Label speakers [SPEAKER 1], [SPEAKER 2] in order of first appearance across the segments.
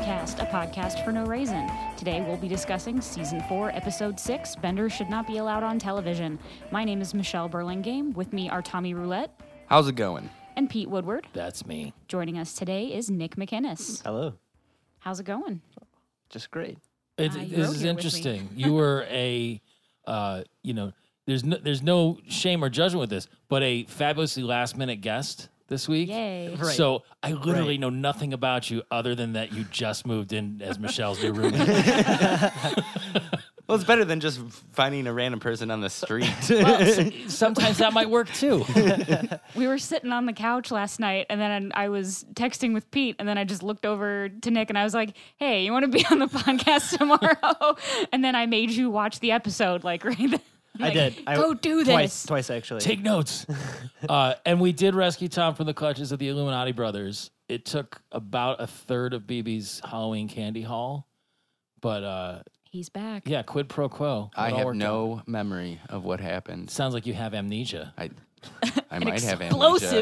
[SPEAKER 1] podcast for no reason. Today we'll be discussing season four, episode six Bender Should Not Be Allowed on Television. My name is Michelle Burlingame. With me are Tommy Roulette
[SPEAKER 2] How's it going?
[SPEAKER 1] and Pete Woodward.
[SPEAKER 3] That's me.
[SPEAKER 1] Joining us today is Nick McInnes.
[SPEAKER 4] Hello.
[SPEAKER 1] How's it going?
[SPEAKER 2] Just great.
[SPEAKER 3] It,
[SPEAKER 1] Ah, you wrote
[SPEAKER 3] this is
[SPEAKER 1] here with me.
[SPEAKER 3] interesting. you were a, uh, you know, there's no, there's no shame or judgment with this, but a fabulously last minute guest this week.
[SPEAKER 1] Yay.
[SPEAKER 4] Right.
[SPEAKER 3] So I literally
[SPEAKER 4] Right.
[SPEAKER 3] know nothing about you other than that you just moved in as Michelle's new roommate.
[SPEAKER 2] Well, it's better than just finding a random person on the street.
[SPEAKER 3] Sometimes that might work too.
[SPEAKER 1] We were sitting on the couch last night, and then I was texting with Pete, and then I just looked over to Nick, and I was like, "Hey, you want to be on the podcast tomorrow?" and then I made you watch the episode, like right. Then.
[SPEAKER 4] I did. I,
[SPEAKER 1] Go do
[SPEAKER 4] twice,
[SPEAKER 1] this.
[SPEAKER 4] Twice, actually.
[SPEAKER 3] Take notes. Uh, and we did rescue Tom from the clutches of the Illuminati brothers. It took about a third of BB's Halloween candy haul, but uh,
[SPEAKER 1] He's back.
[SPEAKER 3] yeah, quid pro quo.
[SPEAKER 2] I
[SPEAKER 3] It all
[SPEAKER 2] have
[SPEAKER 3] worked out.
[SPEAKER 2] no memory of what happened.
[SPEAKER 3] Sounds like you have amnesia.
[SPEAKER 2] I, I might have amnesia.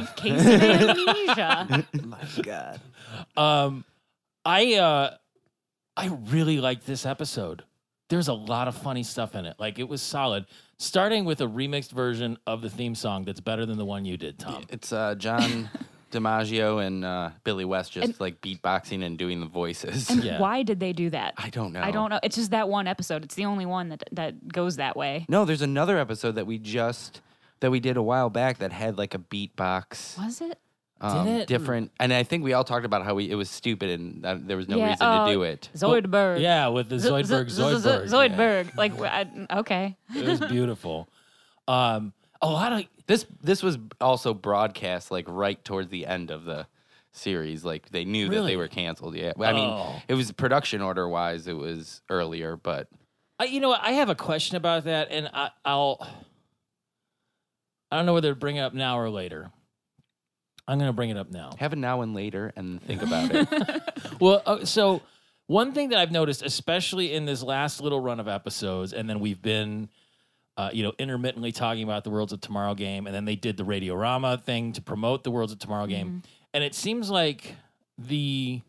[SPEAKER 1] Explosive case of amnesia.
[SPEAKER 4] My God.
[SPEAKER 3] Um, I uh, I really liked this episode. There's a lot of funny stuff in it. Like it was solid, starting with a remixed version of the theme song that's better than the one you did, Tom.
[SPEAKER 2] It's uh, John DiMaggio and uh, Billy West just
[SPEAKER 1] And-
[SPEAKER 2] like beatboxing and doing the voices.
[SPEAKER 1] and
[SPEAKER 3] Yeah.
[SPEAKER 1] why did they do that?
[SPEAKER 2] I don't know.
[SPEAKER 1] I don't know. It's just that one episode. It's the only one that that goes that way.
[SPEAKER 2] No, there's another episode that we just that we did a while back that had like a beatbox
[SPEAKER 1] Was it?
[SPEAKER 2] um,
[SPEAKER 3] it?
[SPEAKER 2] different and i think we all talked about how we it was stupid and uh, there was no
[SPEAKER 1] Yeah,
[SPEAKER 2] reason
[SPEAKER 1] uh,
[SPEAKER 2] to do it
[SPEAKER 1] Zoidberg.
[SPEAKER 3] Yeah, with the
[SPEAKER 1] Z- z-
[SPEAKER 3] Zoidberg,
[SPEAKER 1] z- z-
[SPEAKER 3] Zoidberg.
[SPEAKER 1] Zoidberg. Like, I- mm, okay.
[SPEAKER 3] Yeah, it was beautiful. Um, a lot of
[SPEAKER 2] This this was also broadcast like right towards the end of the series. Like they knew that
[SPEAKER 3] Really?
[SPEAKER 2] they were canceled. Yeah, Well, I mean,
[SPEAKER 3] Oh.
[SPEAKER 2] it was production order wise, it was earlier, but
[SPEAKER 3] I, you know what? I have a question about that, and I, I'll. I don't know whether to bring it up now or later. I'm going to bring it up now.
[SPEAKER 2] have it now and later and think about it.
[SPEAKER 3] Well, uh, so one thing that I've noticed, especially in this last little run of episodes, and then we've been, uh, you know, intermittently talking about the Worlds of Tomorrow game, and then they did the Radiorama thing to promote the Worlds of Tomorrow game, and it seems like the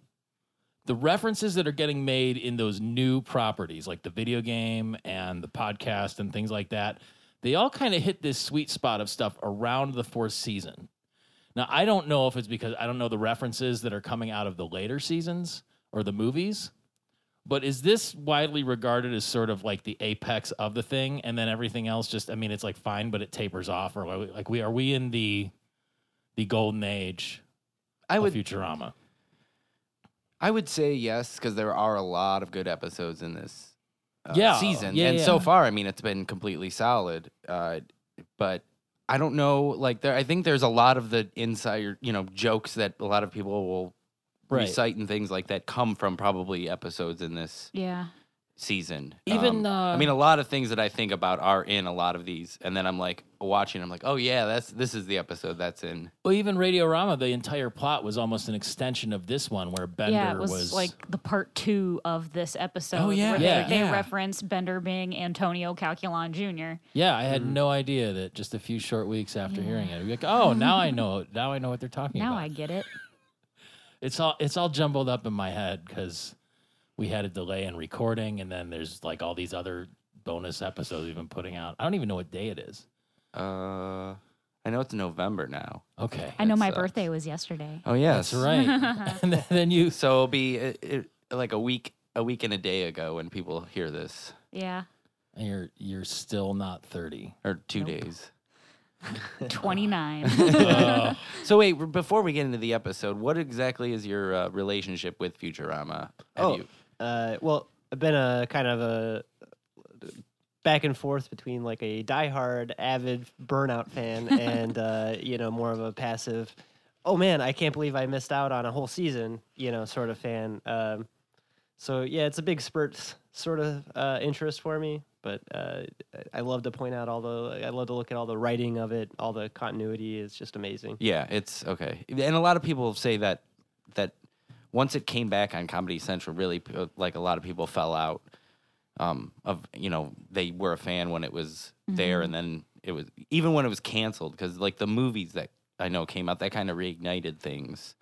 [SPEAKER 3] the references that are getting made in those new properties, like the video game and the podcast and things like that, they all kind of hit this sweet spot of stuff around the fourth season. Now, I don't know if it's because I don't know the references that are coming out of the later seasons or the movies, but is this widely regarded as sort of like the apex of the thing? And then everything else just, I mean, it's like fine, but it tapers off. Or are we- like, we are we in the the golden age
[SPEAKER 2] I
[SPEAKER 3] of
[SPEAKER 2] would
[SPEAKER 3] Futurama?
[SPEAKER 2] I would say yes because there are a lot of good episodes in this uh,
[SPEAKER 3] Yeah.
[SPEAKER 2] season,
[SPEAKER 3] Yeah,
[SPEAKER 2] and
[SPEAKER 3] yeah.
[SPEAKER 2] so far, I mean, it's been completely solid. Uh, but I don't know, like there, I think there's a lot of the insider, you know, jokes that a lot of people will recite and things like that come from probably episodes in this
[SPEAKER 1] Yeah.
[SPEAKER 2] season. Um,
[SPEAKER 3] Even,
[SPEAKER 2] I
[SPEAKER 3] uh,
[SPEAKER 2] mean, a lot of things that I think about are in a lot of these, and then I'm like watching. I'm like, oh yeah, that's this is the episode that's in.
[SPEAKER 3] Well, even Radiorama, the entire plot was almost an extension of this one, where Bender
[SPEAKER 1] yeah, it was,
[SPEAKER 3] was,
[SPEAKER 1] like the part two of this episode.
[SPEAKER 3] Oh, yeah,
[SPEAKER 1] where they-
[SPEAKER 3] yeah,
[SPEAKER 1] they,
[SPEAKER 3] yeah.
[SPEAKER 1] reference Bender being Antonio Calculon Jr.
[SPEAKER 3] yeah. I had no idea that just a few short weeks after
[SPEAKER 1] Yeah.
[SPEAKER 3] hearing it, I'd be like, oh, now I know. Now I know what they're talking
[SPEAKER 1] Now
[SPEAKER 3] about.
[SPEAKER 1] I get it.
[SPEAKER 3] it's all it's all jumbled up in my head because we had a delay in recording, and then there's like all these other bonus episodes we've been putting out. I don't even know what day it is.
[SPEAKER 2] Uh, I know it's November now.
[SPEAKER 3] Okay,
[SPEAKER 1] I know
[SPEAKER 2] That
[SPEAKER 1] my
[SPEAKER 2] sucks.
[SPEAKER 1] birthday was yesterday.
[SPEAKER 2] Oh yes,
[SPEAKER 3] that's right. and then, then you
[SPEAKER 2] So it'll be it, it, like a week, a week and a day ago when people hear this,
[SPEAKER 1] Yeah.
[SPEAKER 3] you're you're still not thirty.
[SPEAKER 2] or two
[SPEAKER 1] Nope.
[SPEAKER 2] days.
[SPEAKER 1] 29.
[SPEAKER 3] Ugh.
[SPEAKER 2] So wait, r- before we get into the episode, what exactly is your uh, relationship with Futurama? Have
[SPEAKER 4] Oh.
[SPEAKER 2] you-
[SPEAKER 4] Uh, well, I've been a kind of a back and forth between like a diehard, avid burnout fan and, uh, you know, more of a passive, oh man, I can't believe I missed out on a whole season, you know, sort of fan. Um, so yeah, it's a big spurt sort of uh, interest for me. But uh, I I love to point out all the, I love to look at all the writing of it, all the continuity is just amazing.
[SPEAKER 2] Yeah, it's okay. And a lot of people say that that once it came back on Comedy Central, really, p- uh, like a lot of people fell out um, of you know they were a fan when it was there, and then it was even when it was canceled because like the movies that I know came out that kind of reignited things.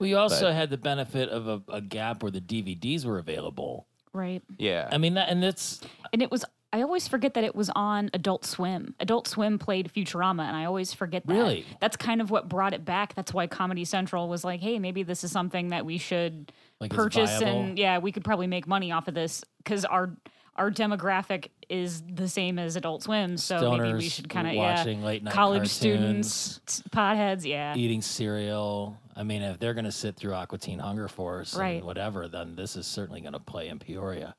[SPEAKER 3] We also had the benefit of a, a gap where the DVDs were available.
[SPEAKER 1] right?
[SPEAKER 2] Yeah.
[SPEAKER 3] I mean that, and that's
[SPEAKER 1] And it was. I always forget that it was on Adult Swim. Adult Swim played Futurama, and I always forget that.
[SPEAKER 3] Really?
[SPEAKER 1] That's kind of what brought it back. That's why Comedy Central was like, "Hey, maybe this is something that we should
[SPEAKER 3] Like, it's
[SPEAKER 1] purchase,
[SPEAKER 3] viable.
[SPEAKER 1] and yeah, we could probably make money off of this because our our demographic is the same as Adult Swim, so maybe we
[SPEAKER 3] Stoners
[SPEAKER 1] should kind of
[SPEAKER 3] watching
[SPEAKER 1] yeah,
[SPEAKER 3] late-night
[SPEAKER 1] college
[SPEAKER 3] cartoons.
[SPEAKER 1] students, s- potheads, yeah,
[SPEAKER 3] eating cereal. I mean, if they're going to sit through Aqua Teen Hunger Force
[SPEAKER 1] Right.
[SPEAKER 3] and whatever, then this is certainly going to play in Peoria.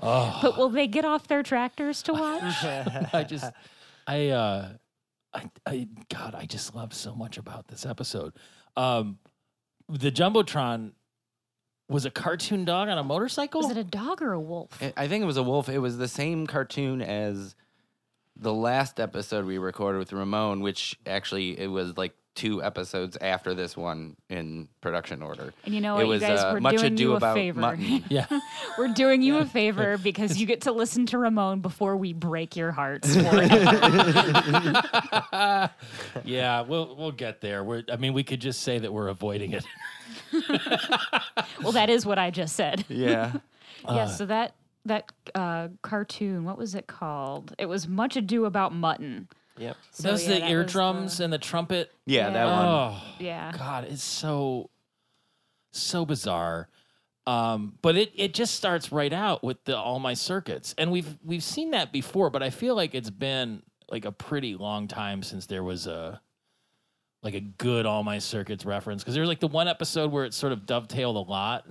[SPEAKER 3] Oh.
[SPEAKER 1] But will they get off their tractors to watch?
[SPEAKER 3] I just, I, uh, I, I, God, I just love so much about this episode. Um, the jumbotron was a cartoon dog on a motorcycle.
[SPEAKER 1] Was it a dog or a wolf?
[SPEAKER 2] I- I think it was a wolf. It was the same cartoon as the last episode we recorded with Ramon, which actually it was like two episodes after this one in production order.
[SPEAKER 1] And you know
[SPEAKER 2] it
[SPEAKER 1] what? You
[SPEAKER 2] was
[SPEAKER 1] guys
[SPEAKER 2] uh,
[SPEAKER 1] were
[SPEAKER 2] much
[SPEAKER 1] doing
[SPEAKER 2] ado
[SPEAKER 1] you a
[SPEAKER 2] about
[SPEAKER 1] favor.
[SPEAKER 2] mutton.
[SPEAKER 3] yeah.
[SPEAKER 1] We're doing you a favor because you get to listen to Ramon before we break your hearts. forever.
[SPEAKER 3] yeah, we'll we'll get there. We're, I mean, we could just say that we're avoiding it.
[SPEAKER 1] well, that is what I just said.
[SPEAKER 2] yeah.
[SPEAKER 1] yeah. So that that uh, cartoon, what was it called? It was Much Ado About Mutton.
[SPEAKER 4] Yep.
[SPEAKER 1] So,
[SPEAKER 3] That's
[SPEAKER 1] yeah,
[SPEAKER 3] the
[SPEAKER 1] that was
[SPEAKER 3] eardrums and the trumpet.
[SPEAKER 2] Yeah, that
[SPEAKER 1] Yeah.
[SPEAKER 2] one.
[SPEAKER 3] Oh,
[SPEAKER 1] Yeah.
[SPEAKER 3] God, it's so so bizarre. Um, but it it just starts right out with the all my circuits. And we've we've seen that before, but I feel like it's been like a pretty long time since there was a like a good all my circuits reference because there was like the one episode where it sort of dovetailed a lot.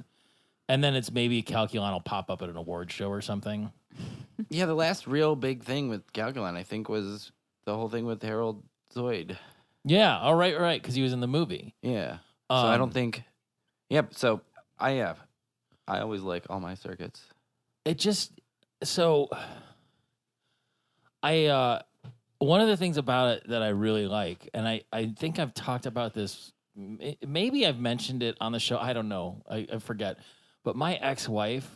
[SPEAKER 3] And then it's maybe Calculon will pop up at an award show or something.
[SPEAKER 2] Yeah, the last real big thing with Galgalon, I think, was the whole thing with Harold Zoid.
[SPEAKER 3] Yeah, all right, right, because he was in the movie.
[SPEAKER 2] Yeah. so I
[SPEAKER 3] Um,
[SPEAKER 2] don't think. Yep. So I have. I always like all my circuits.
[SPEAKER 3] it just so i uh one of the things about it that i really like and i i think i've talked about this m- maybe i've mentioned it on the show i don't know i, I forget but my ex-wife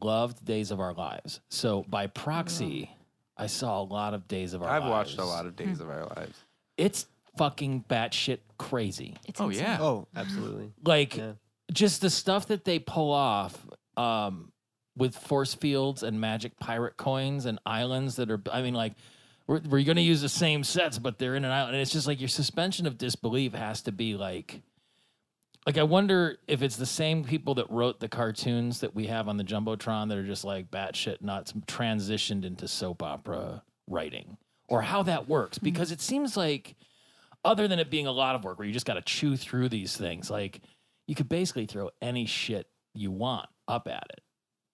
[SPEAKER 3] loved days of our lives so by proxy i saw a lot of days of our
[SPEAKER 2] I've
[SPEAKER 3] lives
[SPEAKER 2] watched a lot of Days of Our Lives.
[SPEAKER 3] it's fucking batshit crazy
[SPEAKER 1] It's
[SPEAKER 2] Oh,
[SPEAKER 1] insane.
[SPEAKER 2] yeah.
[SPEAKER 4] Oh, absolutely.
[SPEAKER 3] like
[SPEAKER 4] Yeah.
[SPEAKER 3] just the stuff that they pull off um with force fields and magic pirate coins and islands that are i mean like we're, we're going to use the same sets but they're in an island and it's just like your suspension of disbelief has to be like like i wonder if it's the same people that wrote the cartoons that we have on the jumbotron that are just like batshit nuts transitioned into soap opera writing or how that works
[SPEAKER 1] Hmm.
[SPEAKER 3] because it seems like other than it being a lot of work where you just got to chew through these things, like you could basically throw any shit you want up at it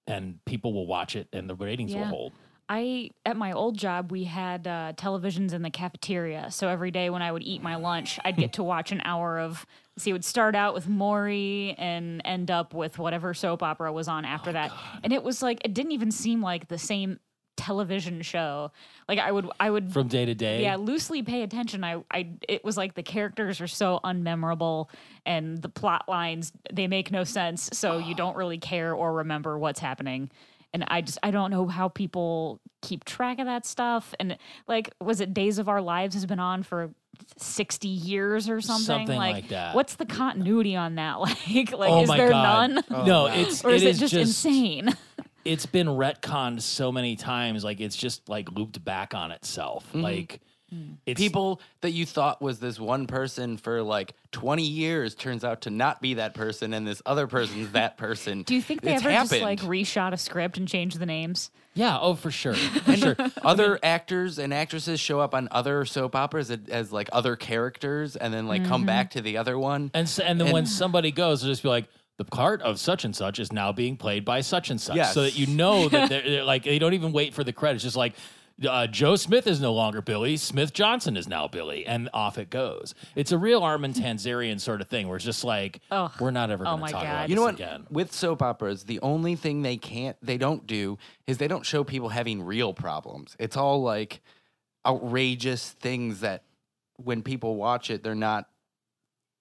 [SPEAKER 3] and people will watch it and the ratings will
[SPEAKER 1] Yeah.
[SPEAKER 3] hold.
[SPEAKER 1] I at my old job we had uh, televisions in the cafeteria, so every day when I would eat my lunch, I'd get to watch an hour of. See, it would start out with Maury and end up with whatever soap opera was on after that, and it was like it didn't even seem like the same television show. Like I would, I would.
[SPEAKER 3] From day to day.
[SPEAKER 1] yeah, loosely pay attention. I, I, it was like the characters are so unmemorable, and the plot lines they make no sense, so you don't really care or remember what's happening. And I just, I don't know how people keep track of that stuff. And like, was it Days of Our Lives has been on for sixty years or something?
[SPEAKER 3] Something like that.
[SPEAKER 1] What's the continuity on that? Like, like
[SPEAKER 3] oh
[SPEAKER 1] is
[SPEAKER 3] my
[SPEAKER 1] there
[SPEAKER 3] God.
[SPEAKER 1] none?
[SPEAKER 3] no, it's
[SPEAKER 1] Or is it
[SPEAKER 3] is
[SPEAKER 1] just, insane?
[SPEAKER 3] It's been retconned so many times, like it's just like looped back on itself. Like
[SPEAKER 1] Mm.
[SPEAKER 3] it's
[SPEAKER 2] People that you thought was this one person for like 20 years turns out to not be that person, and this other person's that person.
[SPEAKER 1] Do you think they
[SPEAKER 2] It's
[SPEAKER 1] ever
[SPEAKER 2] happened.
[SPEAKER 1] just like reshot a script and changed the names?
[SPEAKER 3] Yeah, oh for sure. For sure.
[SPEAKER 2] other actors and actresses show up on other soap operas as, as like other characters, and then like
[SPEAKER 1] Mm-hmm.
[SPEAKER 2] come back to the other one?
[SPEAKER 3] And so, and then when somebody goes, they'll just be like, the part of such and such is now being played by such and such, so that
[SPEAKER 2] Yes.
[SPEAKER 3] you know that they're, they're like they don't even wait for the credits, just like. Uh, Joe Smith is no longer Billy. Smith Johnson is now Billy, and off it goes. It's a real Armin Tanzarian sort of thing, where it's just like
[SPEAKER 1] Ugh.
[SPEAKER 3] we're not ever
[SPEAKER 1] Oh
[SPEAKER 3] going to
[SPEAKER 1] my
[SPEAKER 3] talk
[SPEAKER 1] God.
[SPEAKER 3] about
[SPEAKER 2] You
[SPEAKER 3] this
[SPEAKER 2] know what?
[SPEAKER 3] again.
[SPEAKER 2] With soap operas, the only thing they can't, they don't do is they don't show people having real problems. It's all like outrageous things that when people watch it, they're not,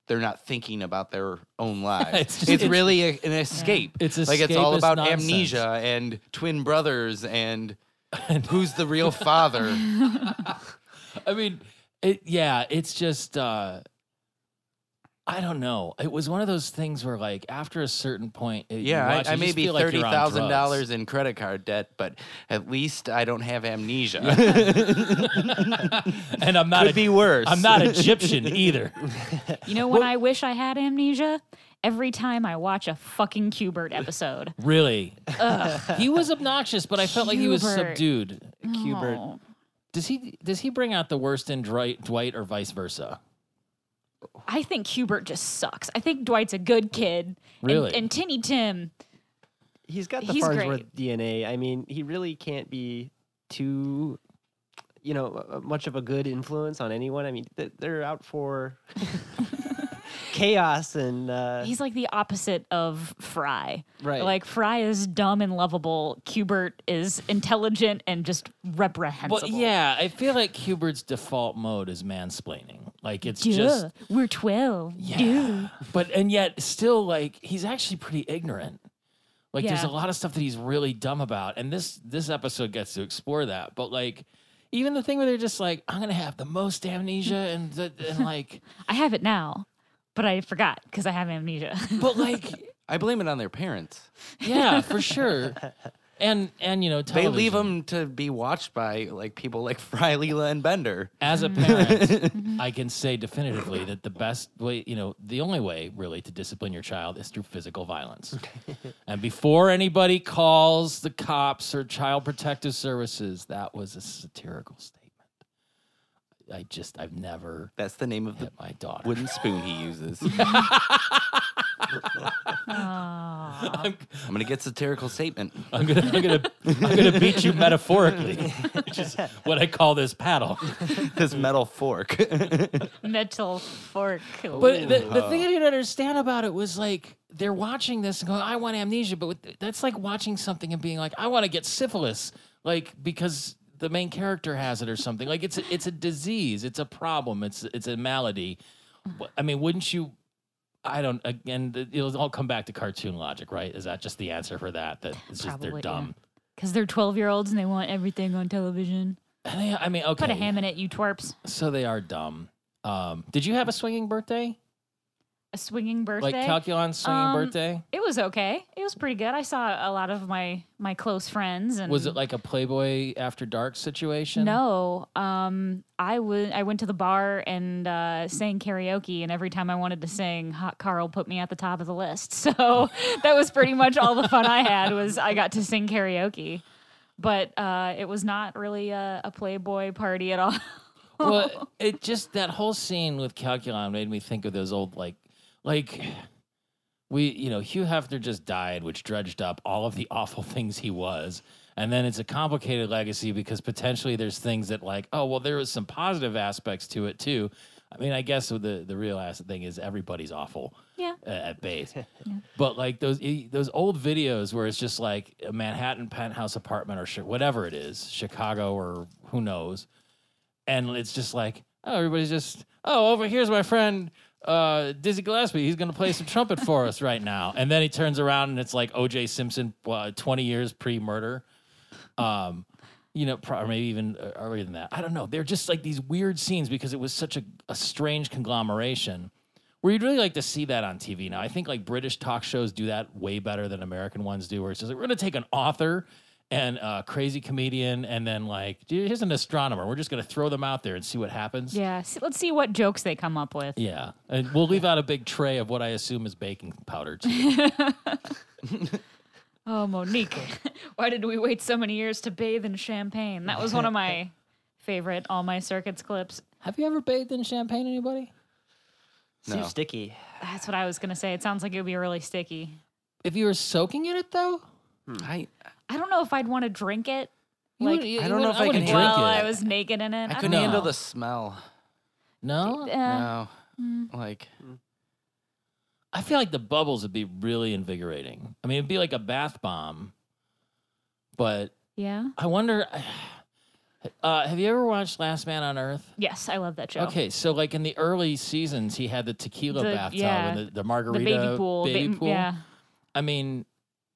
[SPEAKER 2] they're not thinking about their own lives.
[SPEAKER 3] It's
[SPEAKER 2] it's,
[SPEAKER 3] just- it's-
[SPEAKER 2] really a, an escape.
[SPEAKER 3] It's
[SPEAKER 2] like it's all
[SPEAKER 3] escapist
[SPEAKER 2] about
[SPEAKER 3] nonsense.
[SPEAKER 2] amnesia and twin brothers and who's the real father.
[SPEAKER 3] I mean, it, yeah, it's just. Uh, I don't know. It was one of those things where, like, after a certain point, it, you
[SPEAKER 2] Yeah,
[SPEAKER 3] watch,
[SPEAKER 2] I, I
[SPEAKER 3] you
[SPEAKER 2] may
[SPEAKER 3] just
[SPEAKER 2] be
[SPEAKER 3] feel like
[SPEAKER 2] thirty
[SPEAKER 3] you're on
[SPEAKER 2] thousand
[SPEAKER 3] drugs.
[SPEAKER 2] dollars in credit card debt, but at least I don't have amnesia.
[SPEAKER 3] and I'm not.
[SPEAKER 2] Could
[SPEAKER 3] A,
[SPEAKER 2] be worse.
[SPEAKER 3] I'm not Egyptian either.
[SPEAKER 1] You know when I wish I had amnesia? Every time I watch a fucking Cubert episode.
[SPEAKER 3] Really, he was obnoxious, but I felt like he was
[SPEAKER 1] Hubert.
[SPEAKER 3] subdued.
[SPEAKER 4] Hubert.
[SPEAKER 1] Oh.
[SPEAKER 3] Does he? Does he bring out the worst in Dwight, Dwight or vice versa?
[SPEAKER 1] I think Hubert just sucks. I think Dwight's a good kid. And-
[SPEAKER 3] Really?
[SPEAKER 1] And, Tinny Tim.
[SPEAKER 4] He's got the
[SPEAKER 1] He's
[SPEAKER 4] Farnsworth
[SPEAKER 1] great.
[SPEAKER 4] DNA. I mean, he really can't be too, you know, uh, much of a good influence on anyone. I mean, th- they're out for chaos and uh,
[SPEAKER 1] He's like the opposite of Fry.
[SPEAKER 4] Right.
[SPEAKER 1] Like Fry is dumb and lovable. Cubert is intelligent and just reprehensible.
[SPEAKER 3] Well, yeah, I feel like Hubert's default mode is mansplaining. Like it's
[SPEAKER 1] Duh,
[SPEAKER 3] just
[SPEAKER 1] we're twelve.
[SPEAKER 3] yeah.
[SPEAKER 1] Duh.
[SPEAKER 3] But and yet still like he's actually pretty ignorant. Like there's a
[SPEAKER 1] Yeah.
[SPEAKER 3] lot of stuff that he's really dumb about. And this this episode gets to explore that. But like even the thing where they're just like, I'm gonna have the most amnesia and the, and like
[SPEAKER 1] I have it now, but I forgot because I have amnesia.
[SPEAKER 3] but like
[SPEAKER 2] I blame it on their parents.
[SPEAKER 3] yeah, for sure. And and you know,
[SPEAKER 2] They leave
[SPEAKER 3] television.
[SPEAKER 2] them to be watched by like people like Fry, Leela, and Bender.
[SPEAKER 3] as a parent, I can say definitively that the best way, you know, the only way really to discipline your child is through physical violence. and before anybody calls the cops or child protective services, that was a satirical statement. I just, I've never
[SPEAKER 2] That's the name of the
[SPEAKER 3] hit my daughter.
[SPEAKER 2] wooden spoon he uses.
[SPEAKER 1] Aw.
[SPEAKER 2] I'm gonna get satirical statement.
[SPEAKER 3] I'm gonna, I'm gonna, I'm gonna beat you metaphorically, which is what I call this paddle.
[SPEAKER 2] this metal fork.
[SPEAKER 1] metal fork.
[SPEAKER 3] But the, the thing I didn't understand about it was like they're watching this and going, "I want amnesia," but with, that's like watching something and being like, "I want to get syphilis," like because the main character has it or something. Like it's a, it's a disease, it's a problem, it's it's a malady. Wh- I mean, wouldn't you? I don't. Again, th- it'll all come back to cartoon logic, right? Is that just the answer for that? That it's just they're
[SPEAKER 1] Probably, yeah.
[SPEAKER 3] dumb.
[SPEAKER 1] Because they're 12 year olds and they want everything on television.
[SPEAKER 3] And they, I mean, okay,
[SPEAKER 1] Put a ham in it, you twerps.
[SPEAKER 3] so they are dumb. Um, did you have a swinging birthday?
[SPEAKER 1] A swinging birthday.
[SPEAKER 3] Like Calculon swinging
[SPEAKER 1] Um,
[SPEAKER 3] birthday?
[SPEAKER 1] it was okay. It was pretty good. I saw a lot of my my close friends. And
[SPEAKER 3] Was it like a Playboy After Dark situation?
[SPEAKER 1] Mm-hmm. No, um, I would. I went to the bar and uh, sang karaoke, and every time I wanted to sing, Hot Carl put me at the top of the list. So that was pretty much all the fun I had was I got to sing karaoke, but uh, it was not really a, a Playboy party at all.
[SPEAKER 3] well, it just that whole scene with Calculon made me think of those old like, like we you know Hugh Hefner just died, which dredged up all of the awful things he was, and then it's a complicated legacy because potentially there's things that like oh well there was some positive aspects to it too. I mean, I guess the the real ass thing is everybody's awful.
[SPEAKER 1] yeah,
[SPEAKER 3] uh, at base. But like those e- those old videos where it's just like a Manhattan penthouse apartment or shit, whatever it is, Chicago or who knows, and it's just like oh everybody's just oh over here's my friend uh Dizzy Gillespie he's gonna play some trumpet for us right now, and then he turns around and it's like O.J. Simpson uh, twenty years pre murder. Um, you know, pro- or maybe even uh, earlier than that. I don't know. They're just like these weird scenes because it was such a, a strange conglomeration where you'd really like to see that on TV now. I think like British talk shows do that way better than American ones do, where it's just like, we're going to take an author and a crazy comedian and then like, dude, here's an astronomer. We're just going to throw them out there and see what happens.
[SPEAKER 1] yeah. See, let's see what jokes they come up with.
[SPEAKER 3] Yeah. And we'll leave out a big tray of what I assume is baking powder. Too.
[SPEAKER 1] Oh, Monique, why did we wait so many years to bathe in champagne? That was one of my favorite All My Circuits clips.
[SPEAKER 3] Have you ever bathed in champagne, anybody?
[SPEAKER 4] seems
[SPEAKER 2] No.
[SPEAKER 4] sticky.
[SPEAKER 1] That's what I was gonna say. It sounds like it would be really sticky.
[SPEAKER 3] If you were soaking in it though?
[SPEAKER 2] I
[SPEAKER 1] I don't know if I'd want to drink it.
[SPEAKER 3] you
[SPEAKER 1] Like-
[SPEAKER 3] wouldn't- you
[SPEAKER 2] I don't know if
[SPEAKER 3] wouldn't-
[SPEAKER 2] I can
[SPEAKER 3] wouldn't
[SPEAKER 2] drink
[SPEAKER 3] drink
[SPEAKER 1] while
[SPEAKER 3] it.
[SPEAKER 1] I was naked in it.
[SPEAKER 2] I
[SPEAKER 1] don't
[SPEAKER 2] couldn't
[SPEAKER 1] know.
[SPEAKER 2] handle
[SPEAKER 3] know.
[SPEAKER 2] the smell.
[SPEAKER 3] No?
[SPEAKER 1] Uh,
[SPEAKER 2] No,
[SPEAKER 3] Mm.
[SPEAKER 2] like
[SPEAKER 3] I feel like the bubbles would be really invigorating. I mean, it'd be like a bath bomb, but
[SPEAKER 1] Yeah.
[SPEAKER 3] I wonder. Uh, have you ever watched Last Man on Earth?
[SPEAKER 1] Yes, I love that show.
[SPEAKER 3] Okay, so like in the early seasons, he had the tequila
[SPEAKER 1] The-
[SPEAKER 3] bathtub
[SPEAKER 1] yeah,
[SPEAKER 3] and the, the
[SPEAKER 1] The
[SPEAKER 3] margarita
[SPEAKER 1] baby pool.
[SPEAKER 3] baby
[SPEAKER 1] ba-
[SPEAKER 3] pool.
[SPEAKER 1] Yeah.
[SPEAKER 3] I mean,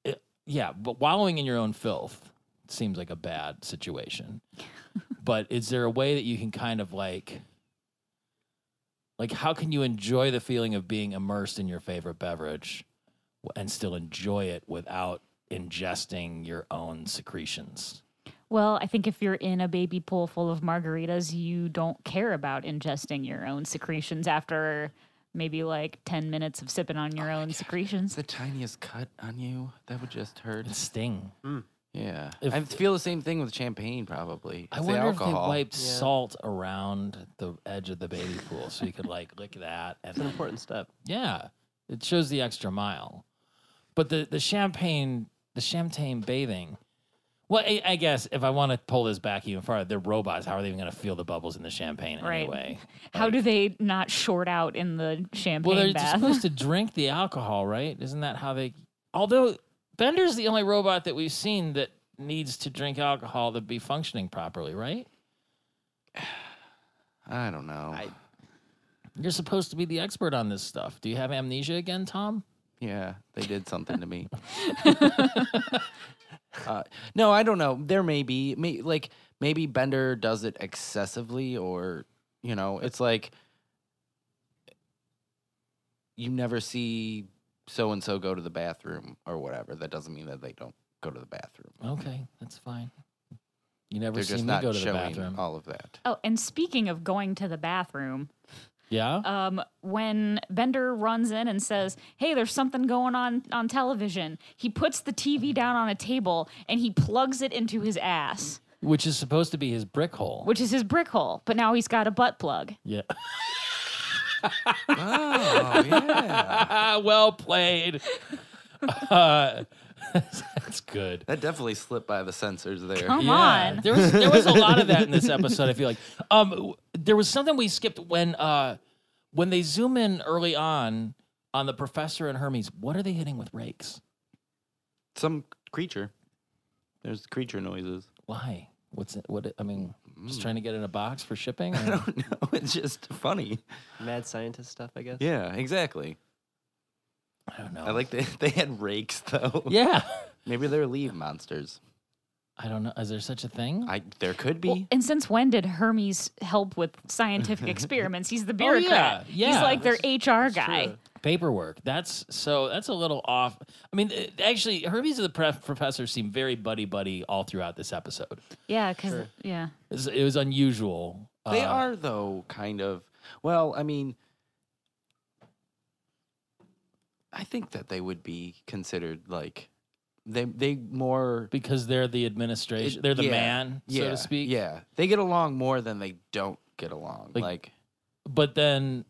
[SPEAKER 3] it, yeah, but wallowing in your own filth seems like a bad situation. but is there a way that you can kind of like, Like, how can you enjoy the feeling of being immersed in your favorite beverage w- and still enjoy it without ingesting your own secretions?
[SPEAKER 1] Well, I think if you're in a baby pool full of margaritas, you don't care about ingesting your own secretions after maybe like 10 minutes of sipping on
[SPEAKER 2] Oh
[SPEAKER 1] your own secretions.
[SPEAKER 2] The tiniest cut on you, that would just hurt.
[SPEAKER 3] And sting.
[SPEAKER 2] Yeah.
[SPEAKER 3] If-
[SPEAKER 2] I feel the same thing with champagne, probably.
[SPEAKER 3] I
[SPEAKER 2] It's
[SPEAKER 3] wonder
[SPEAKER 2] the
[SPEAKER 3] if they
[SPEAKER 2] alcohol.
[SPEAKER 3] wiped
[SPEAKER 4] Yeah.
[SPEAKER 3] salt around the edge of the baby pool so you could like lick that and
[SPEAKER 4] It's an
[SPEAKER 3] then
[SPEAKER 4] important step.
[SPEAKER 3] Yeah, it shows the extra mile. But the the champagne, the champagne bathing. Well, I, I guess if I want to pull this back even farther, they're robots. How are they even going to feel the bubbles in the champagne
[SPEAKER 1] Right.
[SPEAKER 3] anyway?
[SPEAKER 1] How do they not short out in the
[SPEAKER 3] Well,
[SPEAKER 1] champagne
[SPEAKER 3] they're
[SPEAKER 1] bath?
[SPEAKER 3] supposed to drink the alcohol, right? Isn't that how they? Although Bender's the only robot that we've seen that needs to drink alcohol to be functioning properly, right?
[SPEAKER 2] I don't know.
[SPEAKER 4] I-
[SPEAKER 3] You're supposed to be the expert on this stuff. Do you have amnesia again, Tom?
[SPEAKER 2] Yeah, they did something to me. uh, no, I don't know. There may be, may, like, maybe Bender does it excessively, or, you know, it's like you never see so and so go to the bathroom or whatever. That doesn't mean that they don't go to the bathroom.
[SPEAKER 3] Okay, that's fine. You never
[SPEAKER 2] They're
[SPEAKER 3] see
[SPEAKER 2] just
[SPEAKER 3] me
[SPEAKER 2] not
[SPEAKER 3] go to the
[SPEAKER 2] showing
[SPEAKER 3] bathroom.
[SPEAKER 2] all of that.
[SPEAKER 1] oh, and speaking of going to the bathroom,
[SPEAKER 3] yeah.
[SPEAKER 1] um, when Bender runs in and says, "Hey, there's something going on on television," he puts the TV down on a table and he plugs it into his ass,
[SPEAKER 3] which is supposed to be his brick hole.
[SPEAKER 1] which is his brick hole. But now he's got a butt plug.
[SPEAKER 3] yeah.
[SPEAKER 2] Oh, yeah.
[SPEAKER 3] Ah, well played. Uh, that's good.
[SPEAKER 2] That definitely slipped by the sensors there.
[SPEAKER 1] Come on.
[SPEAKER 3] There was there was a lot of that in this episode. I feel like um, w- there was something we skipped when uh, when they zoom in early on on the professor and Hermes. What are they hitting with rakes?
[SPEAKER 2] Some creature. There's creature noises.
[SPEAKER 3] Why? What's it? What? it- I mean, just
[SPEAKER 2] Mm.
[SPEAKER 3] trying to get in a box for shipping.
[SPEAKER 2] I don't know. It's just funny.
[SPEAKER 4] Mad scientist stuff, I guess.
[SPEAKER 2] Yeah, exactly.
[SPEAKER 3] I don't know.
[SPEAKER 2] I like that they had rakes though.
[SPEAKER 3] Yeah.
[SPEAKER 2] Maybe they're leave monsters.
[SPEAKER 3] I don't know. Is there such a thing?
[SPEAKER 2] I there could be.
[SPEAKER 1] Well, and since when did Hermes help with scientific experiments? He's the bureaucrat.
[SPEAKER 3] yeah.
[SPEAKER 1] He's like their
[SPEAKER 4] That's-
[SPEAKER 1] HR
[SPEAKER 4] It's
[SPEAKER 1] guy.
[SPEAKER 4] true.
[SPEAKER 3] paperwork. That's so. That's a little off. I mean, it- actually, Hermes and the pref- professor seem very buddy buddy all throughout this episode.
[SPEAKER 1] Yeah, because yeah,
[SPEAKER 3] It was, it was unusual.
[SPEAKER 2] they
[SPEAKER 3] Uh,
[SPEAKER 2] are though, kind of. Well, I mean I think that they would be considered like they they more
[SPEAKER 3] because they're the administration.
[SPEAKER 2] It-
[SPEAKER 3] they're the
[SPEAKER 2] yeah,
[SPEAKER 3] man, so
[SPEAKER 2] yeah,
[SPEAKER 3] to speak.
[SPEAKER 2] Yeah. They get along more than they don't get along.
[SPEAKER 3] Like-
[SPEAKER 2] Like,
[SPEAKER 3] But then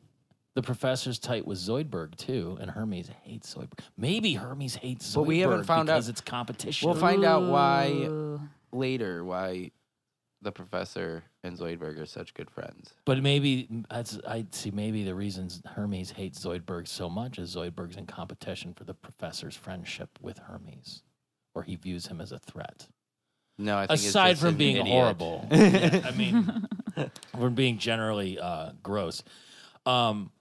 [SPEAKER 3] the professor's tight with Zoidberg too, and Hermes hates Zoidberg. Maybe Hermes hates Zoidberg.
[SPEAKER 2] But we haven't found out-
[SPEAKER 3] because it's competition.
[SPEAKER 2] We'll find out why-
[SPEAKER 1] Ooh.
[SPEAKER 2] later why the professor and Zoidberg are such good friends.
[SPEAKER 3] But maybe that's I see. Maybe the reasons Hermes hates Zoidberg so much is Zoidberg's in competition for the professor's friendship with Hermes, or he views him as a threat.
[SPEAKER 2] No, I think it's
[SPEAKER 3] Aside
[SPEAKER 2] just
[SPEAKER 3] from
[SPEAKER 2] an
[SPEAKER 3] being
[SPEAKER 2] idiot.
[SPEAKER 3] horrible, Yeah, I mean, from being generally uh, gross. Um,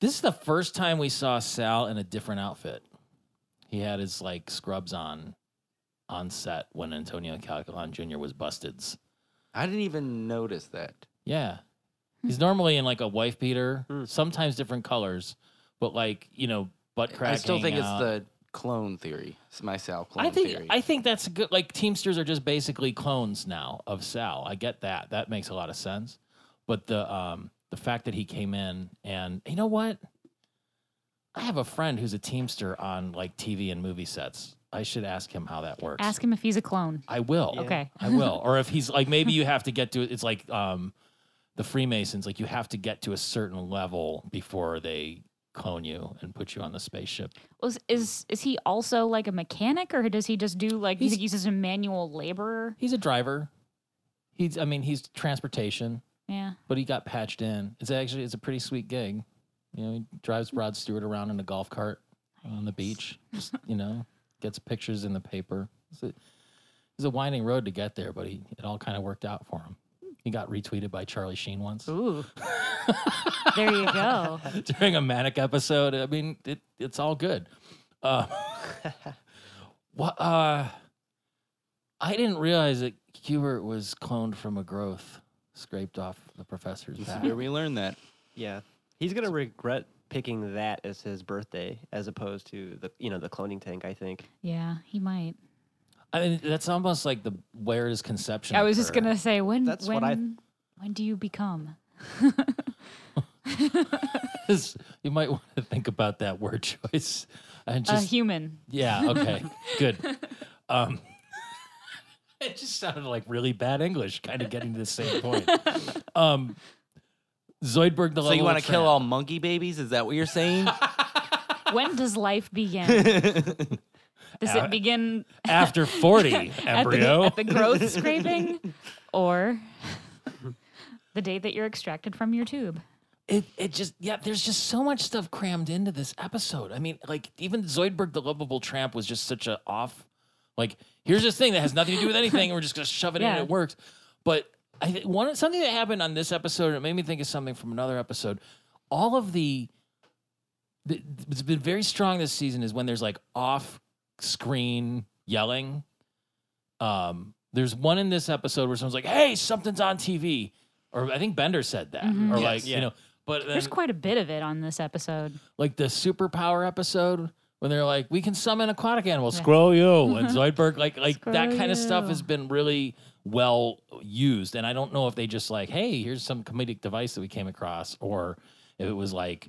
[SPEAKER 3] this is the first time we saw Sal in a different outfit. He had his like scrubs on on set when Antonio Calculon Jr. was busted's.
[SPEAKER 2] I didn't even notice that.
[SPEAKER 3] Yeah.
[SPEAKER 1] Hmm.
[SPEAKER 3] He's normally in like a wife beater,
[SPEAKER 4] Hmm.
[SPEAKER 3] sometimes different colors, but like, you know, butt crack.
[SPEAKER 2] I still think
[SPEAKER 3] out.
[SPEAKER 2] it's the clone theory. It's my Sal clone
[SPEAKER 3] I think
[SPEAKER 2] theory.
[SPEAKER 3] I think that's a good like Teamsters are just basically clones now of Sal. I get that. That makes a lot of sense. But the um the fact that he came in and you know what? I have a friend who's a Teamster on like TV and movie sets. I should ask him how that works.
[SPEAKER 1] Ask him if he's a clone.
[SPEAKER 3] I will.
[SPEAKER 4] Yeah.
[SPEAKER 1] Okay.
[SPEAKER 3] I will. Or if he's like, maybe you have to get to it's like um, the Freemasons, like you have to get to a certain level before they clone you and put you on the spaceship.
[SPEAKER 1] Was, is is he also like a mechanic, or does he just do like
[SPEAKER 3] He's-
[SPEAKER 1] he's, he's just a manual laborer?
[SPEAKER 3] He's a driver. He's, I mean, he's transportation,
[SPEAKER 1] Yeah,
[SPEAKER 3] but he got patched in. It's actually it's a pretty sweet gig. You know, he drives Rod Stewart around in a golf cart on the beach. Just, you know, gets pictures in the paper. It's a, it's a winding road to get there, but he, it all kind of worked out for him. He got retweeted by Charlie Sheen once.
[SPEAKER 1] Ooh. there you go.
[SPEAKER 3] during a manic episode. I mean, it, it's all good. Uh, what? Uh, I didn't realize that Hubert was cloned from a growth. scraped off the professor's
[SPEAKER 2] This is
[SPEAKER 3] back.
[SPEAKER 2] where we learned that.
[SPEAKER 4] Yeah, he's gonna regret picking that as his birthday, as opposed to the you know the cloning tank. I think.
[SPEAKER 1] Yeah, he might.
[SPEAKER 3] I mean, that's almost like the weirdest conception.
[SPEAKER 1] I
[SPEAKER 3] of
[SPEAKER 1] was just
[SPEAKER 3] her.
[SPEAKER 1] gonna say when
[SPEAKER 4] That's
[SPEAKER 1] when
[SPEAKER 4] what I-
[SPEAKER 1] when do you become?
[SPEAKER 3] you might want to think about that word choice. And
[SPEAKER 1] a
[SPEAKER 3] just
[SPEAKER 1] human.
[SPEAKER 3] yeah, okay, good. Um, it just sounded like really bad English, kind of getting to the same point. Um, Zoidberg the
[SPEAKER 2] So you want to
[SPEAKER 3] to
[SPEAKER 2] kill all monkey babies? Is that what you're saying?
[SPEAKER 1] When does life begin? Does
[SPEAKER 3] Uh,
[SPEAKER 1] it begin
[SPEAKER 3] after forty
[SPEAKER 1] at the,
[SPEAKER 3] embryo?
[SPEAKER 1] at the growth scraping, or the day that you're extracted from your tube?
[SPEAKER 3] it it just yeah there's just so much stuff crammed into this episode i mean like even zoidberg the lovable tramp was just such a off like here's this thing that has nothing to do with anything and we're just gonna shove it in
[SPEAKER 1] Yeah.
[SPEAKER 3] and it works but i thi- one something that happened on this episode and it made me think of something from another episode all of the th- it's been very strong this season is when there's like off screen yelling um there's one in this episode where someone's like hey something's on tv or i think bender said that
[SPEAKER 1] Mhm.
[SPEAKER 3] or
[SPEAKER 4] Yes.
[SPEAKER 3] like
[SPEAKER 4] Yeah.
[SPEAKER 3] you know but then,
[SPEAKER 1] There's quite a bit of it on this episode.
[SPEAKER 3] like the superpower episode when they're like, we can summon aquatic animals,
[SPEAKER 1] Yeah.
[SPEAKER 3] scroll you and Zoidberg, like like that
[SPEAKER 1] Scroll
[SPEAKER 3] kind of stuff
[SPEAKER 1] you.
[SPEAKER 3] has been really well used. And I don't know if they just like, hey, here's some comedic device that we came across, or if it was like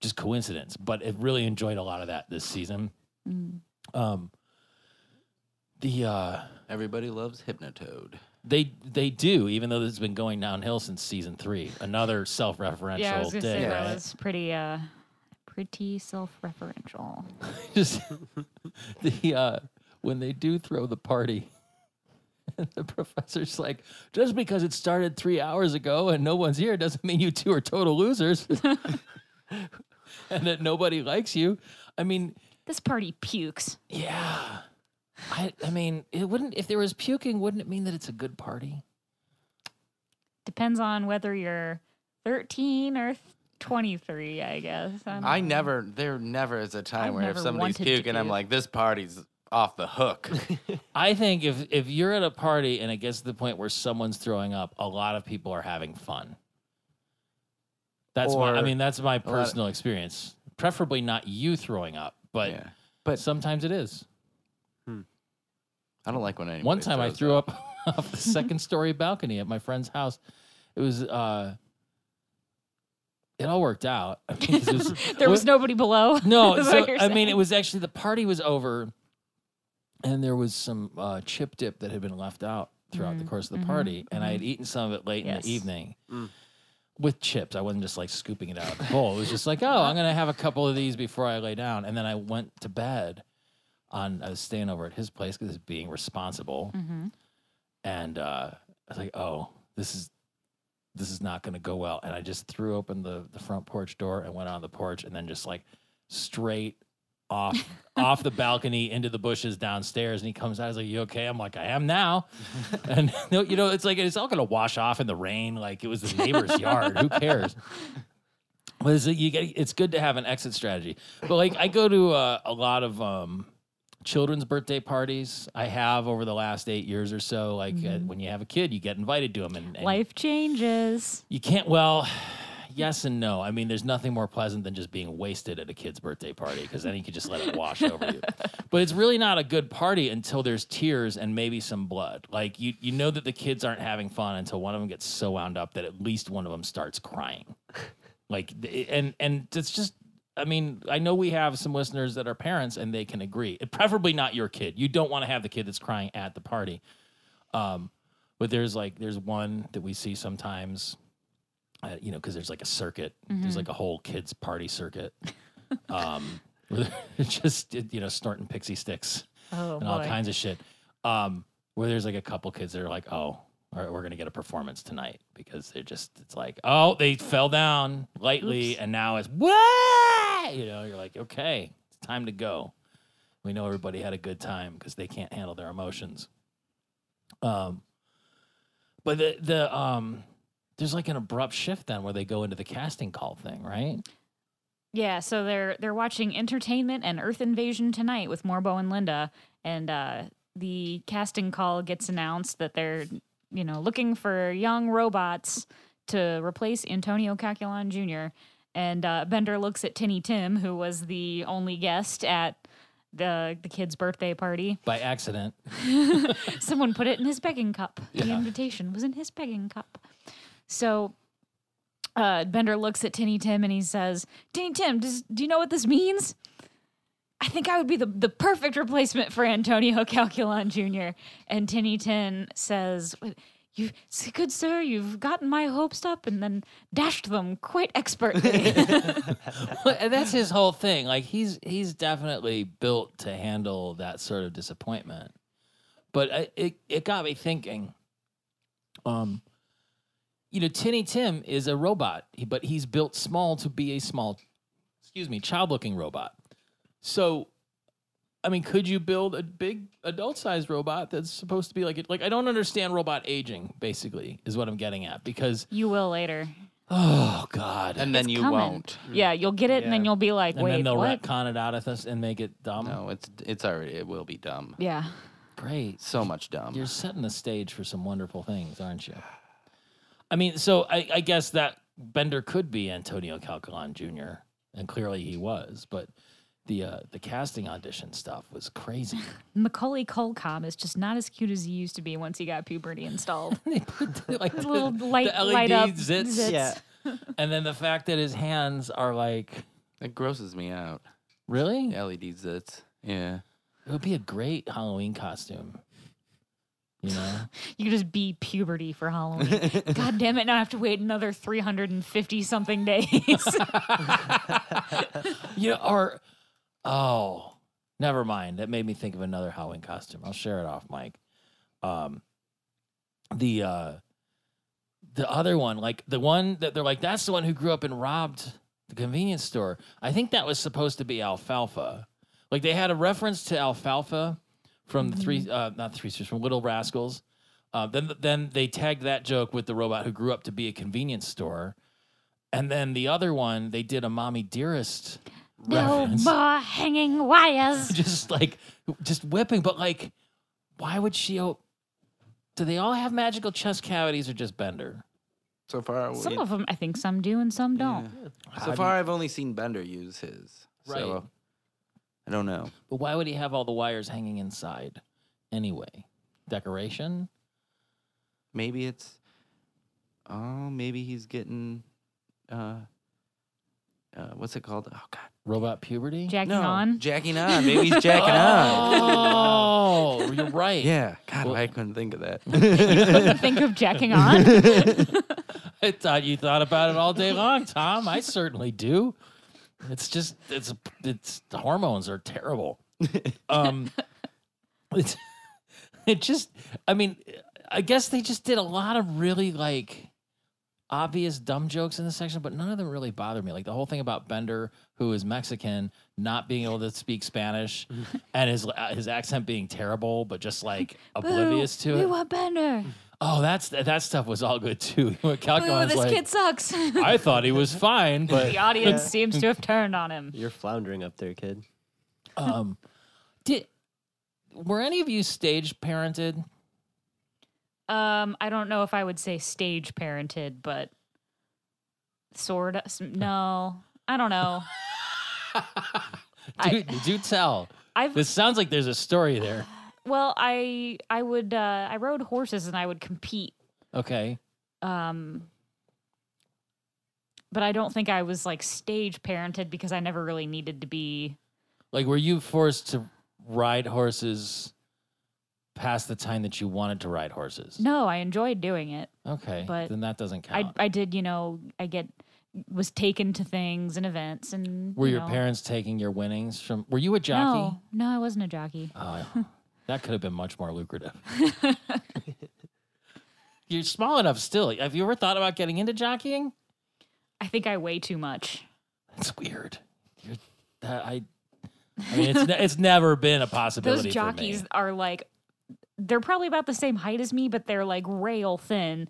[SPEAKER 3] just coincidence. But it really enjoyed a lot of that this season.
[SPEAKER 1] Mm.
[SPEAKER 3] Um the uh
[SPEAKER 2] Everybody loves Hypnotoad.
[SPEAKER 3] they they do, even though this has been going downhill since season three. Another self referential
[SPEAKER 1] Yeah, I was gonna say
[SPEAKER 3] dig, right?
[SPEAKER 1] that was pretty uh, pretty self-referential.
[SPEAKER 3] just the uh when they do throw the party the professor's like just because it started three hours ago and no one's here doesn't mean you two are total losers and that nobody likes you i mean
[SPEAKER 1] This party pukes.
[SPEAKER 3] yeah i i mean it wouldn't if there was puking wouldn't it mean that it's a good party
[SPEAKER 1] Depends on whether you're 13 or 23, I guess. I'm-
[SPEAKER 2] I never, there never is a time
[SPEAKER 1] Um, I've
[SPEAKER 2] where if
[SPEAKER 1] never
[SPEAKER 2] somebody's
[SPEAKER 1] wanted to
[SPEAKER 2] puking, I'm
[SPEAKER 1] puke.
[SPEAKER 2] like, this party's off the hook.
[SPEAKER 3] i think if if you're at a party and it gets to the point where someone's throwing up a lot of people are having fun that's my i
[SPEAKER 2] Or-
[SPEAKER 3] mean that's my personal experience. Preferably not you throwing up, but
[SPEAKER 2] yeah. But
[SPEAKER 3] sometimes it is.
[SPEAKER 2] I don't like when anyone.
[SPEAKER 3] One time I threw up off the second story balcony at my friend's house. It was uh it all worked out. I mean, it was-
[SPEAKER 1] There was nobody below.
[SPEAKER 3] no,
[SPEAKER 1] is what
[SPEAKER 3] so,
[SPEAKER 1] you're
[SPEAKER 3] I mean,
[SPEAKER 1] saying.
[SPEAKER 3] it was actually the party was over, and there was some uh, chip dip that had been left out throughout the
[SPEAKER 1] Mhm,
[SPEAKER 3] course of the
[SPEAKER 1] mhm,
[SPEAKER 3] party, and I had
[SPEAKER 1] mhm.
[SPEAKER 3] eaten some of it late in
[SPEAKER 1] Yes.
[SPEAKER 3] the evening
[SPEAKER 4] Mm.
[SPEAKER 3] with chips. I wasn't just like scooping it out of the bowl. It was just like, oh, I'm gonna have a couple of these before I lay down, and then I went to bed. On I was staying over at his place because being responsible,
[SPEAKER 1] hmm
[SPEAKER 3] and uh, I was like, "Oh, this is this is not going to go well." And I just threw open the the front porch door and went on the porch, and then just like straight off off the balcony into the bushes downstairs. And he comes out, he's like, "You okay?" I'm like, "I am now." and no, you know, it's like it's all going to wash off in the rain. Like it was the neighbor's yard. Who cares? But it's, you get, it's good to have an exit strategy. But like I go to uh, a lot of um, children's birthday parties. I have over the last eight years or so. Like uh, when you have a kid, you get invited to them, and, and
[SPEAKER 1] Life changes.
[SPEAKER 3] you can't. Well, yes and no. I mean, there's nothing more pleasant than just being wasted at a kid's birthday party because then you can just let it wash over you. But it's really not a good party until there's tears and maybe some blood. Like you, you know that the kids aren't having fun until one of them gets so wound up that at least one of them starts crying. Like, th- and and it's just. I mean, I know we have some listeners that are parents and they can agree. Preferably not your kid. You don't want to have the kid that's crying at the party. Um, but there's like there's one that we see sometimes uh, you know, because there's like a circuit. There's
[SPEAKER 1] Mhm.
[SPEAKER 3] like a whole kids party circuit. um, where they're just you know snorting pixie sticks
[SPEAKER 1] Oh
[SPEAKER 3] and all kinds of shit. Um, where there's like a couple kids that are like, oh, all right, we're gonna get a performance tonight because they're just it's like, oh, they fell down lightly
[SPEAKER 1] Oops.
[SPEAKER 3] and now it's what you know. You're like, okay, it's time to go. We know everybody had a good time because they can't handle their emotions. Um, but the the um, there's like an abrupt shift then where they go into the casting call thing, right?
[SPEAKER 1] Yeah, so they're they're watching Entertainment and Earth Invasion tonight with Morbo and Linda, and uh, the casting call gets announced that they're you know, looking for young robots to replace Antonio Caculon Jr. And uh, Bender looks at Tinny Tim, who was the only guest at the the kid's birthday party.
[SPEAKER 3] by accident.
[SPEAKER 1] Someone put it in his begging cup. The
[SPEAKER 3] Yeah.
[SPEAKER 1] invitation was in his begging cup. So uh, Bender looks at Tinny Tim and he says, Tinny Tim, does, do you know what this means? I think I would be the, the perfect replacement for Antonio Calculon Jr. And Tinny Tin says, you, good sir, you've gotten my hopes up and then dashed them quite expertly.
[SPEAKER 3] and that's his whole thing. Like he's he's definitely built to handle that sort of disappointment. But I, it it got me thinking. Um, you know, Tinny Tim is a robot, he- but he's built small to be a small, excuse me, child-looking robot. So, I mean, could you build a big adult-sized robot that's supposed to be like like I don't understand robot aging. Basically, is what I'm getting at because
[SPEAKER 1] you will later.
[SPEAKER 3] oh god,
[SPEAKER 2] and then
[SPEAKER 1] It's
[SPEAKER 2] you
[SPEAKER 1] coming.
[SPEAKER 2] won't.
[SPEAKER 1] Yeah, you'll get it and then
[SPEAKER 4] Yeah.
[SPEAKER 1] you'll be like,
[SPEAKER 3] and
[SPEAKER 1] wait,
[SPEAKER 3] then they'll
[SPEAKER 1] what?
[SPEAKER 3] retcon it out of us and make it dumb.
[SPEAKER 2] No, it's it's already it will be dumb.
[SPEAKER 1] yeah.
[SPEAKER 3] Great.
[SPEAKER 2] So much dumb.
[SPEAKER 3] You're setting the stage for some wonderful things, aren't you? I mean, so I, I guess that Bender could be Antonio Calculon Jr. and clearly he was, but the uh, the casting audition stuff was crazy.
[SPEAKER 1] Macaulay Colcom is just not as cute as he used to be once he got puberty installed.
[SPEAKER 3] they put the, like the,
[SPEAKER 1] little
[SPEAKER 3] the
[SPEAKER 1] light- light up
[SPEAKER 3] LED zits,
[SPEAKER 1] zits.
[SPEAKER 4] Yeah.
[SPEAKER 3] and then the fact that his hands are like
[SPEAKER 2] It grosses me out.
[SPEAKER 3] really,
[SPEAKER 2] LED zits. Yeah.
[SPEAKER 3] it would be a great Halloween costume. You know,
[SPEAKER 1] You could just be puberty for Halloween. God damn it, now I have to wait another 350 something days.
[SPEAKER 3] you know, or oh, never mind. That made me think of another Halloween costume. I'll share it off, Mike. Um, the uh, the other one, like the one that they're like, that's the one who grew up and robbed the convenience store. I think that was supposed to be alfalfa. Like they had a reference to alfalfa from the three, uh, not the three sisters, from Little Rascals. Uh, then then they tagged that joke with the robot who grew up to be a convenience store. And then the other one, they did a mommy dearest
[SPEAKER 1] no
[SPEAKER 3] reference.
[SPEAKER 1] more hanging wires.
[SPEAKER 3] just like just whipping, but like why would she o- do they all have magical chest cavities or just Bender?
[SPEAKER 2] So far,
[SPEAKER 1] Some of them, I think some do and some don't.
[SPEAKER 2] so far I've only seen Bender use his.
[SPEAKER 3] Right.
[SPEAKER 2] So I don't know.
[SPEAKER 3] But why would he have all the wires hanging inside anyway? Decoration?
[SPEAKER 2] Maybe it's. Oh, maybe he's getting. Uh, uh, what's it called? Oh God.
[SPEAKER 3] Robot puberty?
[SPEAKER 1] Jacking
[SPEAKER 2] no.
[SPEAKER 1] on.
[SPEAKER 2] Jacking on. Maybe he's jacking on.
[SPEAKER 3] Oh, you're right.
[SPEAKER 2] Yeah. God,
[SPEAKER 3] Well-
[SPEAKER 2] I couldn't think of that.
[SPEAKER 1] Couldn't think of jacking on.
[SPEAKER 3] I thought you thought about it all day long, Tom. I certainly do. It's just it's it's the hormones are terrible. Um it's, it just I mean, I guess they just did a lot of really like obvious dumb jokes in this section, but none of them really bothered me. Like the whole thing about Bender, who is Mexican, not being able to speak Spanish and his uh, his accent being terrible, but just like oblivious
[SPEAKER 1] Boo,
[SPEAKER 3] to
[SPEAKER 1] We
[SPEAKER 3] it.
[SPEAKER 1] want Bender.
[SPEAKER 3] oh, that's that stuff was all good too.
[SPEAKER 1] Boo,
[SPEAKER 3] Calculus
[SPEAKER 1] this
[SPEAKER 3] like,
[SPEAKER 1] kid sucks.
[SPEAKER 3] I thought he was fine, but
[SPEAKER 1] the audience seems to have turned on him.
[SPEAKER 4] You're floundering up there, kid.
[SPEAKER 3] um, did were any of you stage parented?
[SPEAKER 1] Um, I don't know if I would say stage parented, but sort of. No, I don't know. I-
[SPEAKER 3] Do, do tell.
[SPEAKER 1] I've
[SPEAKER 3] This sounds like there's a story there.
[SPEAKER 1] well, I I would uh, I rode horses and I would compete.
[SPEAKER 3] Okay,
[SPEAKER 1] Um, but I don't think I was like stage parented because I never really needed to be.
[SPEAKER 3] like were you forced to ride horses past the time that you wanted to ride horses?
[SPEAKER 1] No, I enjoyed doing it.
[SPEAKER 3] Okay,
[SPEAKER 1] but
[SPEAKER 3] then that doesn't
[SPEAKER 1] I
[SPEAKER 3] count.
[SPEAKER 1] I did, you know, I get was taken to things and events and
[SPEAKER 3] were
[SPEAKER 1] you
[SPEAKER 3] your
[SPEAKER 1] know.
[SPEAKER 3] parents taking your winnings from? Were you a jockey?
[SPEAKER 1] No, no, I wasn't a jockey.
[SPEAKER 3] Oh, that could have been much more lucrative. You're small enough still. Have you ever thought about getting into jockeying?
[SPEAKER 1] I think I weigh too much.
[SPEAKER 3] That's weird. You're, that, I, I mean, it's ne- it's never been a
[SPEAKER 1] those
[SPEAKER 3] possibility.
[SPEAKER 1] jockeys
[SPEAKER 3] for me.
[SPEAKER 1] are like they're probably about the same height as me but they're like rail thin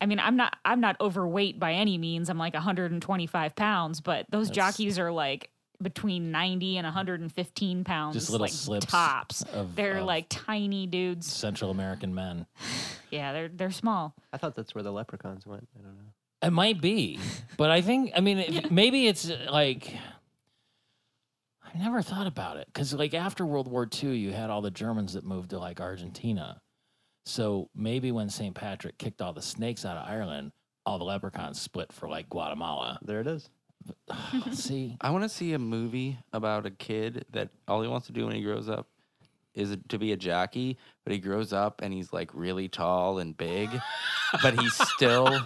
[SPEAKER 1] i mean i'm not i'm not overweight by any means i'm like 125 pounds but those jockeys are like between 90 and 115 pounds
[SPEAKER 3] Just little
[SPEAKER 1] like
[SPEAKER 3] slips
[SPEAKER 1] tops
[SPEAKER 3] of-
[SPEAKER 1] they're
[SPEAKER 3] of-
[SPEAKER 1] like tiny dudes
[SPEAKER 3] Central American men.
[SPEAKER 1] yeah they're they're small
[SPEAKER 4] I thought that's where the leprechauns went. I don't know.
[SPEAKER 3] It might be, but I think I mean it, maybe it's uh, like I never thought about it because like after World War II, you had all the Germans that moved to like Argentina. So maybe when St. Patrick kicked all the snakes out of Ireland, all the leprechauns split for like Guatemala.
[SPEAKER 4] There it is.
[SPEAKER 3] See,
[SPEAKER 2] I want to see a movie about a kid that all he wants to do when he grows up is to be a jockey, but he grows up and he's like really tall and big, but he still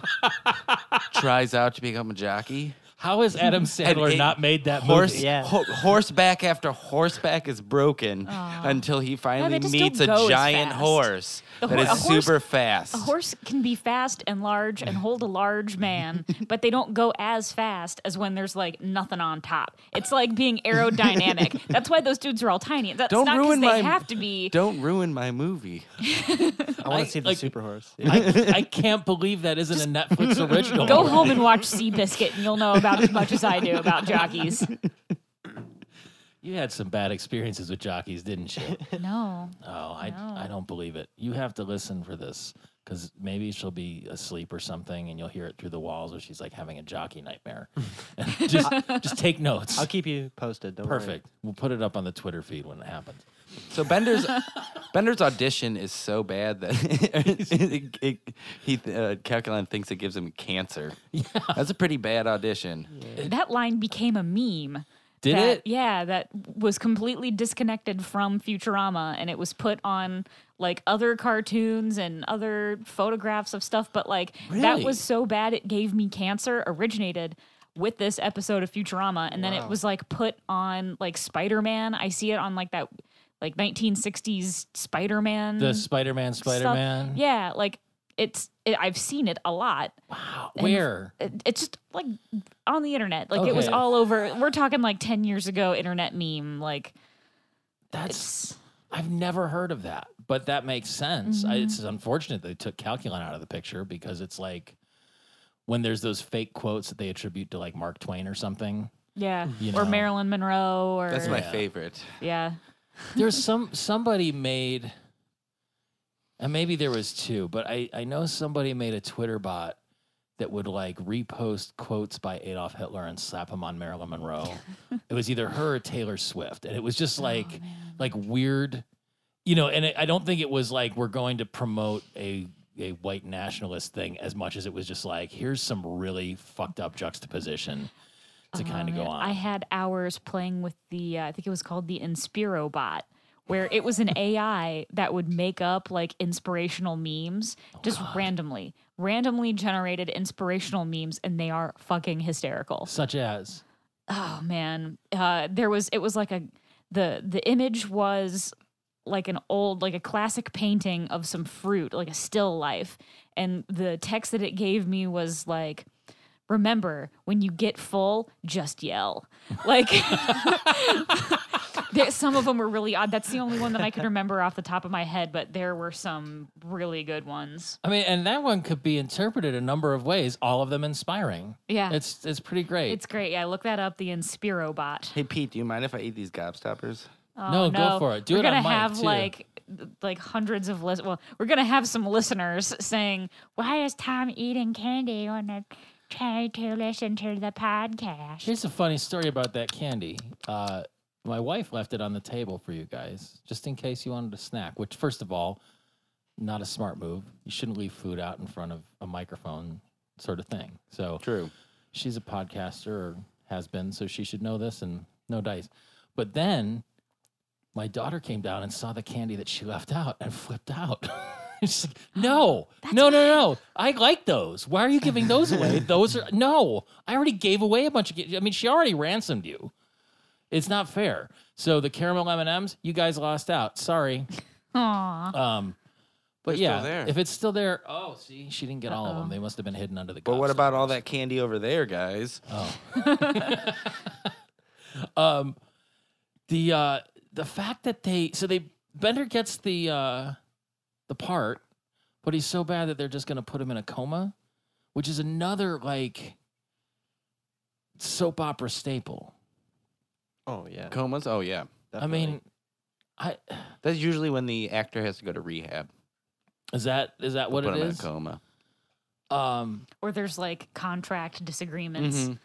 [SPEAKER 2] tries out to become a jockey.
[SPEAKER 3] how has Adam Sandler
[SPEAKER 2] it-
[SPEAKER 3] not made that
[SPEAKER 2] Horse,
[SPEAKER 3] movie?
[SPEAKER 4] yeah.
[SPEAKER 2] ho- horseback after horseback is broken until he finally
[SPEAKER 1] just don't
[SPEAKER 2] meets a
[SPEAKER 1] go as
[SPEAKER 2] giant
[SPEAKER 1] fast.
[SPEAKER 2] horse
[SPEAKER 1] The
[SPEAKER 2] that
[SPEAKER 1] hor-
[SPEAKER 2] is
[SPEAKER 1] a horse-
[SPEAKER 2] super fast.
[SPEAKER 1] A horse can be fast and large and hold a large man, but they don't go as fast as when there's like nothing on top. It's like being aerodynamic. That's why those dudes are all tiny. That's
[SPEAKER 2] Don't
[SPEAKER 1] not 'cause
[SPEAKER 2] ruin
[SPEAKER 1] they
[SPEAKER 2] my-
[SPEAKER 1] have to be.
[SPEAKER 2] Don't ruin my movie.
[SPEAKER 4] I want
[SPEAKER 3] I-
[SPEAKER 4] to see the
[SPEAKER 3] like-
[SPEAKER 4] super horse.
[SPEAKER 3] I, I can't believe that isn't a Netflix original.
[SPEAKER 1] Go home and watch Seabiscuit, and you'll know about as much as I do about jockeys.
[SPEAKER 3] You had some bad experiences with jockeys, didn't you?
[SPEAKER 1] No.
[SPEAKER 3] Oh, I, I
[SPEAKER 1] No.
[SPEAKER 3] don't believe it. You have to listen for this because maybe she'll be asleep or something, and you'll hear it through the walls, or she's like having a jockey nightmare. just just take notes.
[SPEAKER 4] I'll keep you posted. Don't worry.
[SPEAKER 3] Perfect. We'll put it up on the Twitter feed when it happens.
[SPEAKER 2] So Bender's Bender's audition is so bad that it, it- he uh, Calculon thinks it gives him cancer. That's a pretty bad audition.
[SPEAKER 1] That line became a meme.
[SPEAKER 3] Did
[SPEAKER 1] that-
[SPEAKER 3] it?
[SPEAKER 1] Yeah, that was completely disconnected from Futurama and it was put on like other cartoons and other photographs of stuff, but like that
[SPEAKER 3] Really?
[SPEAKER 1] was so bad it gave me cancer originated with this episode of Futurama and then it was like put on like Spider-Man. I see it on like that like 1960s Spider-Man
[SPEAKER 3] The Spider Man,
[SPEAKER 1] Mm-hmm. stuff.
[SPEAKER 3] Spider Man.
[SPEAKER 1] Yeah, like it's it, I've seen it a lot
[SPEAKER 3] Wow. Where?
[SPEAKER 1] it- it's just like on the internet. Like it was
[SPEAKER 3] Okay.
[SPEAKER 1] all over. We're talking like 10 years ago internet meme like
[SPEAKER 3] That's
[SPEAKER 1] it's
[SPEAKER 3] I've never heard of that, but that makes sense. I, it's unfortunate they took Calculon out of the picture because it's like when there's those fake quotes that they attribute to like Mark Twain or something.
[SPEAKER 1] yeah,
[SPEAKER 3] You
[SPEAKER 1] or
[SPEAKER 3] know.
[SPEAKER 1] Marilyn Monroe or
[SPEAKER 2] That's my
[SPEAKER 3] Yeah.
[SPEAKER 2] favorite.
[SPEAKER 1] yeah.
[SPEAKER 3] there's some somebody made and maybe there was two but i i know somebody made a twitter bot that would like repost quotes by adolf hitler and slap him on marilyn monroe it was either her or taylor swift and it was
[SPEAKER 1] Oh,
[SPEAKER 3] just like like weird you know and it, i don't think it was like we're going to promote a a white nationalist thing as much as it was just like here's some really fucked up juxtaposition to kind of go
[SPEAKER 1] Uh-huh, Man,
[SPEAKER 3] on
[SPEAKER 1] I had hours playing with the uh, I think it was called the Inspiro bot where it was an AI that would make up like inspirational memes
[SPEAKER 3] Oh,
[SPEAKER 1] just randomly. Randomly generated inspirational memes and they are fucking hysterical.
[SPEAKER 3] such as
[SPEAKER 1] oh man uh there was it was like a the the image was like an old like a classic painting of some fruit like a still life and the text that it gave me was like remember when you get full just yell like there, some of them were really odd that's the only one that i could remember off the top of my head but there were some really good ones
[SPEAKER 3] I mean, and that one could be interpreted a number of ways, all of them inspiring.
[SPEAKER 1] Yeah.
[SPEAKER 3] It's it's pretty great.
[SPEAKER 1] it's great yeah look that up the inspiro bot
[SPEAKER 2] Hey Pete, do you mind if I eat these gobstoppers?
[SPEAKER 3] no, go for it. Do
[SPEAKER 1] Oh, we're
[SPEAKER 3] it
[SPEAKER 1] gonna
[SPEAKER 3] on mic
[SPEAKER 1] have
[SPEAKER 3] too.
[SPEAKER 1] like like hundreds of list. Well, we're gonna have some listeners saying, "Why is Tom eating candy when I try to listen to the podcast?"
[SPEAKER 3] Here's a funny story about that candy. Uh, my wife left it on the table for you guys, just in case you wanted a snack. Which, first of all, not a smart move. You shouldn't leave food out in front of a microphone, sort of thing. So
[SPEAKER 2] True.
[SPEAKER 3] she's a podcaster or has been, so she should know this and no dice. But then my daughter came down and saw the candy that she left out and flipped out. She's like, no, no, no, no. I like those. Why are you giving those away? Those are no. I already gave away a bunch of. ca- I mean, she already ransomed you. It's not fair. So the caramel M and M's, you guys lost out. Sorry.
[SPEAKER 1] Aw,
[SPEAKER 3] Um, but
[SPEAKER 2] They're
[SPEAKER 3] yeah,
[SPEAKER 2] still there.
[SPEAKER 3] if it's still there, oh, see, she didn't get all of
[SPEAKER 1] Uh-oh.
[SPEAKER 3] them. They must have been hidden under the.
[SPEAKER 2] But what
[SPEAKER 3] cups.
[SPEAKER 2] about all that candy over there, guys?
[SPEAKER 3] um the uh the fact that they so they bender gets the uh the part but he's so bad that they're just gonna put him in a coma which is another like soap opera staple
[SPEAKER 4] Oh yeah.
[SPEAKER 2] Comas? Oh, yeah.
[SPEAKER 3] I
[SPEAKER 4] definitely.
[SPEAKER 3] mean, I
[SPEAKER 2] That's usually when the actor has to go to rehab.
[SPEAKER 3] is that is that
[SPEAKER 2] They'll
[SPEAKER 3] what
[SPEAKER 2] put
[SPEAKER 3] it
[SPEAKER 2] him in a
[SPEAKER 3] is?
[SPEAKER 2] coma.
[SPEAKER 3] Um,
[SPEAKER 1] or there's like contract disagreements.
[SPEAKER 3] Mm-hmm.
[SPEAKER 2] Mhm.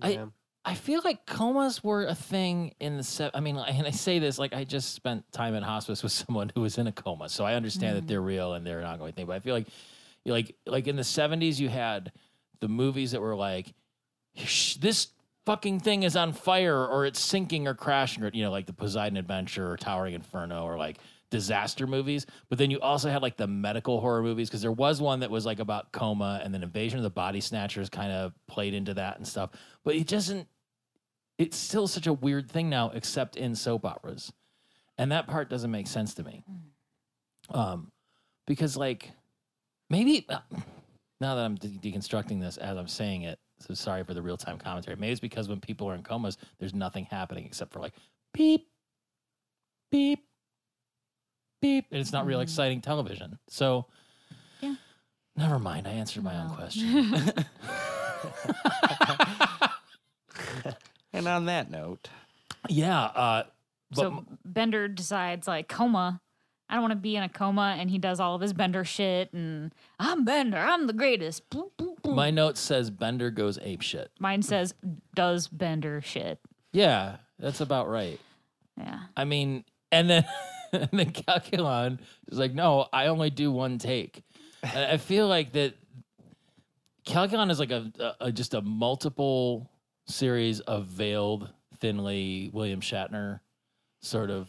[SPEAKER 3] I-
[SPEAKER 4] yeah.
[SPEAKER 3] I feel like comas were a thing in the. Se- I mean, like- and I say this like I just spent time in hospice with someone who was in a coma, so I understand that
[SPEAKER 1] Mm.
[SPEAKER 3] they're real and they're an ongoing thing. But I feel like, you like, like in the '70s, you had the movies that were like, "Shh, this fucking thing is on fire or it's sinking or crashing, or you know, like the Poseidon Adventure or Towering Inferno or like disaster movies. But then you also had like the medical horror movies because there was one that was like about coma and then Invasion of the Body Snatchers kind of played into that and stuff. But it doesn't. It's still such a weird thing now, except in soap operas, and that part doesn't make sense to me.
[SPEAKER 1] Mm-hmm.
[SPEAKER 3] Um, because like maybe uh, now that I'm de- deconstructing this as I'm saying it, so sorry for the real time commentary. Maybe it's because when people are in comas, there's nothing happening except for like beep, beep, beep, and it's not real
[SPEAKER 1] Mhm.
[SPEAKER 3] exciting television. So,
[SPEAKER 1] Yeah.
[SPEAKER 3] never mind. I answered my own
[SPEAKER 1] Well.
[SPEAKER 3] question.
[SPEAKER 2] And on that note,
[SPEAKER 3] yeah, uh, but
[SPEAKER 1] so Bender decides like coma. I don't want to be in a coma, and he does all of his Bender shit, and I'm Bender, I'm the greatest. Bloop, bloop, bloop.
[SPEAKER 3] my note says Bender goes ape shit.
[SPEAKER 1] Mine says does Bender shit.
[SPEAKER 3] Yeah, that's about right.
[SPEAKER 1] Yeah,
[SPEAKER 3] I mean, and then and then Calculon is like, no, I only do one take. And I feel like that Calculon is like a, a, a- just a multiple series of veiled, thinly William Shatner sort of.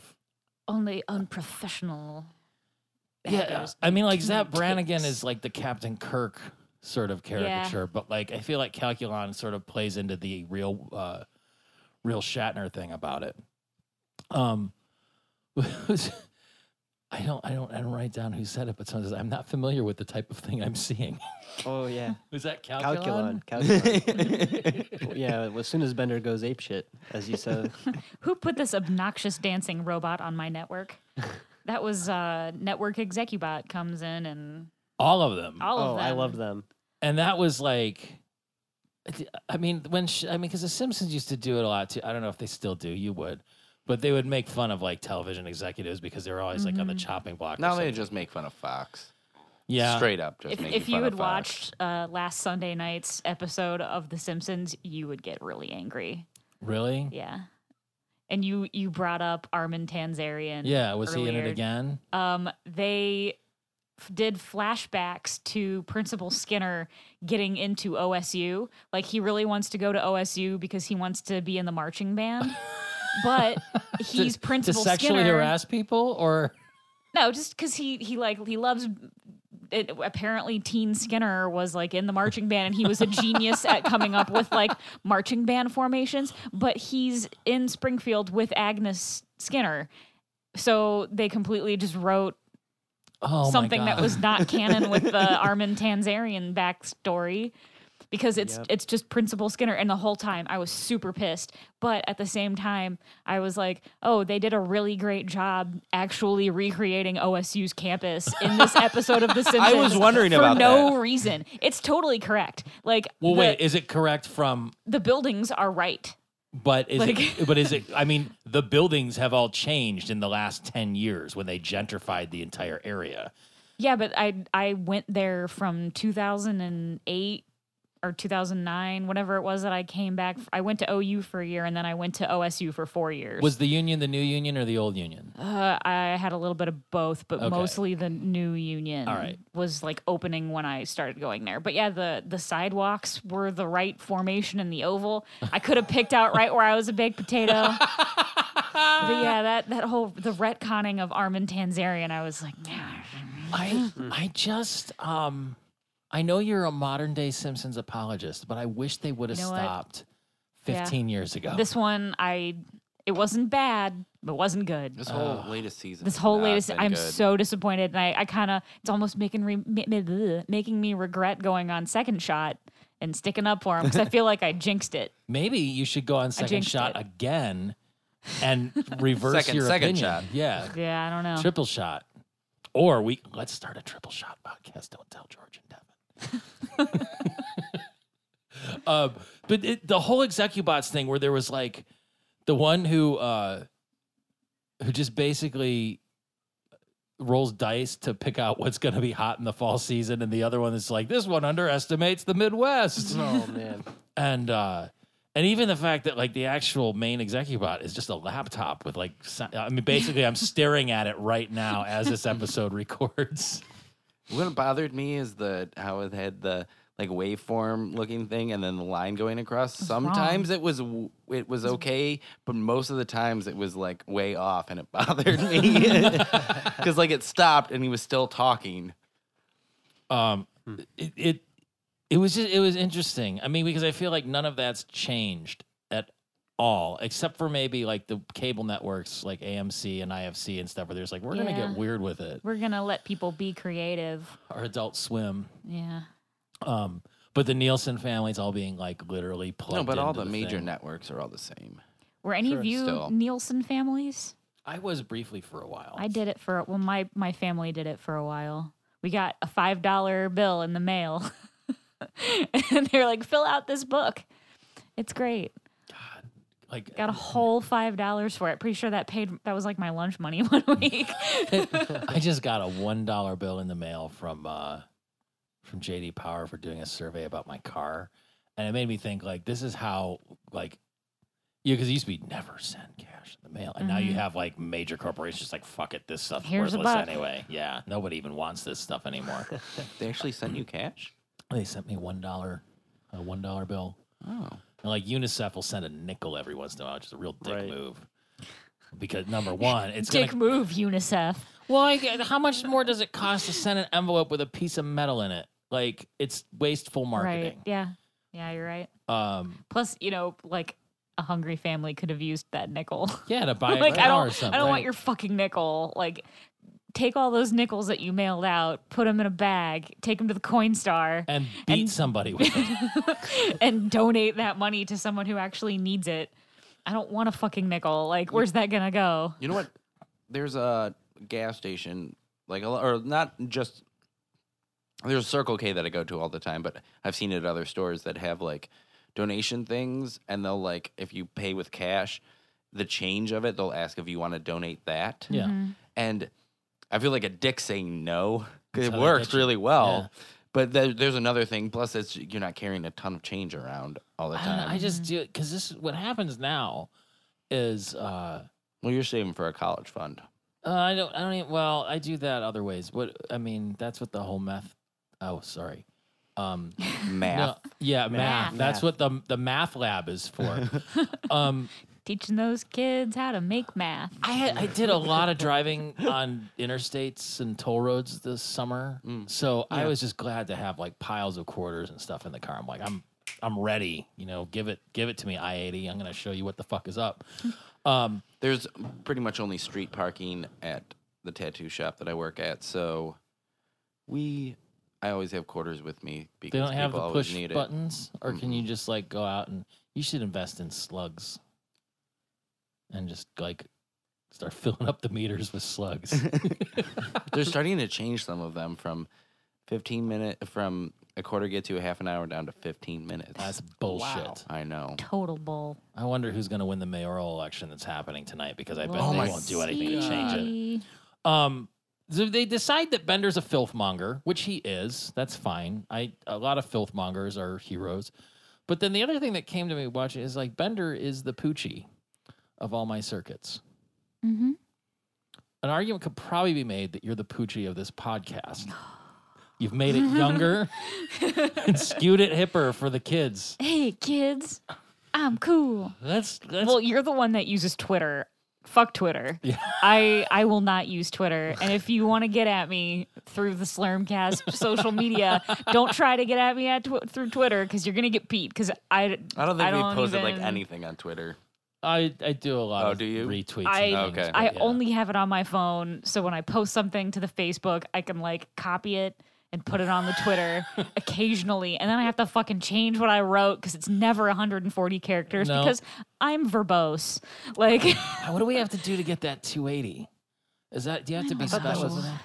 [SPEAKER 1] only unprofessional.
[SPEAKER 3] Yeah,
[SPEAKER 1] actors
[SPEAKER 3] I mean,
[SPEAKER 1] do
[SPEAKER 3] like
[SPEAKER 1] two
[SPEAKER 3] Zap Brannigan
[SPEAKER 1] takes.
[SPEAKER 3] is like the Captain Kirk sort of caricature, but like I feel like Calculon sort of plays into the real, uh, real Shatner thing about it. Um, was- I don't, I don't, I don't write down who said it, but someone says I'm not familiar with the type of thing I'm seeing.
[SPEAKER 4] Oh yeah.
[SPEAKER 3] Was that Calculon?
[SPEAKER 4] Calculon. Calculon.
[SPEAKER 3] Calculon.
[SPEAKER 4] yeah. As soon as Bender goes ape shit, as you said.
[SPEAKER 1] Who put this obnoxious dancing robot on my network? That was uh, network execubot comes in and
[SPEAKER 3] All of them.
[SPEAKER 1] all
[SPEAKER 4] oh,
[SPEAKER 1] of them.
[SPEAKER 4] I love them.
[SPEAKER 3] and that was like i mean when sh- i mean because the simpsons used to do it a lot too i don't know if they still do you would but they would make fun of like television executives because they were always like on
[SPEAKER 1] Mm-hmm.
[SPEAKER 3] the chopping block or
[SPEAKER 2] now they
[SPEAKER 3] something.
[SPEAKER 2] just make fun of Fox.
[SPEAKER 3] yeah
[SPEAKER 2] Straight up, just
[SPEAKER 1] If,
[SPEAKER 2] making
[SPEAKER 1] if you
[SPEAKER 2] fun
[SPEAKER 1] had
[SPEAKER 2] of Fox.
[SPEAKER 1] watched uh, last Sunday night's episode of The Simpsons, you would get really angry.
[SPEAKER 3] really
[SPEAKER 1] Yeah. And you you brought up Armin Tanzarian.
[SPEAKER 3] yeah was he in it
[SPEAKER 1] earlier.
[SPEAKER 3] again
[SPEAKER 1] Um, they f- did flashbacks to Principal Skinner getting into OSU. Like he really wants to go to OSU because he wants to be in the marching band. But he's
[SPEAKER 3] to
[SPEAKER 1] Principal
[SPEAKER 3] sexually
[SPEAKER 1] Skinner.
[SPEAKER 3] harass people or
[SPEAKER 1] No, just because he he like he loves. It, apparently, Teen Skinner was like in the marching band, and he was a genius at coming up with like marching band formations. But he's in Springfield with Agnes Skinner, so they completely just wrote
[SPEAKER 3] oh my
[SPEAKER 1] something that
[SPEAKER 3] God.
[SPEAKER 1] was not canon with the Armin Tanzarian backstory because it's
[SPEAKER 4] Yep.
[SPEAKER 1] it's just Principal Skinner. And the whole time I was super pissed, but at the same time I was like, oh, they did a really great job actually recreating OSU's campus in this episode of The Simpsons.
[SPEAKER 2] I was wondering
[SPEAKER 1] for
[SPEAKER 2] about
[SPEAKER 1] no
[SPEAKER 2] that.
[SPEAKER 1] reason. It's totally correct. Like
[SPEAKER 3] well
[SPEAKER 1] the,
[SPEAKER 3] wait is it correct from
[SPEAKER 1] the buildings are right.
[SPEAKER 3] but is it
[SPEAKER 1] Like-
[SPEAKER 3] but is it i mean the buildings have all changed in the last 10 years when they gentrified the entire area
[SPEAKER 1] Yeah, but I I went there from 2008 or 2009, whatever it was that I came back. I went to OU for a year and then I went to OSU for 4 years.
[SPEAKER 3] was the union the new union or the old union
[SPEAKER 1] uh, I had a little bit of both, but
[SPEAKER 3] Okay.
[SPEAKER 1] mostly the new union
[SPEAKER 3] All right.
[SPEAKER 1] was like opening when I started going there. But yeah, the the sidewalks were the right formation in the oval. I could have picked out right where I was a baked potato. but yeah, that that whole the retconning of Armin Tanzarian, I was like, man,
[SPEAKER 3] I
[SPEAKER 1] Mm.
[SPEAKER 3] I just um I know you're a modern day Simpsons apologist, but I wish they would have
[SPEAKER 1] You know what?
[SPEAKER 3] stopped
[SPEAKER 1] Yeah.
[SPEAKER 3] 15 years ago.
[SPEAKER 1] This one, I it wasn't bad, but wasn't good.
[SPEAKER 2] This whole latest season.
[SPEAKER 1] This
[SPEAKER 2] has
[SPEAKER 1] whole
[SPEAKER 2] not
[SPEAKER 1] latest,
[SPEAKER 2] been
[SPEAKER 1] I'm
[SPEAKER 2] good.
[SPEAKER 1] so disappointed, and I, I kind of it's almost making re, ma- ma- bleh, making me regret going on second shot and sticking up for him because I feel like I jinxed it.
[SPEAKER 3] Maybe you should go on second
[SPEAKER 1] jinxed
[SPEAKER 3] shot
[SPEAKER 1] it.
[SPEAKER 3] again and reverse
[SPEAKER 2] Second-
[SPEAKER 3] your
[SPEAKER 2] second
[SPEAKER 3] opinion.
[SPEAKER 2] shot.
[SPEAKER 3] Yeah.
[SPEAKER 1] Yeah, I don't know.
[SPEAKER 3] Triple shot. Or we let's start a triple shot podcast. Don't tell George and Devin. Um, but it, the whole Execubots thing, where there was like the one who uh who just basically rolls dice to pick out what's going to be hot in the fall season and the other one is like this one underestimates the midwest
[SPEAKER 4] Oh man.
[SPEAKER 3] and uh and even the fact that like the actual main execubot is just a laptop with like si- i mean basically i'm staring at it right now as this episode records
[SPEAKER 2] What bothered me is the how it had the like waveform looking thing and then the line going across. Sometimes it was w- it was okay, but most of the times it was like way off and it bothered me because like it stopped and he was still talking.
[SPEAKER 3] um
[SPEAKER 1] Hmm.
[SPEAKER 3] it, it it was just it was interesting i mean because i feel like none of that's changed at all except for maybe like the cable networks like amc and ifc and stuff where they're just like we're gonna
[SPEAKER 1] Yeah.
[SPEAKER 3] get weird with it
[SPEAKER 1] We're gonna let people be creative.
[SPEAKER 3] or adult swim
[SPEAKER 1] Yeah.
[SPEAKER 3] um but the nielsen family's all being like literally plugged
[SPEAKER 2] no, but all
[SPEAKER 3] into
[SPEAKER 2] the major
[SPEAKER 3] thing.
[SPEAKER 2] networks are all the same.
[SPEAKER 1] Were any
[SPEAKER 2] Sure,
[SPEAKER 1] of you
[SPEAKER 2] still.
[SPEAKER 1] Nielsen families?
[SPEAKER 3] i was briefly for a while
[SPEAKER 1] I did it for well, my my family did it for a while. We got a five dollar bill in the mail, and they're like, "Fill out this book." It's great.
[SPEAKER 3] like
[SPEAKER 1] Got a whole five dollars for it. Pretty sure that paid that was like my lunch money one week.
[SPEAKER 3] I just got a one dollar bill in the mail from uh, from JD Power for doing a survey about my car, and it made me think like this is how like yeah, because it used to be never send cash in the mail, and now you have like major corporations like fuck it, this stuff
[SPEAKER 1] Mm-hmm. Here's a
[SPEAKER 3] worthless
[SPEAKER 1] buck.
[SPEAKER 3] anyway. Yeah, nobody even wants this stuff anymore.
[SPEAKER 2] They actually sent you cash.
[SPEAKER 3] they sent me one dollar, a one dollar bill,
[SPEAKER 2] Oh,
[SPEAKER 3] and like UNICEF will send a nickel every once in a while, which is a real dick
[SPEAKER 4] Right.
[SPEAKER 3] move. Because number one, it's gonna
[SPEAKER 1] Dick move, UNICEF.
[SPEAKER 3] Well, I, get- how much more does it cost to send an envelope with a piece of metal in it? Like it's wasteful
[SPEAKER 1] Right?
[SPEAKER 3] marketing.
[SPEAKER 1] Yeah. Yeah, you're right.
[SPEAKER 3] Um,
[SPEAKER 1] Plus, you know, like a hungry family could have used that nickel.
[SPEAKER 3] yeah, to buy a
[SPEAKER 1] like
[SPEAKER 3] car
[SPEAKER 1] I
[SPEAKER 3] or
[SPEAKER 1] don't,
[SPEAKER 3] something.
[SPEAKER 1] I don't want your fucking nickel. Like, take all those nickels that you mailed out, put them in a bag, take them to the Coinstar,
[SPEAKER 3] and beat
[SPEAKER 1] and-
[SPEAKER 3] somebody with it.
[SPEAKER 1] and donate that money to someone who actually needs it. I don't want a fucking nickel. Like, where's that gonna go?
[SPEAKER 2] you know what? There's a gas station like a lo- or not just. There's a Circle K that I go to all the time, but I've seen it at other stores that have like donation things, and they'll like if you pay with cash, the change of it, they'll ask if you want to donate that.
[SPEAKER 3] Yeah.
[SPEAKER 1] Mm-hmm.
[SPEAKER 2] And I feel like a dick saying no. 'cause It
[SPEAKER 3] how they
[SPEAKER 2] works
[SPEAKER 3] get you.
[SPEAKER 2] really well. But there, there's another thing. Plus, it's you're not carrying a ton of change around all the
[SPEAKER 3] I, don't know,
[SPEAKER 2] time.
[SPEAKER 3] I just do because this is what happens now is uh,
[SPEAKER 2] well, you're saving for a college fund.
[SPEAKER 3] uh, I don't I don't even, well I do that other ways. What I mean that's what the whole meth. Oh, sorry. Um,
[SPEAKER 2] Math.
[SPEAKER 3] no, yeah, math.
[SPEAKER 1] Math.
[SPEAKER 3] That's
[SPEAKER 4] Math.
[SPEAKER 3] what the the math lab is for. um,
[SPEAKER 1] Teaching those kids how to make math.
[SPEAKER 3] I had, I did a lot of driving on interstates and toll roads this summer,
[SPEAKER 2] Mm.
[SPEAKER 3] so I
[SPEAKER 2] Yeah.
[SPEAKER 3] was just glad to have like piles of quarters and stuff in the car. I'm like, I'm I'm ready, you know. Give it give it to me, I eighty. I'm gonna show you what the fuck is up. Um,
[SPEAKER 2] There's pretty much only street parking at the tattoo shop that I work at. So we, I always have quarters with me
[SPEAKER 3] they
[SPEAKER 2] because
[SPEAKER 3] don't have
[SPEAKER 2] people
[SPEAKER 3] the
[SPEAKER 2] always
[SPEAKER 3] push
[SPEAKER 2] need it.
[SPEAKER 3] buttons, or can you
[SPEAKER 2] Mhm.
[SPEAKER 3] just like go out and you should invest in slugs and just like start filling up the meters with slugs.
[SPEAKER 2] They're starting to change some of them from 15 minute from a quarter get to a half an hour down to 15 minutes.
[SPEAKER 3] That's bullshit.
[SPEAKER 2] I know.
[SPEAKER 1] Total bull.
[SPEAKER 3] I wonder who's going to win the mayoral election that's happening tonight because I bet
[SPEAKER 2] Oh
[SPEAKER 3] they
[SPEAKER 2] my
[SPEAKER 3] won't do anything to change it.
[SPEAKER 1] See.
[SPEAKER 3] Um, so they decide that Bender's a filthmonger, which he is. That's fine. I a lot of filthmongers are heroes, but then the other thing that came to me watching is like Bender is the poochie of all my circuits.
[SPEAKER 1] Mhm.
[SPEAKER 3] An argument could probably be made that you're the poochie of this podcast. You've made it younger and skewed it hipper for the kids.
[SPEAKER 1] Hey, kids, I'm cool.
[SPEAKER 3] That's that's
[SPEAKER 1] Well, you're the one that uses Twitter. Fuck Twitter.
[SPEAKER 3] Yeah.
[SPEAKER 1] I I will not use Twitter. And if you want to get at me through the Slurmcast social media, don't try to get at me at tw- through Twitter because you're gonna get beat. Because I
[SPEAKER 2] I don't think we posted like
[SPEAKER 1] even-
[SPEAKER 2] anything on Twitter.
[SPEAKER 3] I, I do a lot
[SPEAKER 2] Oh,
[SPEAKER 3] of
[SPEAKER 2] do you?
[SPEAKER 3] retweets.
[SPEAKER 1] I
[SPEAKER 3] and
[SPEAKER 2] Okay.
[SPEAKER 3] things, but
[SPEAKER 1] I
[SPEAKER 3] yeah.
[SPEAKER 1] only have it on my phone, so when I post something to the Facebook, I can like copy it and put it on the Twitter occasionally, and then I have to fucking change what I wrote because it's never 140 characters
[SPEAKER 3] No.
[SPEAKER 1] because I'm verbose. Like.
[SPEAKER 3] Now, What do we have to do to get that 280? Is that do you have to be
[SPEAKER 4] thought that
[SPEAKER 3] special
[SPEAKER 4] was-
[SPEAKER 3] for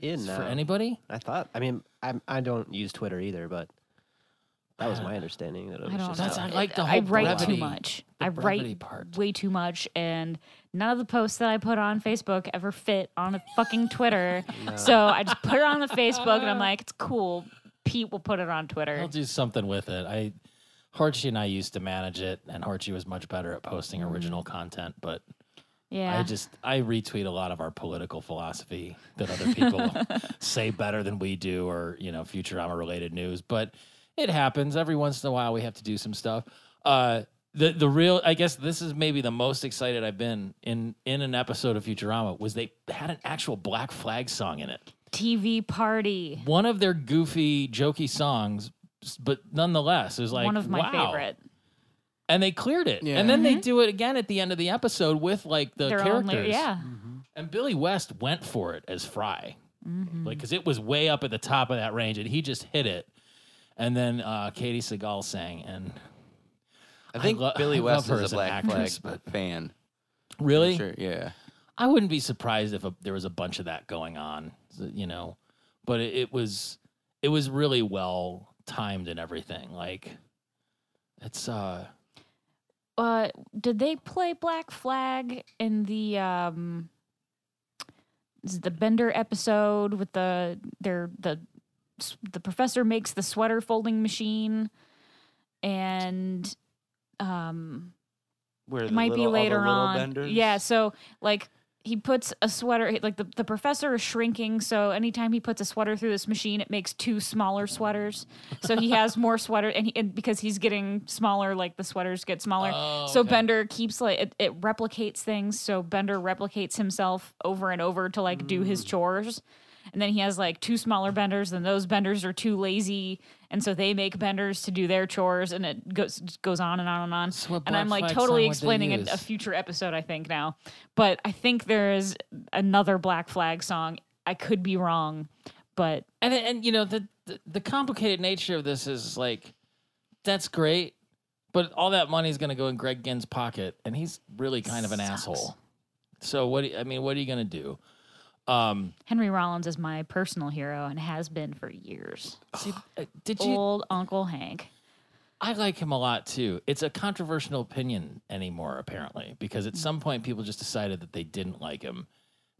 [SPEAKER 4] In
[SPEAKER 3] that?
[SPEAKER 4] now.
[SPEAKER 3] for anybody?
[SPEAKER 4] I thought. I mean, I'm, I don't use Twitter either, but That was my understanding that it was
[SPEAKER 1] I don't
[SPEAKER 4] just
[SPEAKER 1] know.
[SPEAKER 3] That's- I like the
[SPEAKER 1] I
[SPEAKER 3] whole
[SPEAKER 1] write
[SPEAKER 3] brevity-
[SPEAKER 1] too much.
[SPEAKER 3] the
[SPEAKER 1] I
[SPEAKER 3] brevity
[SPEAKER 1] write
[SPEAKER 3] part.
[SPEAKER 1] way too much, and none of the posts that I put on Facebook ever fit on a fucking Twitter. So I just put it on the Facebook, and I'm like, it's cool. Pete will put it on
[SPEAKER 3] I'll
[SPEAKER 1] Twitter.
[SPEAKER 3] do something with it. I Harchie and I used to manage it, and Harchie was much better at posting
[SPEAKER 4] Mm.
[SPEAKER 3] original content. But
[SPEAKER 1] Yeah,
[SPEAKER 3] I just I retweet a lot of our political philosophy that other people say better than we do, or you know, Futurama related news. But it happens every once in a while. We have to do some stuff. Uh, the the real I guess this is maybe the most excited I've been in in an episode of Futurama was they had an actual Black Flag song in it
[SPEAKER 1] TV party.
[SPEAKER 3] one of their goofy, jokey songs, s- but nonetheless, it was like
[SPEAKER 1] One of my
[SPEAKER 3] wow.
[SPEAKER 1] favorite. Mm-hmm.
[SPEAKER 3] And they cleared it,
[SPEAKER 2] Yeah.
[SPEAKER 3] and then they do it again at the end of the episode with like the
[SPEAKER 1] Their own,
[SPEAKER 3] characters.
[SPEAKER 1] lyric- yeah.
[SPEAKER 3] And Billy West went for it as Fry,
[SPEAKER 1] Mm-hmm.
[SPEAKER 3] like because it was way up at the top of that range, and he just hit it. And then uh, Katie Seagal sang, and
[SPEAKER 2] I think
[SPEAKER 3] lo- I
[SPEAKER 2] Billy
[SPEAKER 3] love
[SPEAKER 2] West
[SPEAKER 3] her
[SPEAKER 2] is
[SPEAKER 3] as
[SPEAKER 2] a
[SPEAKER 3] an
[SPEAKER 2] Black
[SPEAKER 3] actress,
[SPEAKER 2] Flag fan. for
[SPEAKER 3] really,
[SPEAKER 2] Sure. Yeah.
[SPEAKER 3] I wouldn't be surprised if a, there was a bunch of that going on, so, you know. But it, it was it was really well timed and everything. Like it's uh
[SPEAKER 1] Uh, did they play Black Flag in the um, is it the Bender episode with the their the s- the professor makes the sweater folding machine, and um,
[SPEAKER 2] Where
[SPEAKER 1] it might be later on. Yeah, so like he puts a sweater he- like the the professor is shrinking, so anytime he puts a sweater through this machine, it makes two smaller sweaters. So he has more sweater, and, he, and because he's getting smaller, like the sweaters get smaller.
[SPEAKER 3] Oh,
[SPEAKER 1] so
[SPEAKER 3] okay.
[SPEAKER 1] Bender keeps like it, it replicates things. So Bender replicates himself over and over to like do
[SPEAKER 3] Mm.
[SPEAKER 1] his chores. And then he has like two smaller benders, and those benders are too lazy, and so they make benders to do their chores, and it goes goes on and on and on.
[SPEAKER 3] So what
[SPEAKER 1] and I'm
[SPEAKER 3] Black
[SPEAKER 1] like
[SPEAKER 3] Flag
[SPEAKER 1] totally
[SPEAKER 3] song would they
[SPEAKER 1] explaining a, a
[SPEAKER 3] use?
[SPEAKER 1] future episode, I think now. But I think there is another Black Flag song. I could be wrong, but
[SPEAKER 3] and and you know the, the the complicated nature of this is like that's great, but all that money is going to go in Greg Ginn's pocket, and he's really kind of an asshole. So what? do- I mean, what are you going to do? Um,
[SPEAKER 1] Henry Rollins is my personal hero and has been for years.
[SPEAKER 3] see, uh, did you?
[SPEAKER 1] Old Uncle Hank.
[SPEAKER 3] I like him a lot too. It's a controversial opinion anymore, apparently, because at some point people just decided that they didn't like him.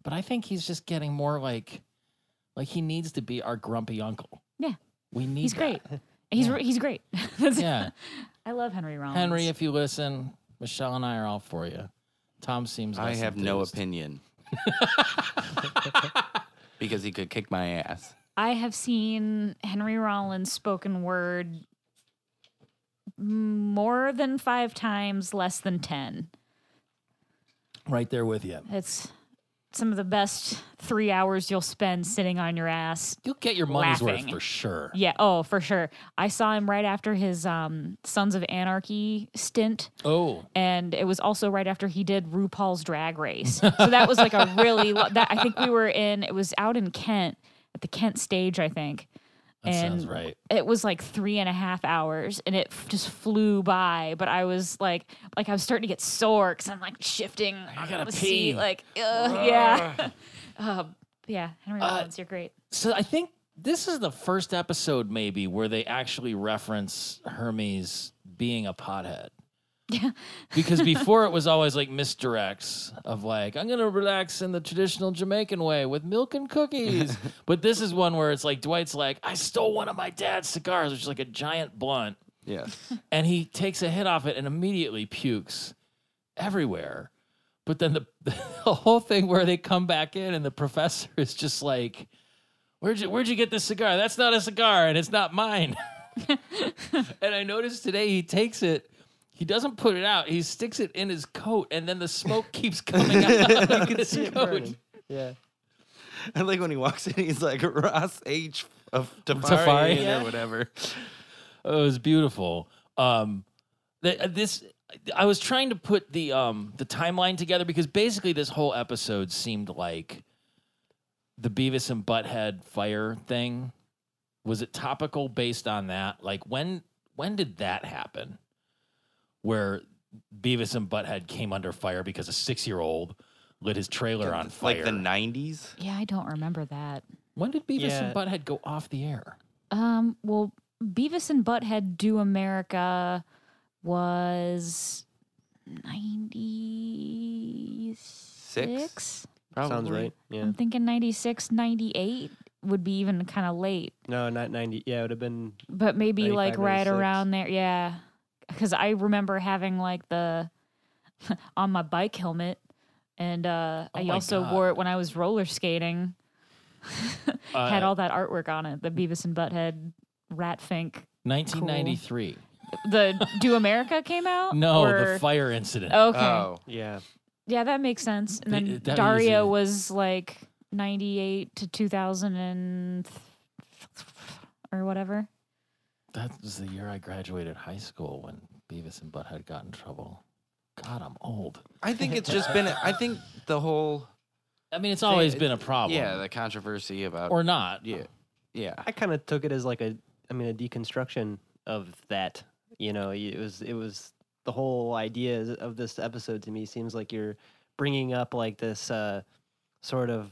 [SPEAKER 3] But I think he's just getting more like, like he needs to be our grumpy uncle.
[SPEAKER 1] Yeah.
[SPEAKER 3] we need.
[SPEAKER 1] He's
[SPEAKER 3] that.
[SPEAKER 1] great. He's re- he's great. That's-
[SPEAKER 3] Yeah,
[SPEAKER 1] I love Henry Rollins.
[SPEAKER 3] Henry, if you listen, Michelle and I are all for you. Tom seems.
[SPEAKER 2] I
[SPEAKER 3] less
[SPEAKER 2] have no
[SPEAKER 3] enthused.
[SPEAKER 2] opinion. because he could kick my ass.
[SPEAKER 1] I have seen Henry Rollins spoken word more than five times, less than ten.
[SPEAKER 3] Right there with you.
[SPEAKER 1] It's some of the best three hours you'll spend sitting on your ass.
[SPEAKER 3] You'll get your money's
[SPEAKER 1] Laughing.
[SPEAKER 3] worth for sure.
[SPEAKER 1] Yeah, oh, for sure. I saw him right after his um, Sons of Anarchy stint,
[SPEAKER 3] Oh,
[SPEAKER 1] and it was also right after he did RuPaul's Drag Race. So that was like a really lo- that I think we were in. It was out in Kent at the Kent stage, I think.
[SPEAKER 3] that
[SPEAKER 1] and
[SPEAKER 3] sounds right.
[SPEAKER 1] it was like three and a half hours and it f- just flew by but i was like like i was starting to get sore because i'm like shifting i
[SPEAKER 3] gotta pee.
[SPEAKER 1] like ugh, yeah uh, yeah henry
[SPEAKER 3] Uh,
[SPEAKER 1] rollins you're great
[SPEAKER 3] So I think this is the first episode, maybe, where they actually reference Hermes being a pothead.
[SPEAKER 1] Yeah.
[SPEAKER 3] because before it was always like misdirects of like I'm gonna relax in the traditional Jamaican way with milk and cookies, but this is one where it's like Dwight's like I stole one of my dad's cigars, which is like a giant blunt,
[SPEAKER 2] Yes.
[SPEAKER 3] and he takes a hit off it and immediately pukes everywhere. But then the, the whole thing where they come back in and the professor is just like, "Where'd you Where'd you get this cigar? That's not a cigar, and it's not mine." and I noticed today he takes it. He doesn't put it out. He sticks it in his coat, and then the smoke keeps coming out of his
[SPEAKER 4] it
[SPEAKER 3] coat.
[SPEAKER 4] burning. Yeah.
[SPEAKER 2] I like when he walks in, he's like Ross H of
[SPEAKER 3] Tafari?
[SPEAKER 2] Tafari
[SPEAKER 3] Yeah.
[SPEAKER 2] or whatever.
[SPEAKER 3] Oh, it was beautiful. Um, th- this I was trying to put the um the timeline together because basically this whole episode seemed like the Beavis and Butthead fire thing. Was it topical based on that? Like when when did that happen? Where Beavis and Butthead came under fire because a six year old lit his trailer on fire.
[SPEAKER 2] Like the nineties.
[SPEAKER 1] yeah i don't remember that
[SPEAKER 3] when did Beavis
[SPEAKER 4] Yeah.
[SPEAKER 3] and Butthead go off the air?
[SPEAKER 1] um well Beavis and Butthead Do America was 96?
[SPEAKER 2] Probably.
[SPEAKER 4] Sounds right. Yeah.
[SPEAKER 1] I'm thinking 96, 98 would be even kind of late,
[SPEAKER 4] No, not 90. Yeah, it would have been.
[SPEAKER 1] but maybe like
[SPEAKER 4] 95,
[SPEAKER 1] right
[SPEAKER 4] 96.
[SPEAKER 1] around there. Yeah. Because I remember having like the on my bike helmet. And uh,
[SPEAKER 3] Oh
[SPEAKER 1] I
[SPEAKER 3] my
[SPEAKER 1] also
[SPEAKER 3] God.
[SPEAKER 1] wore it when I was roller skating.
[SPEAKER 3] Uh,
[SPEAKER 1] Had all that artwork on it the Beavis and Butthead, Ratfink.
[SPEAKER 3] 1993.
[SPEAKER 1] The Do America came out?
[SPEAKER 3] No,
[SPEAKER 1] Or-
[SPEAKER 3] the fire incident.
[SPEAKER 1] Okay.
[SPEAKER 2] Oh,
[SPEAKER 4] Yeah.
[SPEAKER 1] Yeah, that makes sense. And
[SPEAKER 3] They-
[SPEAKER 1] then
[SPEAKER 3] that
[SPEAKER 1] Daria
[SPEAKER 3] easy.
[SPEAKER 1] was like 98 to 2000 and th- or whatever.
[SPEAKER 3] That was the year I graduated high school when Beavis and Butthead got in trouble. God, I'm old.
[SPEAKER 2] I think it's just been. I think the whole
[SPEAKER 3] I mean, it's always been a problem.
[SPEAKER 2] yeah, the controversy about
[SPEAKER 3] or not.
[SPEAKER 2] yeah, yeah.
[SPEAKER 4] I kind of took it as like a, I mean, a deconstruction of that. You know, it was it was the whole idea is- of this episode to me seems like you're bringing up like this uh, sort of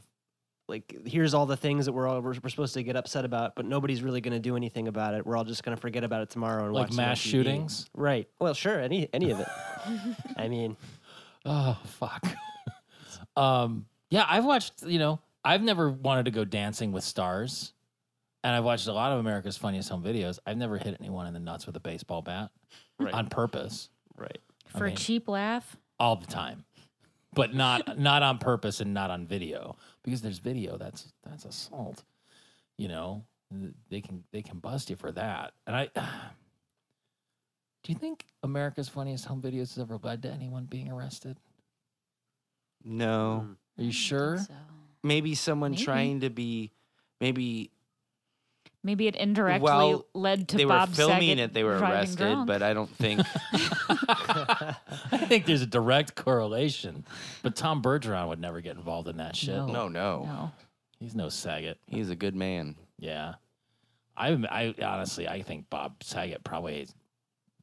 [SPEAKER 4] like here's all the things that we're all we're, we're supposed to get upset about, but nobody's really going to do anything about it. We're all just going to forget about it tomorrow and
[SPEAKER 3] Like
[SPEAKER 4] watch some
[SPEAKER 3] mass
[SPEAKER 4] TV.
[SPEAKER 3] shootings.
[SPEAKER 4] Right. Well, sure. Any any of it. I mean,
[SPEAKER 3] Oh fuck. um, yeah, I've watched. You know, I've never wanted to go dancing with stars, and I've watched a lot of America's Funniest Home Videos. I've never hit anyone in the nuts with a baseball bat
[SPEAKER 4] right.
[SPEAKER 3] on purpose,
[SPEAKER 4] right.
[SPEAKER 3] I
[SPEAKER 1] For
[SPEAKER 3] mean-
[SPEAKER 1] a cheap laugh.
[SPEAKER 3] all the time, but not not on purpose and not on video because there's video. That's that's assault. You know, Th- they can they can bust you for that. And I. Do you think America's Funniest Home Videos has ever led to anyone being arrested?
[SPEAKER 2] No,
[SPEAKER 3] Are you sure?
[SPEAKER 2] Mm. maybe someone
[SPEAKER 1] Maybe.
[SPEAKER 2] trying to be, maybe
[SPEAKER 1] Maybe it indirectly
[SPEAKER 2] Well,
[SPEAKER 1] led to
[SPEAKER 2] they
[SPEAKER 1] Bob
[SPEAKER 2] were filming
[SPEAKER 1] Saget
[SPEAKER 2] it. They were
[SPEAKER 1] driving
[SPEAKER 2] arrested,
[SPEAKER 1] drunk.
[SPEAKER 2] but I don't think.
[SPEAKER 3] I think there's a direct correlation. But Tom Bergeron would never get involved in that shit.
[SPEAKER 2] no, no,
[SPEAKER 3] Oh,
[SPEAKER 1] no.
[SPEAKER 3] He's no Saget.
[SPEAKER 2] he's a good man.
[SPEAKER 3] Yeah. I, I honestly, I think Bob Saget probably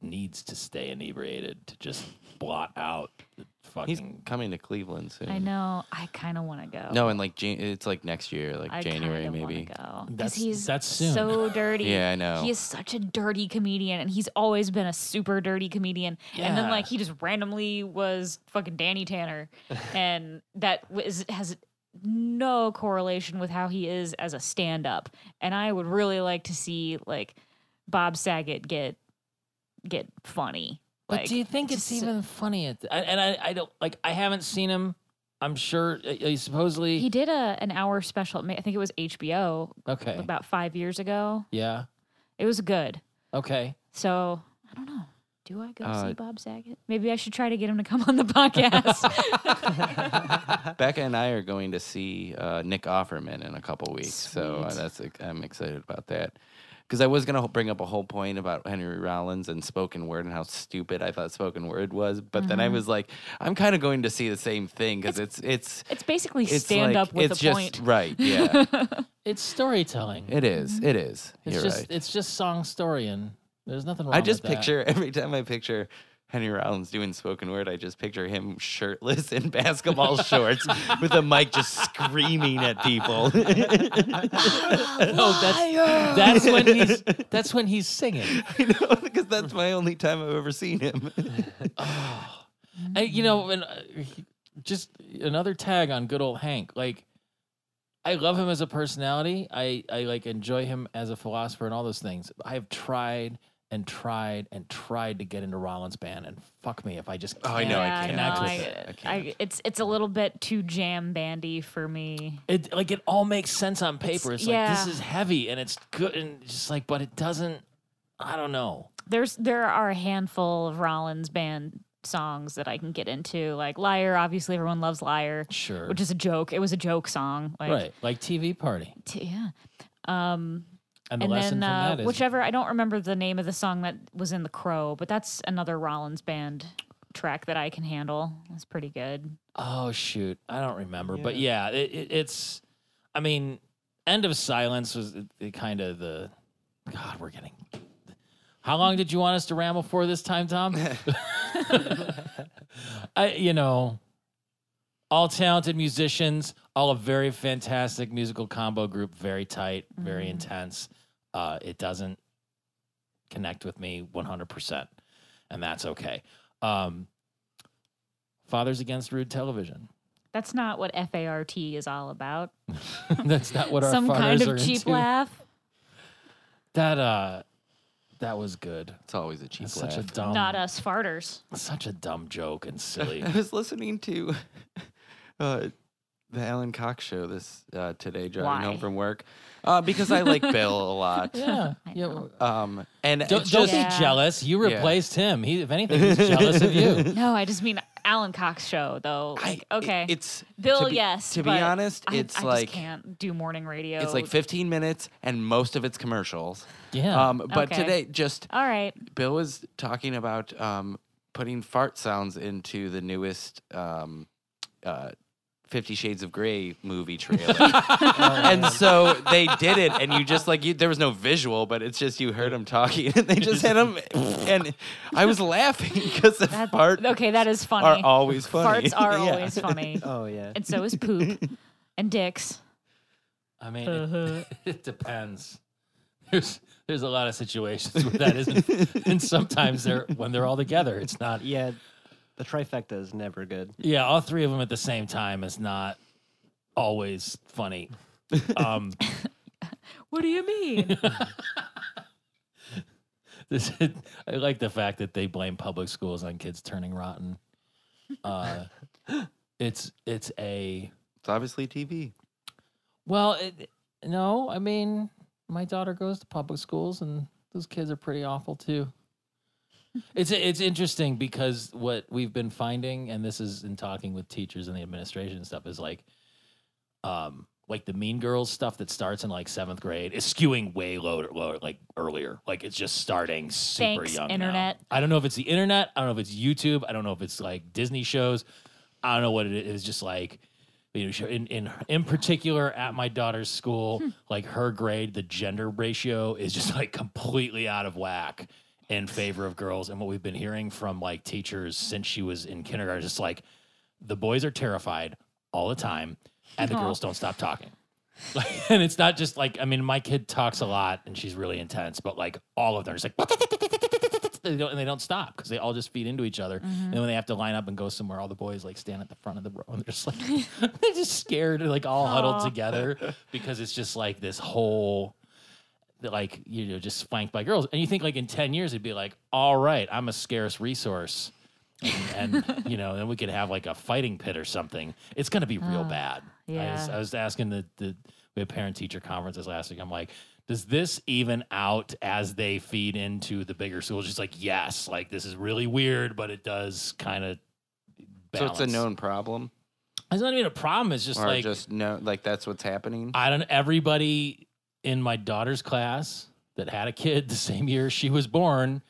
[SPEAKER 3] needs to stay inebriated to just blot out the
[SPEAKER 2] He's
[SPEAKER 3] fucking.
[SPEAKER 2] coming to Cleveland soon.
[SPEAKER 1] I know. I kind of want to go.
[SPEAKER 2] No, and like Jan- it's like next year, like
[SPEAKER 1] I
[SPEAKER 2] January
[SPEAKER 1] kinda wanna
[SPEAKER 2] maybe.
[SPEAKER 1] Go. 'Cause
[SPEAKER 3] That's-
[SPEAKER 1] he's
[SPEAKER 3] that's soon.
[SPEAKER 1] so dirty.
[SPEAKER 2] Yeah, I know.
[SPEAKER 1] He is such a dirty comedian, and he's always been a super dirty comedian. And
[SPEAKER 3] Yeah.
[SPEAKER 1] then like he just randomly was fucking Danny Tanner, and that was has no correlation with how he is as a stand-up. And I would really like to see like Bob Saget get get funny.
[SPEAKER 3] But
[SPEAKER 1] like,
[SPEAKER 3] do you think it's
[SPEAKER 1] just so-
[SPEAKER 3] even funny? At I, and I, I don't like. I haven't seen him. I'm sure. uh, Uh, supposedly,
[SPEAKER 1] He did a an hour special. I think it was HBO
[SPEAKER 3] okay.
[SPEAKER 1] about five years ago.
[SPEAKER 3] yeah.
[SPEAKER 1] It was good.
[SPEAKER 3] Okay.
[SPEAKER 1] So I don't know. Do I go
[SPEAKER 2] Uh,
[SPEAKER 1] see Bob Saget? Maybe I should try to get him to come on the podcast.
[SPEAKER 2] Becca and I are going to see uh, Nick Offerman in a couple weeks, so uh, that's ex- I'm excited about that. Because I was gonna ho- bring up a whole point about Henry Rollins and spoken word and how stupid I thought spoken word was, but then I was like, I'm kind of going to see the same thing because it's it's
[SPEAKER 1] it's basically
[SPEAKER 2] it's
[SPEAKER 1] stand
[SPEAKER 2] like-
[SPEAKER 1] up with
[SPEAKER 2] it's
[SPEAKER 1] a
[SPEAKER 2] just,
[SPEAKER 1] point.
[SPEAKER 2] right? Yeah,
[SPEAKER 3] It's storytelling.
[SPEAKER 2] it is. It is.
[SPEAKER 3] it's
[SPEAKER 2] You're
[SPEAKER 3] just.
[SPEAKER 2] right.
[SPEAKER 3] It's just song storying. There's nothing wrong.
[SPEAKER 2] I
[SPEAKER 3] with
[SPEAKER 2] just
[SPEAKER 3] that.
[SPEAKER 2] picture every time I picture Henry Rollins doing spoken word, I just picture him shirtless in basketball shorts with a mic just screaming at people.
[SPEAKER 3] No, that's that's when he's that's when he's singing.
[SPEAKER 2] you know, because that's my only time I've ever seen him.
[SPEAKER 3] I, you know, and uh, he- just another tag on good old Hank. Like, I love him as a personality. I I like enjoy him as a philosopher and all those things. I have tried and tried and tried to get into Rollins band, and fuck me if I just
[SPEAKER 2] Oh, I
[SPEAKER 3] can't
[SPEAKER 2] know, I
[SPEAKER 1] Yeah,
[SPEAKER 2] can't
[SPEAKER 3] connect
[SPEAKER 1] no,
[SPEAKER 3] with
[SPEAKER 1] I-
[SPEAKER 3] it.
[SPEAKER 2] it. I
[SPEAKER 1] I-
[SPEAKER 2] can't.
[SPEAKER 1] it's it's a little bit too jam bandy for me.
[SPEAKER 3] It like it all makes sense on paper. It's, like this
[SPEAKER 1] yeah.
[SPEAKER 3] is heavy and it's good and just like, but it doesn't. I don't know.
[SPEAKER 1] There's there are a handful of Rollins band songs that I can get into. Like Liar, obviously everyone loves Liar,
[SPEAKER 3] Sure.
[SPEAKER 1] which is a joke. It was a joke song. Like
[SPEAKER 3] right, like TV party.
[SPEAKER 1] t- yeah. Um
[SPEAKER 3] And the
[SPEAKER 1] and
[SPEAKER 3] lesson
[SPEAKER 1] then uh,
[SPEAKER 3] from that is
[SPEAKER 1] whichever I don't remember the name of the song that was in the Crow, but that's another Rollins band track that I can handle. That's pretty good.
[SPEAKER 3] Oh shoot, I don't remember, but yeah, it, it, it's. I mean, end of silence was it, it kind of the. God, we're getting. How long did you want us to ramble for this time, Tom? I, you know, all talented musicians, all a very fantastic musical combo group, very tight, very intense. Uh, it doesn't connect with me 100%, and that's okay. Um, Fathers Against Rude Television.
[SPEAKER 1] That's not what FART is all about.
[SPEAKER 3] that's not what our
[SPEAKER 1] Some kind
[SPEAKER 3] fathers
[SPEAKER 1] of
[SPEAKER 3] are
[SPEAKER 1] cheap
[SPEAKER 3] into.
[SPEAKER 1] laugh.
[SPEAKER 3] That uh, that was good.
[SPEAKER 2] It's always a cheap
[SPEAKER 3] That's
[SPEAKER 2] laugh.
[SPEAKER 3] such a dumb,
[SPEAKER 1] not us farters.
[SPEAKER 3] such a dumb joke and silly.
[SPEAKER 2] I was listening to uh, the Alan Cox show this uh, today driving
[SPEAKER 1] Why?
[SPEAKER 2] home from work uh, because I like Bill a lot.
[SPEAKER 3] yeah,
[SPEAKER 1] I
[SPEAKER 3] yeah.
[SPEAKER 1] know.
[SPEAKER 2] Um, and
[SPEAKER 3] Don't,
[SPEAKER 2] it's
[SPEAKER 3] don't
[SPEAKER 2] just-
[SPEAKER 1] Yeah.
[SPEAKER 3] be jealous. You
[SPEAKER 2] Yeah.
[SPEAKER 3] replaced him. He, if anything, he's jealous of you.
[SPEAKER 1] No, I just mean Alan Cox show though. Like,
[SPEAKER 2] I- it-
[SPEAKER 1] okay,
[SPEAKER 2] it's
[SPEAKER 1] Bill,
[SPEAKER 2] to be-
[SPEAKER 1] yes.
[SPEAKER 2] To be
[SPEAKER 1] but
[SPEAKER 2] honest,
[SPEAKER 1] I-
[SPEAKER 2] it's
[SPEAKER 1] I just
[SPEAKER 2] like
[SPEAKER 1] can't do morning radio.
[SPEAKER 2] it's like 15 minutes, and most of it's commercials.
[SPEAKER 3] Yeah.
[SPEAKER 2] Um, but
[SPEAKER 1] Okay.
[SPEAKER 2] today, just
[SPEAKER 1] all right.
[SPEAKER 2] Bill was talking about um, putting fart sounds into the newest um, uh, Fifty Shades of Grey movie trailer,
[SPEAKER 4] um,
[SPEAKER 2] and so they did it. And you just like you, there was no visual, but it's just you heard him talking, and they just hit him. And I was laughing because the
[SPEAKER 1] That,
[SPEAKER 2] fart
[SPEAKER 1] okay, that is
[SPEAKER 2] are
[SPEAKER 1] funny.
[SPEAKER 2] always funny.
[SPEAKER 1] Farts are
[SPEAKER 2] Yeah.
[SPEAKER 1] always funny,
[SPEAKER 4] Oh yeah.
[SPEAKER 1] and so is poop and dicks.
[SPEAKER 3] I mean,
[SPEAKER 1] Uh-huh.
[SPEAKER 3] it, it depends. There's there's a lot of situations where that isn't, and sometimes they're when they're all together, it's not.
[SPEAKER 4] Yeah. The trifecta is never good.
[SPEAKER 3] Yeah, all three of them at the same time is not always funny. Um,
[SPEAKER 1] What do you mean?
[SPEAKER 3] this I like the fact that they blame public schools on kids turning rotten. Uh, it's it's a
[SPEAKER 2] It's obviously TV.
[SPEAKER 3] Well, it, no, I mean, my daughter goes to public schools, and those kids are pretty awful too. It's it's interesting because what we've been finding, and this is in talking with teachers and the administration and stuff, is like, um, like the Mean Girls stuff that starts in like seventh grade is skewing way lower, lower like earlier. Like it's just starting super
[SPEAKER 1] Thanks,
[SPEAKER 3] young. now.
[SPEAKER 1] internet.
[SPEAKER 3] I don't know if it's the internet. I don't know if it's YouTube. I don't know if it's like Disney shows. I don't know what it is. It's just like you know, in in in particular at my daughter's school, like her grade, the gender ratio is just like completely out of whack in favor of girls. And what we've been hearing from like teachers since she was in kindergarten, is just like the boys are terrified all the time, and the
[SPEAKER 1] Aw.
[SPEAKER 3] girls don't stop talking. Like, and it's not just like I mean, my kid talks a lot and she's really intense, but like all of them are just like they don't, and they don't stop because they all just feed into each other. And when they have to line up and go somewhere, all the boys like stand at the front of the row and they're just like they're just scared, and, like all huddled
[SPEAKER 1] Aw.
[SPEAKER 3] together because it's just like this whole like you know just flanked by girls. And you think like in ten years it'd be like, all right, I'm a scarce resource. and, and you know, then we could have like a fighting pit or something. It's going to be real
[SPEAKER 1] Ah,
[SPEAKER 3] bad. I, was,
[SPEAKER 1] yeah.
[SPEAKER 3] I was asking the the we had parent teacher conferences last week. I'm like, does this even out as they feed into the bigger schools? She's like, yes. Like this is really weird, but it does kind of.
[SPEAKER 2] So it's a known problem,
[SPEAKER 3] It's not even a problem. It's just
[SPEAKER 2] or
[SPEAKER 3] like
[SPEAKER 2] just no, like that's what's happening.
[SPEAKER 3] I don't. Everybody in my daughter's class that had a kid the same year she was born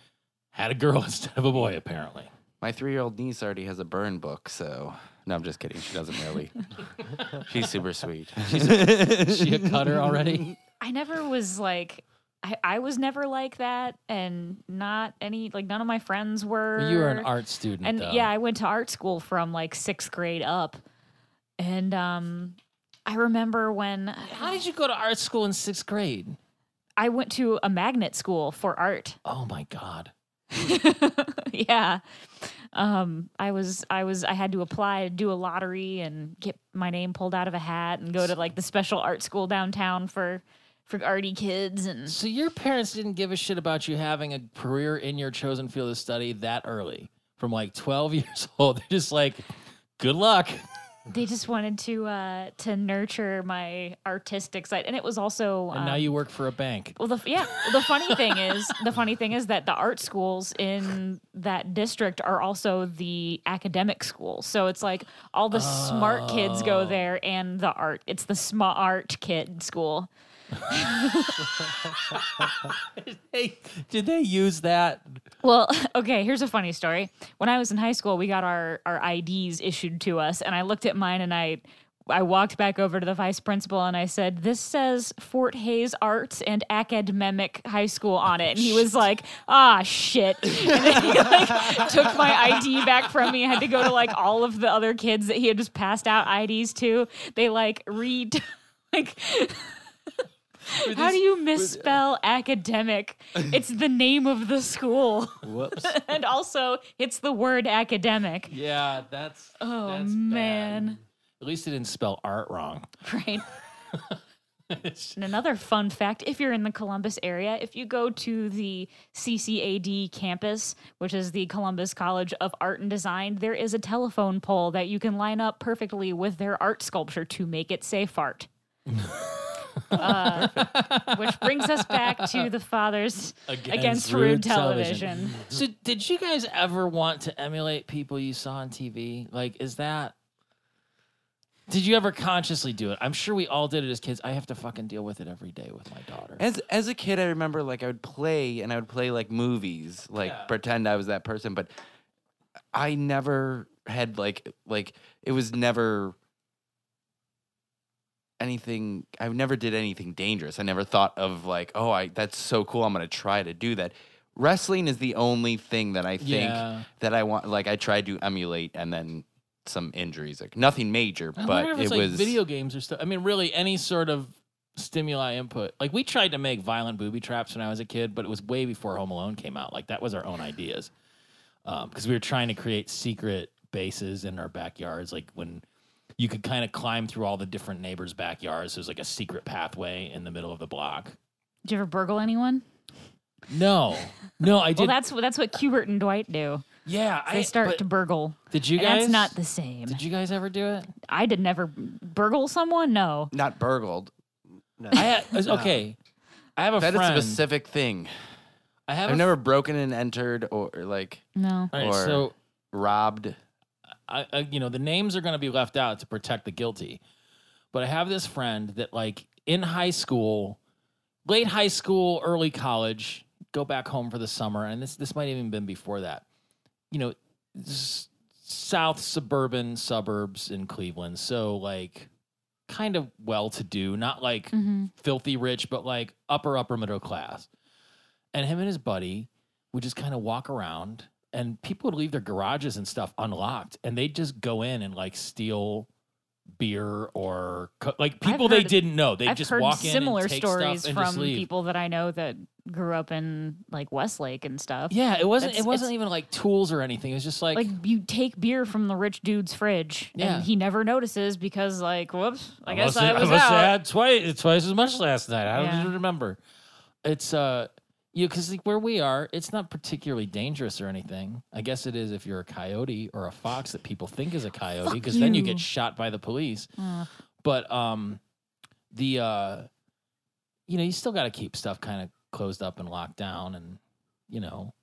[SPEAKER 3] had a girl instead of a boy. Apparently,
[SPEAKER 2] My three year old niece already has a burn book, so no, I'm just kidding. She doesn't really. She's super sweet.
[SPEAKER 3] is she a cutter already.
[SPEAKER 1] I never was like. I, I was never like that, and not any like none of my friends were.
[SPEAKER 3] You were an art student,
[SPEAKER 1] and
[SPEAKER 3] though.
[SPEAKER 1] yeah i went to art school from like sixth grade up and um i remember when
[SPEAKER 3] How did you go to art school in sixth grade?
[SPEAKER 1] i went to a magnet school for art
[SPEAKER 3] Oh my god.
[SPEAKER 1] yeah um i was i was i had to apply to do a lottery and get my name pulled out of a hat and go to like the special art school downtown for for arty kids and
[SPEAKER 3] So your parents didn't give a shit about you having a career in your chosen field of study that early, from like twelve years old. They're just like, good luck.
[SPEAKER 1] they just wanted to uh to nurture my artistic side and it was also
[SPEAKER 3] And
[SPEAKER 1] um,
[SPEAKER 3] now you work for a bank.
[SPEAKER 1] Well, the, f- yeah. The funny thing is, the funny thing is that the art schools in that district are also the academic schools. So it's like all the smart kids
[SPEAKER 3] Oh.
[SPEAKER 1] go there, and the art. It's the smart art kid school.
[SPEAKER 3] Hey, did they use that?
[SPEAKER 1] Well, okay. Here's a funny story. When I was in high school, we got our our IDs issued to us, and I looked at mine, and I. I walked back over to the vice principal and I said, This says Fort Hayes Arts and Academic High School on it. And he was like, Ah, shit. And then he like, took my ID back from me. I had to go to like all of the other kids that he had just passed out IDs to. They like read, like, How do you misspell academic? It's the name of the school.
[SPEAKER 3] Whoops.
[SPEAKER 1] and also, it's the word academic.
[SPEAKER 3] Yeah, that's.
[SPEAKER 1] Oh,
[SPEAKER 3] that's bad.
[SPEAKER 1] man.
[SPEAKER 3] At least it didn't spell art wrong.
[SPEAKER 1] Right. And another fun fact if you're in the Columbus area, if you go to the CCAD campus, which is the Columbus College of Art and Design, there is a telephone pole that you can line up perfectly with their art sculpture to make it say fart. Uh, which brings us back to the fathers
[SPEAKER 3] Against
[SPEAKER 1] against, rude,
[SPEAKER 3] rude television.
[SPEAKER 1] television.
[SPEAKER 3] so, did you guys ever want to emulate people you saw on TV? Like, is that. Did you ever consciously do it? I'm sure we all did it as kids. I have to fucking deal with it every day with my daughter.
[SPEAKER 2] As as a kid, I remember like I would play and I would play like movies, like
[SPEAKER 3] Yeah.
[SPEAKER 2] pretend I was that person, but I never had like like it was never anything I never did anything dangerous. I never thought of like, oh I that's so cool, I'm gonna try to do that. Wrestling is the only thing that I think
[SPEAKER 3] Yeah.
[SPEAKER 2] that I want like I tried to emulate and then some injuries. Like nothing major,
[SPEAKER 3] I
[SPEAKER 2] but
[SPEAKER 3] wonder if
[SPEAKER 2] it
[SPEAKER 3] it's like
[SPEAKER 2] was
[SPEAKER 3] video games or stuff. I mean, really, any sort of stimuli input. Like we tried to make violent booby traps when I was a kid, but it was way before Home Alone came out. Like that was our own ideas because we were trying to create secret bases in our backyards. Like when you could kind of climb through all the different neighbors' backyards. There's like a secret pathway in the middle of the block.
[SPEAKER 1] Did you ever burgle anyone?
[SPEAKER 3] No, no, I
[SPEAKER 1] Well,
[SPEAKER 3] did.
[SPEAKER 1] that's that's what Kubert and Dwight do.
[SPEAKER 3] yeah,
[SPEAKER 1] They
[SPEAKER 3] I
[SPEAKER 1] start
[SPEAKER 3] but
[SPEAKER 1] to burgle.
[SPEAKER 3] Did you
[SPEAKER 1] And
[SPEAKER 3] guys?
[SPEAKER 1] that's not the same.
[SPEAKER 3] Did you guys ever do it?
[SPEAKER 1] I did never burgle someone. No.
[SPEAKER 2] not burgled.
[SPEAKER 4] No.
[SPEAKER 3] I had- okay. I have a
[SPEAKER 2] That is
[SPEAKER 3] friend.
[SPEAKER 2] a specific thing.
[SPEAKER 3] I have a
[SPEAKER 2] I've never broken and entered or, or, like
[SPEAKER 1] No.
[SPEAKER 3] All right,
[SPEAKER 2] or-
[SPEAKER 3] so
[SPEAKER 2] robbed.
[SPEAKER 3] I, I, you know, the names are going to be left out to protect the guilty. But I have this friend that, like, in high school, late high school, early college, go back home for the summer, and this this might even been before that. You know, s- south suburban suburbs in Cleveland, so like, kind of well-to-do, not like
[SPEAKER 1] Mm-hmm.
[SPEAKER 3] filthy rich, but like upper upper middle class. And him and his buddy would just kind of walk around, and people would leave their garages and stuff unlocked, and they'd just go in and like steal beer or co- like people they
[SPEAKER 1] heard-
[SPEAKER 3] didn't know. They
[SPEAKER 1] I've
[SPEAKER 3] just
[SPEAKER 1] heard
[SPEAKER 3] walk in
[SPEAKER 1] similar
[SPEAKER 3] and take
[SPEAKER 1] stories
[SPEAKER 3] stuff and
[SPEAKER 1] from
[SPEAKER 3] just leave.
[SPEAKER 1] people that I know that grew up in like Westlake and stuff.
[SPEAKER 3] Yeah, it wasn't.
[SPEAKER 1] That's-
[SPEAKER 3] It wasn't even like tools or anything. It was just like,
[SPEAKER 1] Like you take beer from the rich dude's fridge,
[SPEAKER 3] Yeah.
[SPEAKER 1] and he never notices because, like, whoops, I guess
[SPEAKER 3] must
[SPEAKER 1] I
[SPEAKER 3] have-
[SPEAKER 1] was
[SPEAKER 3] must have
[SPEAKER 1] out.
[SPEAKER 3] had twice twice as much last night. I don't
[SPEAKER 1] Yeah.
[SPEAKER 3] even remember. It's uh, you because like where we are, it's not particularly dangerous or anything. I guess it is if you're a coyote or a fox that people think is a coyote, because then you
[SPEAKER 1] you.
[SPEAKER 3] get shot by the police.
[SPEAKER 1] Uh,
[SPEAKER 3] But um, the uh, you know, you still got to keep stuff kind of closed up and locked down, and you know.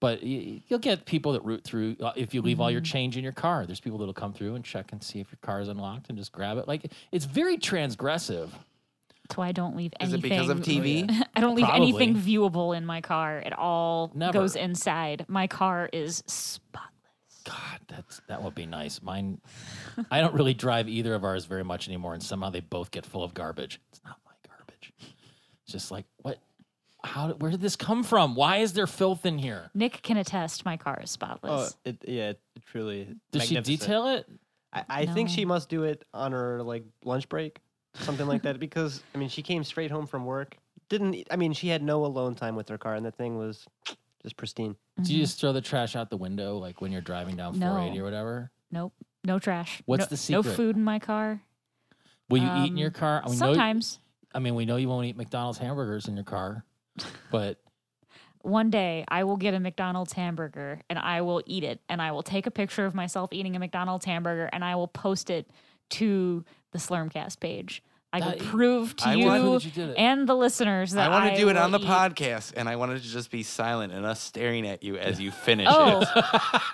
[SPEAKER 3] But y- you'll get people that root through uh, if you leave all your
[SPEAKER 1] Mhm.
[SPEAKER 3] change in your car. There's people that'll come through and check and see if your car is unlocked and just grab it. Like it's very transgressive.
[SPEAKER 1] that's why I don't leave
[SPEAKER 2] Is it
[SPEAKER 1] anything.
[SPEAKER 2] because of TV?
[SPEAKER 1] I don't leave
[SPEAKER 3] Oh, Probably.
[SPEAKER 1] anything viewable in my car. It all
[SPEAKER 3] Never.
[SPEAKER 1] goes inside. My car is spotless.
[SPEAKER 3] God, that's that would be nice. Mine, I don't really drive either of ours very much anymore, and somehow they both get full of garbage. It's not my garbage. It's just like what? How? Where did this come from? Why is there filth in here?
[SPEAKER 1] Nick can attest my car is
[SPEAKER 4] Oh,
[SPEAKER 3] Uh,
[SPEAKER 1] spotless.
[SPEAKER 4] it, yeah, it truly.
[SPEAKER 3] Does she
[SPEAKER 4] magnificent.
[SPEAKER 3] detail it?
[SPEAKER 4] I, I think
[SPEAKER 1] No.
[SPEAKER 4] she must do it on her like lunch break, something like that. Because I mean, she came straight home from work. Didn't e- I mean she had no alone time with her car, and the thing was just pristine.
[SPEAKER 3] Do you
[SPEAKER 1] Mhm.
[SPEAKER 3] just throw the trash out the window like when you're driving down 480
[SPEAKER 1] No.
[SPEAKER 3] or whatever?
[SPEAKER 1] Nope. No trash.
[SPEAKER 3] What's
[SPEAKER 1] No-
[SPEAKER 3] the
[SPEAKER 1] No
[SPEAKER 3] secret?
[SPEAKER 1] food in my car.
[SPEAKER 3] Will you eat
[SPEAKER 1] Um,
[SPEAKER 3] in your car? I mean, no-
[SPEAKER 1] Sometimes.
[SPEAKER 3] I mean, we know you won't eat McDonald's hamburgers in your car, but
[SPEAKER 1] one day I will get a McDonald's hamburger and I will eat it and I will take a picture of myself eating a McDonald's hamburger and I will post it to the Slurmcast page. I
[SPEAKER 3] That-
[SPEAKER 1] will prove to
[SPEAKER 2] I
[SPEAKER 1] you,
[SPEAKER 2] wanted-
[SPEAKER 3] you did it.
[SPEAKER 1] and the listeners
[SPEAKER 2] I
[SPEAKER 1] that E?
[SPEAKER 2] want to do it
[SPEAKER 1] will
[SPEAKER 2] on the
[SPEAKER 1] eat-
[SPEAKER 2] podcast, and I wanted to just be silent and us staring at you as you finish it.
[SPEAKER 1] Oh,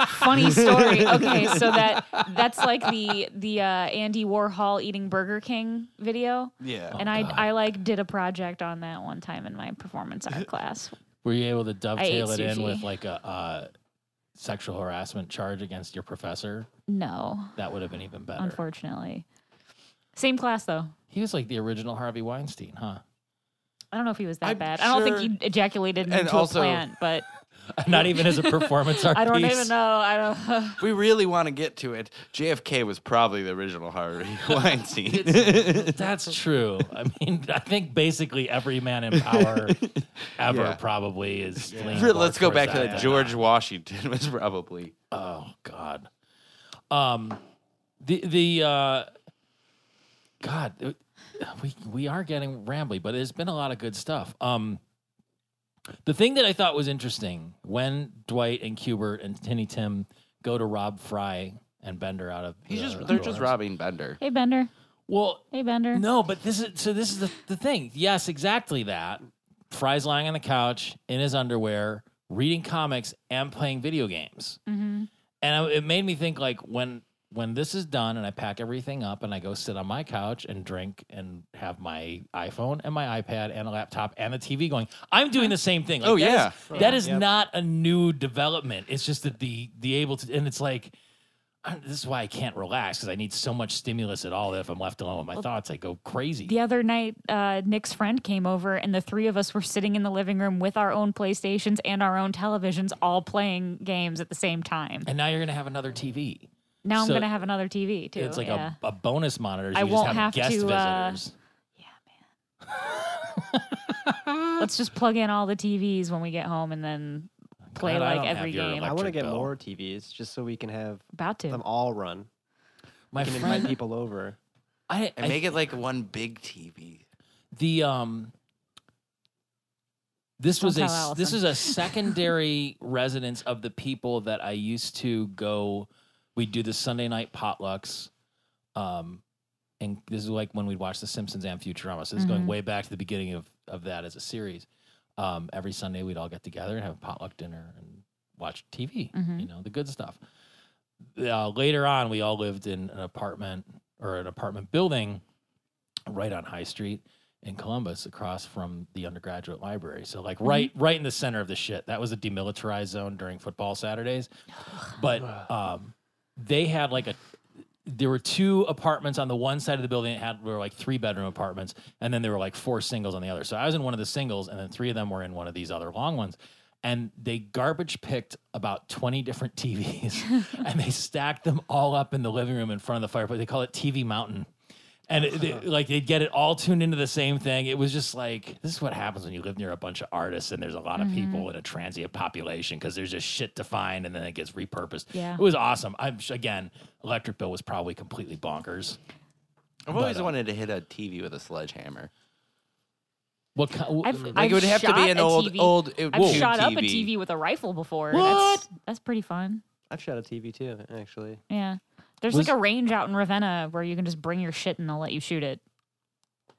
[SPEAKER 1] funny story. Okay, so that that's like the the uh, Andy Warhol eating Burger King video,
[SPEAKER 2] Yeah.
[SPEAKER 1] and I
[SPEAKER 3] God.
[SPEAKER 1] I like did a project on that one time in my performance art class.
[SPEAKER 3] were you able to dovetail it
[SPEAKER 1] ate
[SPEAKER 3] in with
[SPEAKER 1] sushi.
[SPEAKER 3] like a uh, sexual harassment charge against your professor?
[SPEAKER 1] No,
[SPEAKER 3] That would have been even better.
[SPEAKER 1] unfortunately, same class though.
[SPEAKER 3] He was like the original Harvey Weinstein, huh?
[SPEAKER 1] I don't know if he was that
[SPEAKER 2] I'm
[SPEAKER 1] bad. I don't
[SPEAKER 2] sure-
[SPEAKER 1] think he ejaculated
[SPEAKER 2] and
[SPEAKER 1] into
[SPEAKER 2] also-
[SPEAKER 1] a plant, but
[SPEAKER 3] Not even as a performance art
[SPEAKER 1] I don't
[SPEAKER 3] piece.
[SPEAKER 1] even know. I don't.
[SPEAKER 2] we really want to get to it. JFK was probably the original Harvey Weinstein.
[SPEAKER 3] That's true. I mean, I think basically every man in power ever
[SPEAKER 2] Yeah.
[SPEAKER 3] probably is. leaning
[SPEAKER 2] Really,
[SPEAKER 3] more
[SPEAKER 2] Let's go
[SPEAKER 3] towards
[SPEAKER 2] back to that. George Washington was probably.
[SPEAKER 3] Oh God. Um, the the uh, God, it- we we are getting rambly, but there's been a lot of good stuff. Um, the thing that I thought was interesting when Dwight and Kubert and Tinny Tim go to rob Fry and Bender out of
[SPEAKER 2] He's
[SPEAKER 3] the-
[SPEAKER 2] just
[SPEAKER 3] the
[SPEAKER 2] they're just
[SPEAKER 3] doors.
[SPEAKER 2] robbing Bender.
[SPEAKER 1] Hey Bender.
[SPEAKER 3] Well,
[SPEAKER 1] Hey Bender.
[SPEAKER 3] no, but this is so. This is the, the thing. Yes, exactly that. Fry's lying on the couch in his underwear, reading comics and playing video games
[SPEAKER 1] Mm-hmm.
[SPEAKER 3] and I, it made me think like when when this is done and I pack everything up and I go sit on my couch and drink and have my iPhone and my iPad and a laptop and a TV going, I'm doing the same thing. Like,
[SPEAKER 2] Oh,
[SPEAKER 3] that is-
[SPEAKER 2] yeah.
[SPEAKER 3] that is
[SPEAKER 4] Yep.
[SPEAKER 3] not a new development. It's just that the the able to and it's like. I- This is why I can't relax because I need so much stimulus at all that if I'm left alone with my thoughts, I go crazy.
[SPEAKER 1] The other night, uh, Nick's friend came over, and the three of us were sitting in the living room with our own PlayStations and our own televisions, all playing games at the same time.
[SPEAKER 3] And now you're gonna have another TV.
[SPEAKER 1] Now I'm
[SPEAKER 3] So-
[SPEAKER 1] gonna have another TV too.
[SPEAKER 3] It's like
[SPEAKER 1] yeah.
[SPEAKER 3] a, a bonus monitor. so
[SPEAKER 1] I
[SPEAKER 3] you
[SPEAKER 1] won't
[SPEAKER 3] just
[SPEAKER 1] have
[SPEAKER 3] have, guest
[SPEAKER 1] to, uh,
[SPEAKER 3] visitors.
[SPEAKER 1] Let's just plug in all the TVs when we get home, and then play
[SPEAKER 3] Glad I
[SPEAKER 1] like
[SPEAKER 3] don't have
[SPEAKER 1] every
[SPEAKER 3] your
[SPEAKER 1] game.
[SPEAKER 3] elec-
[SPEAKER 4] I want to
[SPEAKER 3] electric
[SPEAKER 4] get
[SPEAKER 3] bill.
[SPEAKER 4] more TVs just so we can have
[SPEAKER 1] About to.
[SPEAKER 4] them all run.
[SPEAKER 3] My
[SPEAKER 4] We can invite
[SPEAKER 3] friend,
[SPEAKER 4] people over.
[SPEAKER 3] I,
[SPEAKER 2] And
[SPEAKER 3] I
[SPEAKER 2] make it like one big TV.
[SPEAKER 3] the um this
[SPEAKER 1] Don't
[SPEAKER 3] was a
[SPEAKER 1] tell
[SPEAKER 3] s- this
[SPEAKER 1] Allison.
[SPEAKER 3] is a secondary residence of the people that I used to go we do the Sunday night potlucks um and this is like when we'd watch the Simpsons and Futurama so this is going
[SPEAKER 1] Mhm.
[SPEAKER 3] way back to the beginning of of that as a series um every Sunday we'd all get together and have a potluck dinner and watch TV
[SPEAKER 1] Mhm.
[SPEAKER 3] you know the good stuff uh, later on, we all lived in an apartment or an apartment building right on High Street in Columbus, across from the undergraduate library. So, like right, right in the center of the shit. That was a demilitarized zone during football Saturdays. But um, they had like a. There were two apartments on the one side of the building that had were like three bedroom apartments, and then there were like four singles on the other. So I was in one of the singles, and then three of them were in one of these other long ones. And they garbage picked about twenty different TVs, and they stacked them all up in the living room in front of the fireplace. They call it TV Mountain. And it, they- like they'd get it all tuned into the same thing. It was just like this is what happens when you live near a bunch of artists and there's a lot of people in a transient population because there's just shit to find and then it gets repurposed.
[SPEAKER 1] Yeah.
[SPEAKER 3] it was awesome. I'm sh- again, electric bill was probably completely bonkers.
[SPEAKER 2] I've always
[SPEAKER 3] uh,
[SPEAKER 2] wanted to hit a TV with a sledgehammer.
[SPEAKER 3] What kind? w-
[SPEAKER 1] I've,
[SPEAKER 2] Like
[SPEAKER 1] I've
[SPEAKER 2] it would have to
[SPEAKER 1] shot
[SPEAKER 2] be an
[SPEAKER 1] a
[SPEAKER 2] old,
[SPEAKER 1] TV.
[SPEAKER 2] old. It,
[SPEAKER 1] I've shot up a TV with a rifle before. That's that's pretty fun.
[SPEAKER 4] I've shot a TV too, actually.
[SPEAKER 1] Yeah. There's
[SPEAKER 3] Was-
[SPEAKER 1] like a range out in Ravenna where you can just bring your shit and they'll let you shoot it.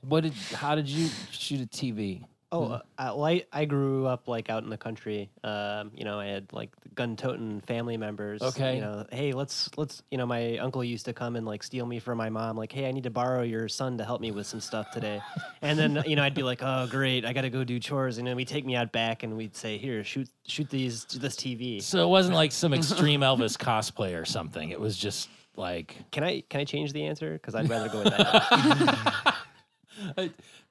[SPEAKER 3] what did? How did you shoot a TV?
[SPEAKER 4] Oh, uh, I, well, I, I grew up like out in the country. Um, you know, I had like gun-toting family members.
[SPEAKER 3] Okay.
[SPEAKER 4] You know, hey, let's let's. You know, my uncle used to come and like steal me from my mom. Like, hey, I need to borrow your son to help me with some stuff today. and then you know, I'd be like, oh, great, I got to go do chores. And then we would take me out back, and we'd say, here, shoot, shoot these this TV.
[SPEAKER 3] So it wasn't like some extreme Elvis cosplay or something. It was just like
[SPEAKER 4] Can I can I change the answer? Because I'd rather go with that.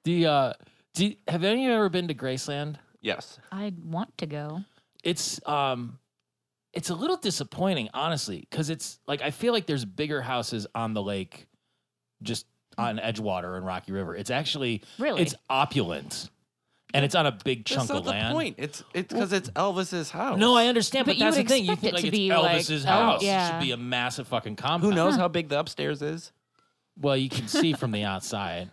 [SPEAKER 3] the. uh do, Have any of you ever been to Graceland?
[SPEAKER 2] Yes.
[SPEAKER 1] I want to go.
[SPEAKER 3] it's um it's a little disappointing honestly because it's like i feel like there's bigger houses on the lake just on edgewater and rocky river it's actually
[SPEAKER 1] Really?
[SPEAKER 3] it's opulent and it's on a big chunk
[SPEAKER 2] That's not
[SPEAKER 3] of
[SPEAKER 2] the
[SPEAKER 3] land
[SPEAKER 2] point. It's it's because it's Elvis's house.
[SPEAKER 3] no i understand but,
[SPEAKER 1] But you
[SPEAKER 3] that's the
[SPEAKER 1] would
[SPEAKER 3] thing you
[SPEAKER 1] expect
[SPEAKER 3] think
[SPEAKER 1] it
[SPEAKER 3] like
[SPEAKER 1] to
[SPEAKER 3] it's
[SPEAKER 1] be, like,
[SPEAKER 3] elvis's
[SPEAKER 1] oh,
[SPEAKER 3] house it
[SPEAKER 1] yeah.
[SPEAKER 3] should be a massive fucking compound
[SPEAKER 2] Who knows how big the upstairs is?
[SPEAKER 3] well you can see from the outside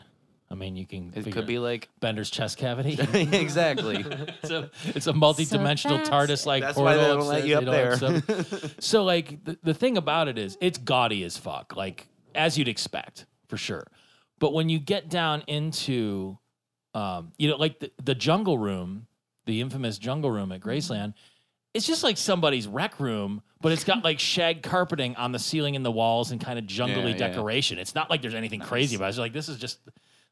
[SPEAKER 3] i mean you can
[SPEAKER 2] It
[SPEAKER 3] figure-
[SPEAKER 2] could be like
[SPEAKER 3] bender's chest cavity
[SPEAKER 2] exactly.
[SPEAKER 3] it's a it's a multi-dimensional
[SPEAKER 1] that's-
[SPEAKER 3] TARDIS like
[SPEAKER 2] That's
[SPEAKER 3] portal.
[SPEAKER 2] why they don't let you
[SPEAKER 3] upstairs,
[SPEAKER 2] up
[SPEAKER 3] they don't let us up. so like the, the thing about it is it's gaudy as fuck, like as you'd expect for sure. But when you get down into um, you know, like the, the jungle room, the infamous jungle room at Graceland, it's just like somebody's rec room, but it's got like shag carpeting on the ceiling and the walls and kind of jungly
[SPEAKER 2] Yeah, yeah.
[SPEAKER 3] decoration. It's not like there's anything crazy about it. It's like this is just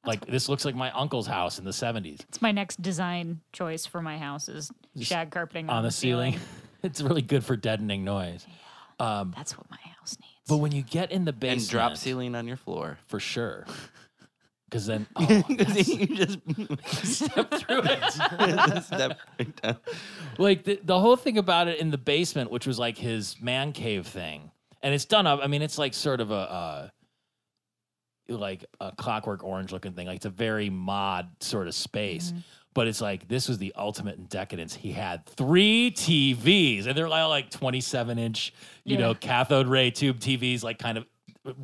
[SPEAKER 3] like this looks like my uncle's house in the 70s.
[SPEAKER 1] It's my next design choice for my house is shag carpeting on,
[SPEAKER 3] on the ceiling. it's really good for deadening noise.
[SPEAKER 1] That's what my house needs.
[SPEAKER 3] But when you get in the basement,
[SPEAKER 2] and drop ceiling on your floor.
[SPEAKER 3] for sure. Because then, oh,
[SPEAKER 2] you just
[SPEAKER 3] step through it.
[SPEAKER 2] step right down.
[SPEAKER 3] like the, the whole thing about it in the basement, which was like his man cave thing, and it's done up. I mean, it's like sort of a uh, like a Clockwork Orange looking thing. Like it's a very mod sort of space. But it's like this was the ultimate in decadence. He had three TVs, and they're all like twenty-seven inch, you know,
[SPEAKER 1] Yeah.
[SPEAKER 3] cathode ray tube TVs, like kind of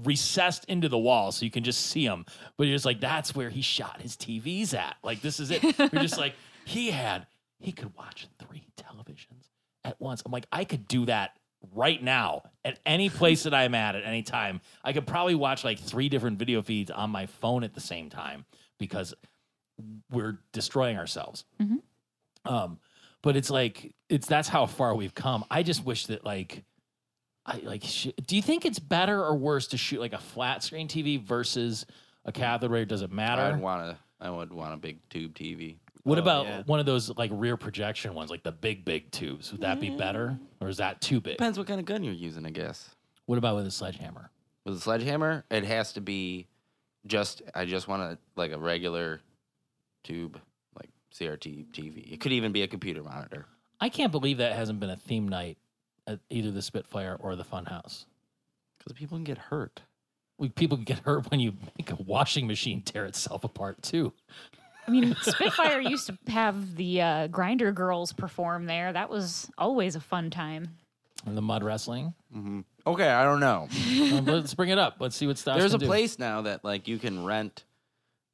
[SPEAKER 3] recessed into the wall, so you can just see them. But you're just like, that's where he shot his TVs at. Like this is it. You're just like, he had, he could watch three televisions at once. I'm like, I could do that right now at any place that I'm at at any time. I could probably watch like three different video feeds on my phone at the same time because we're destroying ourselves.
[SPEAKER 1] Mhm.
[SPEAKER 3] Um, but it's like it's that's how far we've come. I just wish that like. I like. Sh- do you think it's better or worse to shoot like a flat screen TV versus a cathode ray? Does it matter?
[SPEAKER 2] I'd want a, I would want a big tube TV.
[SPEAKER 3] What
[SPEAKER 4] Oh,
[SPEAKER 3] about
[SPEAKER 4] yeah.
[SPEAKER 3] one of those like rear projection ones, like the big, big tubes? Would that be better or is that too big?
[SPEAKER 2] Depends what kind of gun you're using, I guess.
[SPEAKER 3] What about with a sledgehammer?
[SPEAKER 2] With a sledgehammer, it has to be just. I just want a like a regular tube, like CRT TV. It could even be a computer monitor.
[SPEAKER 3] I can't believe that hasn't been a theme night at either the Spitfire or the Funhouse.
[SPEAKER 2] Because people can get hurt.
[SPEAKER 3] We, people get hurt when you make a washing machine tear itself apart too.
[SPEAKER 1] I mean, Spitfire used to have the uh, grinder girls perform there. That was always a fun time.
[SPEAKER 3] And the mud wrestling.
[SPEAKER 2] Mm-hmm. Okay, I don't know.
[SPEAKER 3] Um, let's bring it up. Let's see what Stas
[SPEAKER 2] There's
[SPEAKER 3] can
[SPEAKER 2] a
[SPEAKER 3] do.
[SPEAKER 2] place now that like you can rent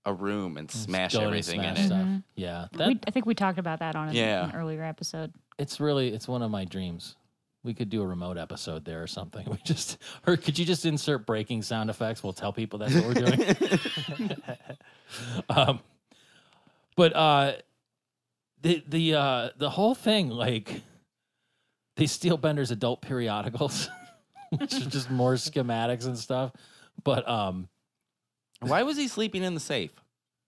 [SPEAKER 2] a room and
[SPEAKER 3] Just
[SPEAKER 2] smash
[SPEAKER 3] go and
[SPEAKER 2] everything
[SPEAKER 3] smash
[SPEAKER 2] in it.
[SPEAKER 3] stuff. Yeah, that
[SPEAKER 1] we, I think we talked about that on an,
[SPEAKER 2] Yeah.
[SPEAKER 1] an earlier episode.
[SPEAKER 3] it's really it's one of my dreams. We could do a remote episode there or something. We just or could you just insert breaking sound effects? We'll tell people that's what we're doing. um, but uh, the the uh, the whole thing, like they steal Bender's adult periodicals, which are just more schematics and stuff. But um,
[SPEAKER 2] Why was he sleeping in the safe?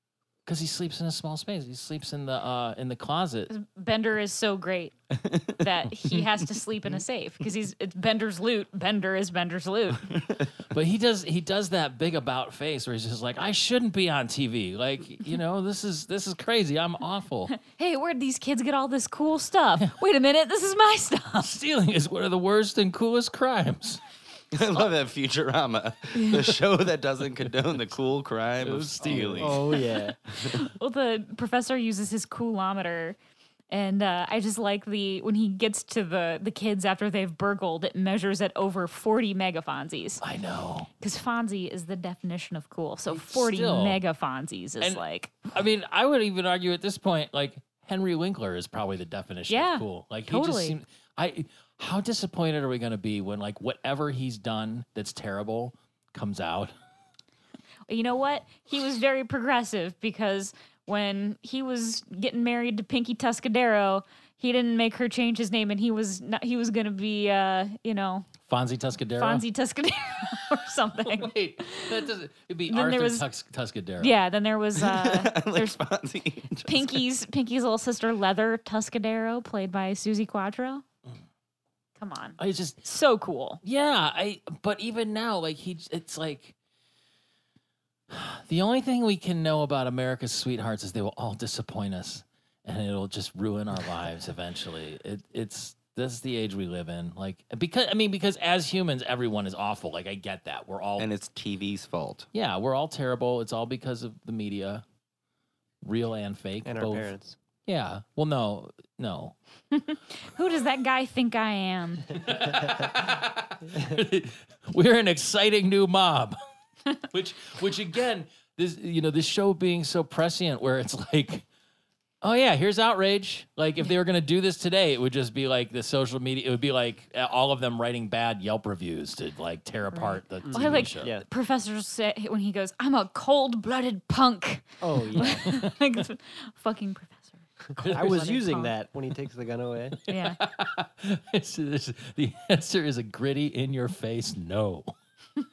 [SPEAKER 3] because he sleeps in a small space, he sleeps in the uh, in the closet.
[SPEAKER 1] Bender is so great that he has to sleep in a safe because he's it's Bender's loot. Bender is Bender's loot.
[SPEAKER 3] But he does he does that big about face where he's just like, I shouldn't be on TV. Like you know, this is this is crazy. I'm awful.
[SPEAKER 1] hey, where'd these kids get all this cool stuff? Wait a minute, this is my stuff.
[SPEAKER 3] Stealing is one of the worst and coolest crimes.
[SPEAKER 2] I
[SPEAKER 3] Oh.
[SPEAKER 2] love that Futurama, the show that doesn't condone the cool crime of stealing.
[SPEAKER 4] Oh yeah.
[SPEAKER 1] Well, the professor uses his coolometer. And uh, I just like the when he gets to the the kids after they've burgled, it measures at over forty megafonzies
[SPEAKER 3] I know.
[SPEAKER 1] because Fonzie is the definition of cool. So forty
[SPEAKER 3] still-
[SPEAKER 1] megafonzies is
[SPEAKER 3] And-
[SPEAKER 1] like
[SPEAKER 3] I mean, I would even argue at this point, like Henry Winkler is probably the definition
[SPEAKER 1] Yeah,
[SPEAKER 3] of cool. Like he just
[SPEAKER 1] totally.
[SPEAKER 3] seems. I how disappointed are we going to be when like whatever he's done that's terrible comes out?
[SPEAKER 1] you know what? He was very progressive because when he was getting married to Pinky Tuscadero, he didn't make her change his name, and he was not, he was gonna be uh, you know
[SPEAKER 3] Fonzie Tuscadero.
[SPEAKER 1] Fonzie Tuscadero or something.
[SPEAKER 3] Wait, that doesn't. It'd be
[SPEAKER 1] Then
[SPEAKER 3] Arthur
[SPEAKER 1] there was-
[SPEAKER 3] Tus- Tuscadero.
[SPEAKER 1] Yeah, then there was uh,
[SPEAKER 2] Like
[SPEAKER 1] there's
[SPEAKER 2] Fonzie. just-
[SPEAKER 1] Pinky's Pinky's little sister Leather Tuscadero, played by Susie Quattro. Come on,
[SPEAKER 3] I just
[SPEAKER 1] so cool.
[SPEAKER 3] Yeah, I but even now like he it's like the only thing we can know about America's sweethearts is they will all disappoint us and it'll just ruin our lives eventually. It it's this is the age we live in. Like because I mean because as humans everyone is awful. Like I get that. We're all
[SPEAKER 2] And it's TV's fault.
[SPEAKER 3] yeah, we're all terrible. It's all because of the media. Real and fake.
[SPEAKER 4] And our
[SPEAKER 3] both.
[SPEAKER 4] parents.
[SPEAKER 3] Yeah. Well no, no.
[SPEAKER 1] Who does that guy think I am?
[SPEAKER 3] we're an exciting new mob which which again this you know this show being so prescient where it's like oh yeah here's outrage like if they were going to do this today it would just be like the social media it would be like uh, all of them writing bad yelp reviews to like tear apart the TV
[SPEAKER 1] I like-
[SPEAKER 3] show
[SPEAKER 4] Yeah.
[SPEAKER 1] Professor said when he goes, "I'm a cold-blooded punk."
[SPEAKER 4] Oh yeah.
[SPEAKER 1] like it's a fucking professor.
[SPEAKER 4] I was using
[SPEAKER 1] Punk.
[SPEAKER 4] that when he takes the gun away.
[SPEAKER 1] Yeah.
[SPEAKER 3] It's- it's- the answer is a gritty in your face no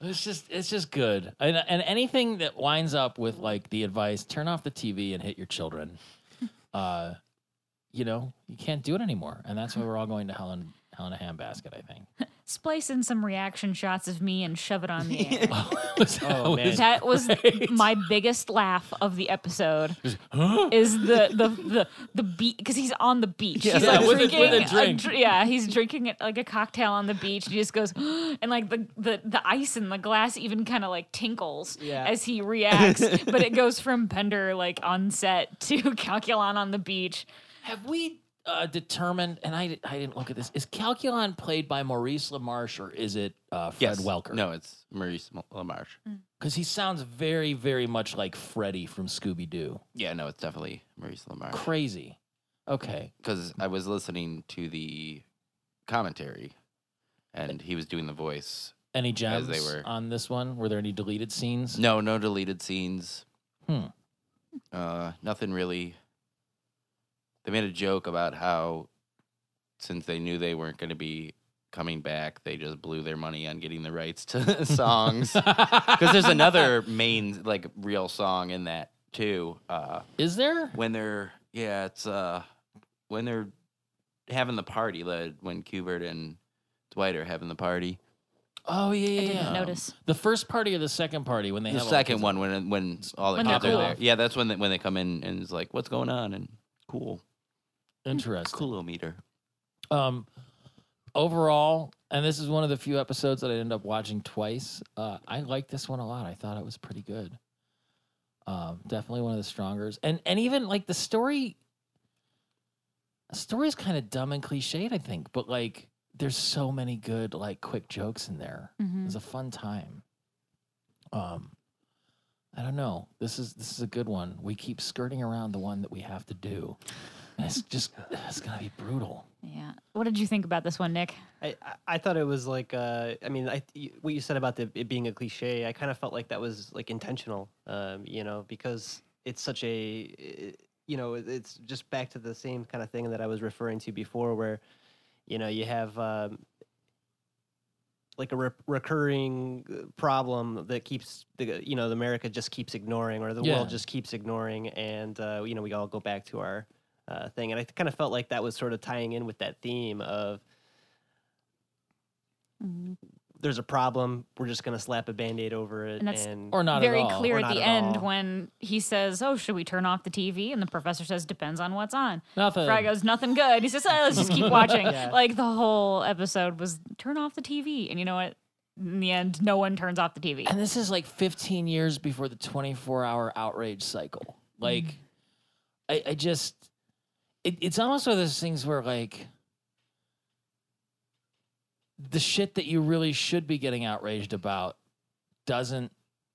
[SPEAKER 3] it's just it's just good and, and anything that winds up with like the advice turn off the tv and hit your children uh you know you can't do it anymore and that's why we're all going to hell in hell in a handbasket i think
[SPEAKER 1] splice in some reaction shots of me and shove it on the air.
[SPEAKER 3] Was that
[SPEAKER 4] Oh,
[SPEAKER 3] what-
[SPEAKER 4] man.
[SPEAKER 1] That was
[SPEAKER 3] Right.
[SPEAKER 1] my biggest laugh of the episode.
[SPEAKER 3] Huh?
[SPEAKER 1] Is the the the, the beat because he's on the beach.
[SPEAKER 3] Yeah,
[SPEAKER 1] he's like
[SPEAKER 3] with a-
[SPEAKER 1] drinking
[SPEAKER 3] with a drink.
[SPEAKER 1] dr- yeah, he's drinking it like a cocktail on the beach. And he just goes and like the the, the ice in the glass even kind of like tinkles
[SPEAKER 4] Yeah.
[SPEAKER 1] as he reacts. but it goes from Bender like on set to Calculon on the beach.
[SPEAKER 3] Have we uh, determined? And I, di- I didn't look at this. Is Calculon played by Maurice LaMarche or is it uh, Fred
[SPEAKER 2] Yes.
[SPEAKER 3] Welker?
[SPEAKER 2] No, it's Maurice M- LaMarche.
[SPEAKER 1] Mm.
[SPEAKER 3] because he sounds very, very much like Freddy from Scooby Doo.
[SPEAKER 2] Yeah, no, it's definitely Maurice LaMarche.
[SPEAKER 3] Crazy. Okay.
[SPEAKER 2] Because I was listening to the commentary, and he was doing the voice.
[SPEAKER 3] Any
[SPEAKER 2] As
[SPEAKER 3] gems
[SPEAKER 2] they were.
[SPEAKER 3] on this one? Were there any deleted scenes?
[SPEAKER 2] No, no deleted scenes.
[SPEAKER 3] Hmm.
[SPEAKER 2] Uh, nothing really. They made a joke about how, since they knew they weren't going to be coming back, they just blew their money on getting the rights to songs. Because there's another main like real song in that too. Uh,
[SPEAKER 3] Is there?
[SPEAKER 2] when they're yeah, it's uh when they're having the party, the when Kubert and Dwight are having the party.
[SPEAKER 3] Oh yeah, yeah.
[SPEAKER 1] I didn't
[SPEAKER 3] yeah.
[SPEAKER 1] notice.
[SPEAKER 3] The first party or the second party when they
[SPEAKER 2] The
[SPEAKER 3] have all
[SPEAKER 2] second
[SPEAKER 3] kids-
[SPEAKER 2] one when when all the
[SPEAKER 1] When
[SPEAKER 3] they're
[SPEAKER 2] kids are
[SPEAKER 3] cool.
[SPEAKER 2] there. Yeah, that's when they, when they come in and it's like, what's going on? And cool,
[SPEAKER 3] Interesting.
[SPEAKER 2] cool meter.
[SPEAKER 3] Um, overall, and this is one of the few episodes that I ended up watching twice. Uh, I liked this one a lot. I thought it was pretty good. Um, definitely one of the strongers, and and even like the story. The story is kind of dumb and cliched, I think, but like there's so many good like quick jokes in there.
[SPEAKER 1] Mm-hmm.
[SPEAKER 3] It was a fun time. Um, I don't know. This is this is a good one. We keep skirting around the one that we have to do. And it's just it's gonna be brutal.
[SPEAKER 1] Yeah. What did you think about this one, Nick?
[SPEAKER 4] I, I- I thought it was like uh, I mean I y- what you said about the, it being a cliche I kind of felt like that was like intentional um, you know because it's such a i- you know it- it's just back to the same kind of thing that I was referring to before where you know you have um, like a re- recurring uh, problem that keeps the you know the America just keeps ignoring or the
[SPEAKER 3] Yeah.
[SPEAKER 4] world just keeps ignoring and uh, you know we all go back to our uh, thing and I kind of felt like that was sort of tying in with that theme of there's a problem. We're just gonna slap a band-aid over it,
[SPEAKER 1] And
[SPEAKER 4] and,
[SPEAKER 1] that's-
[SPEAKER 3] Or not
[SPEAKER 1] Very
[SPEAKER 3] at all.
[SPEAKER 1] clear
[SPEAKER 4] Or
[SPEAKER 1] at
[SPEAKER 4] not
[SPEAKER 1] the
[SPEAKER 4] at
[SPEAKER 1] end
[SPEAKER 4] all.
[SPEAKER 1] when he says, "Oh, should we turn off the TV?" and the professor says, "Depends on what's on."
[SPEAKER 3] Nothing.
[SPEAKER 1] Fry goes, nothing good. He says, oh, let's just keep watching.
[SPEAKER 4] Yeah.
[SPEAKER 1] Like the whole episode was turn off the TV. And you know what? In the end, no one turns off the TV.
[SPEAKER 3] and this is like 15 years before the 24 hour outrage cycle. Like, I, I just, it, it's almost one of those things where like the shit that you really should be getting outraged about doesn't.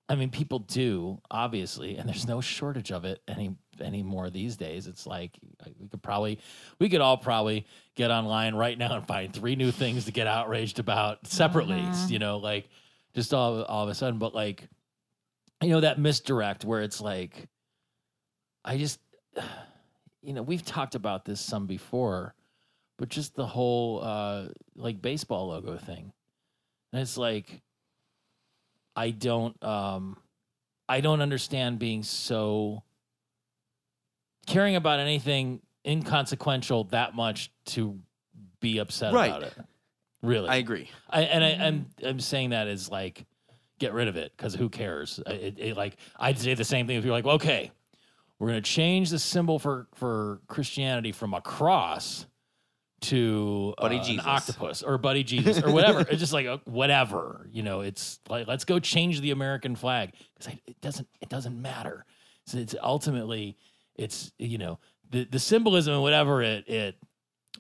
[SPEAKER 3] I mean, people do obviously, and there's no shortage of it any anymore these days. It's like uh, we could probably, we could all probably get online right now and find three new things to get outraged about separately.
[SPEAKER 1] Mhm.
[SPEAKER 3] You know, like just all all of a sudden, but like, you know, that misdirect where it's like, I just, you know, we've talked about this some before, but just the whole uh like baseball logo thing, and it's like. I don't um I don't understand being so caring about anything inconsequential that much to be upset
[SPEAKER 2] Right.
[SPEAKER 3] about it. Really.
[SPEAKER 2] I agree.
[SPEAKER 3] I, and I, I'm I'm saying that as like get rid of it because who cares? I- It, it, like I'd say the same thing if you're like, okay, we're gonna change the symbol for for Christianity from a cross to uh,
[SPEAKER 2] Buddy
[SPEAKER 3] an
[SPEAKER 2] Jesus.
[SPEAKER 3] octopus or Buddy Jesus or whatever. it's just like uh, whatever, you know. It's like let's go change the American flag because it doesn't it doesn't matter. So it's ultimately it's you know the the symbolism and whatever it it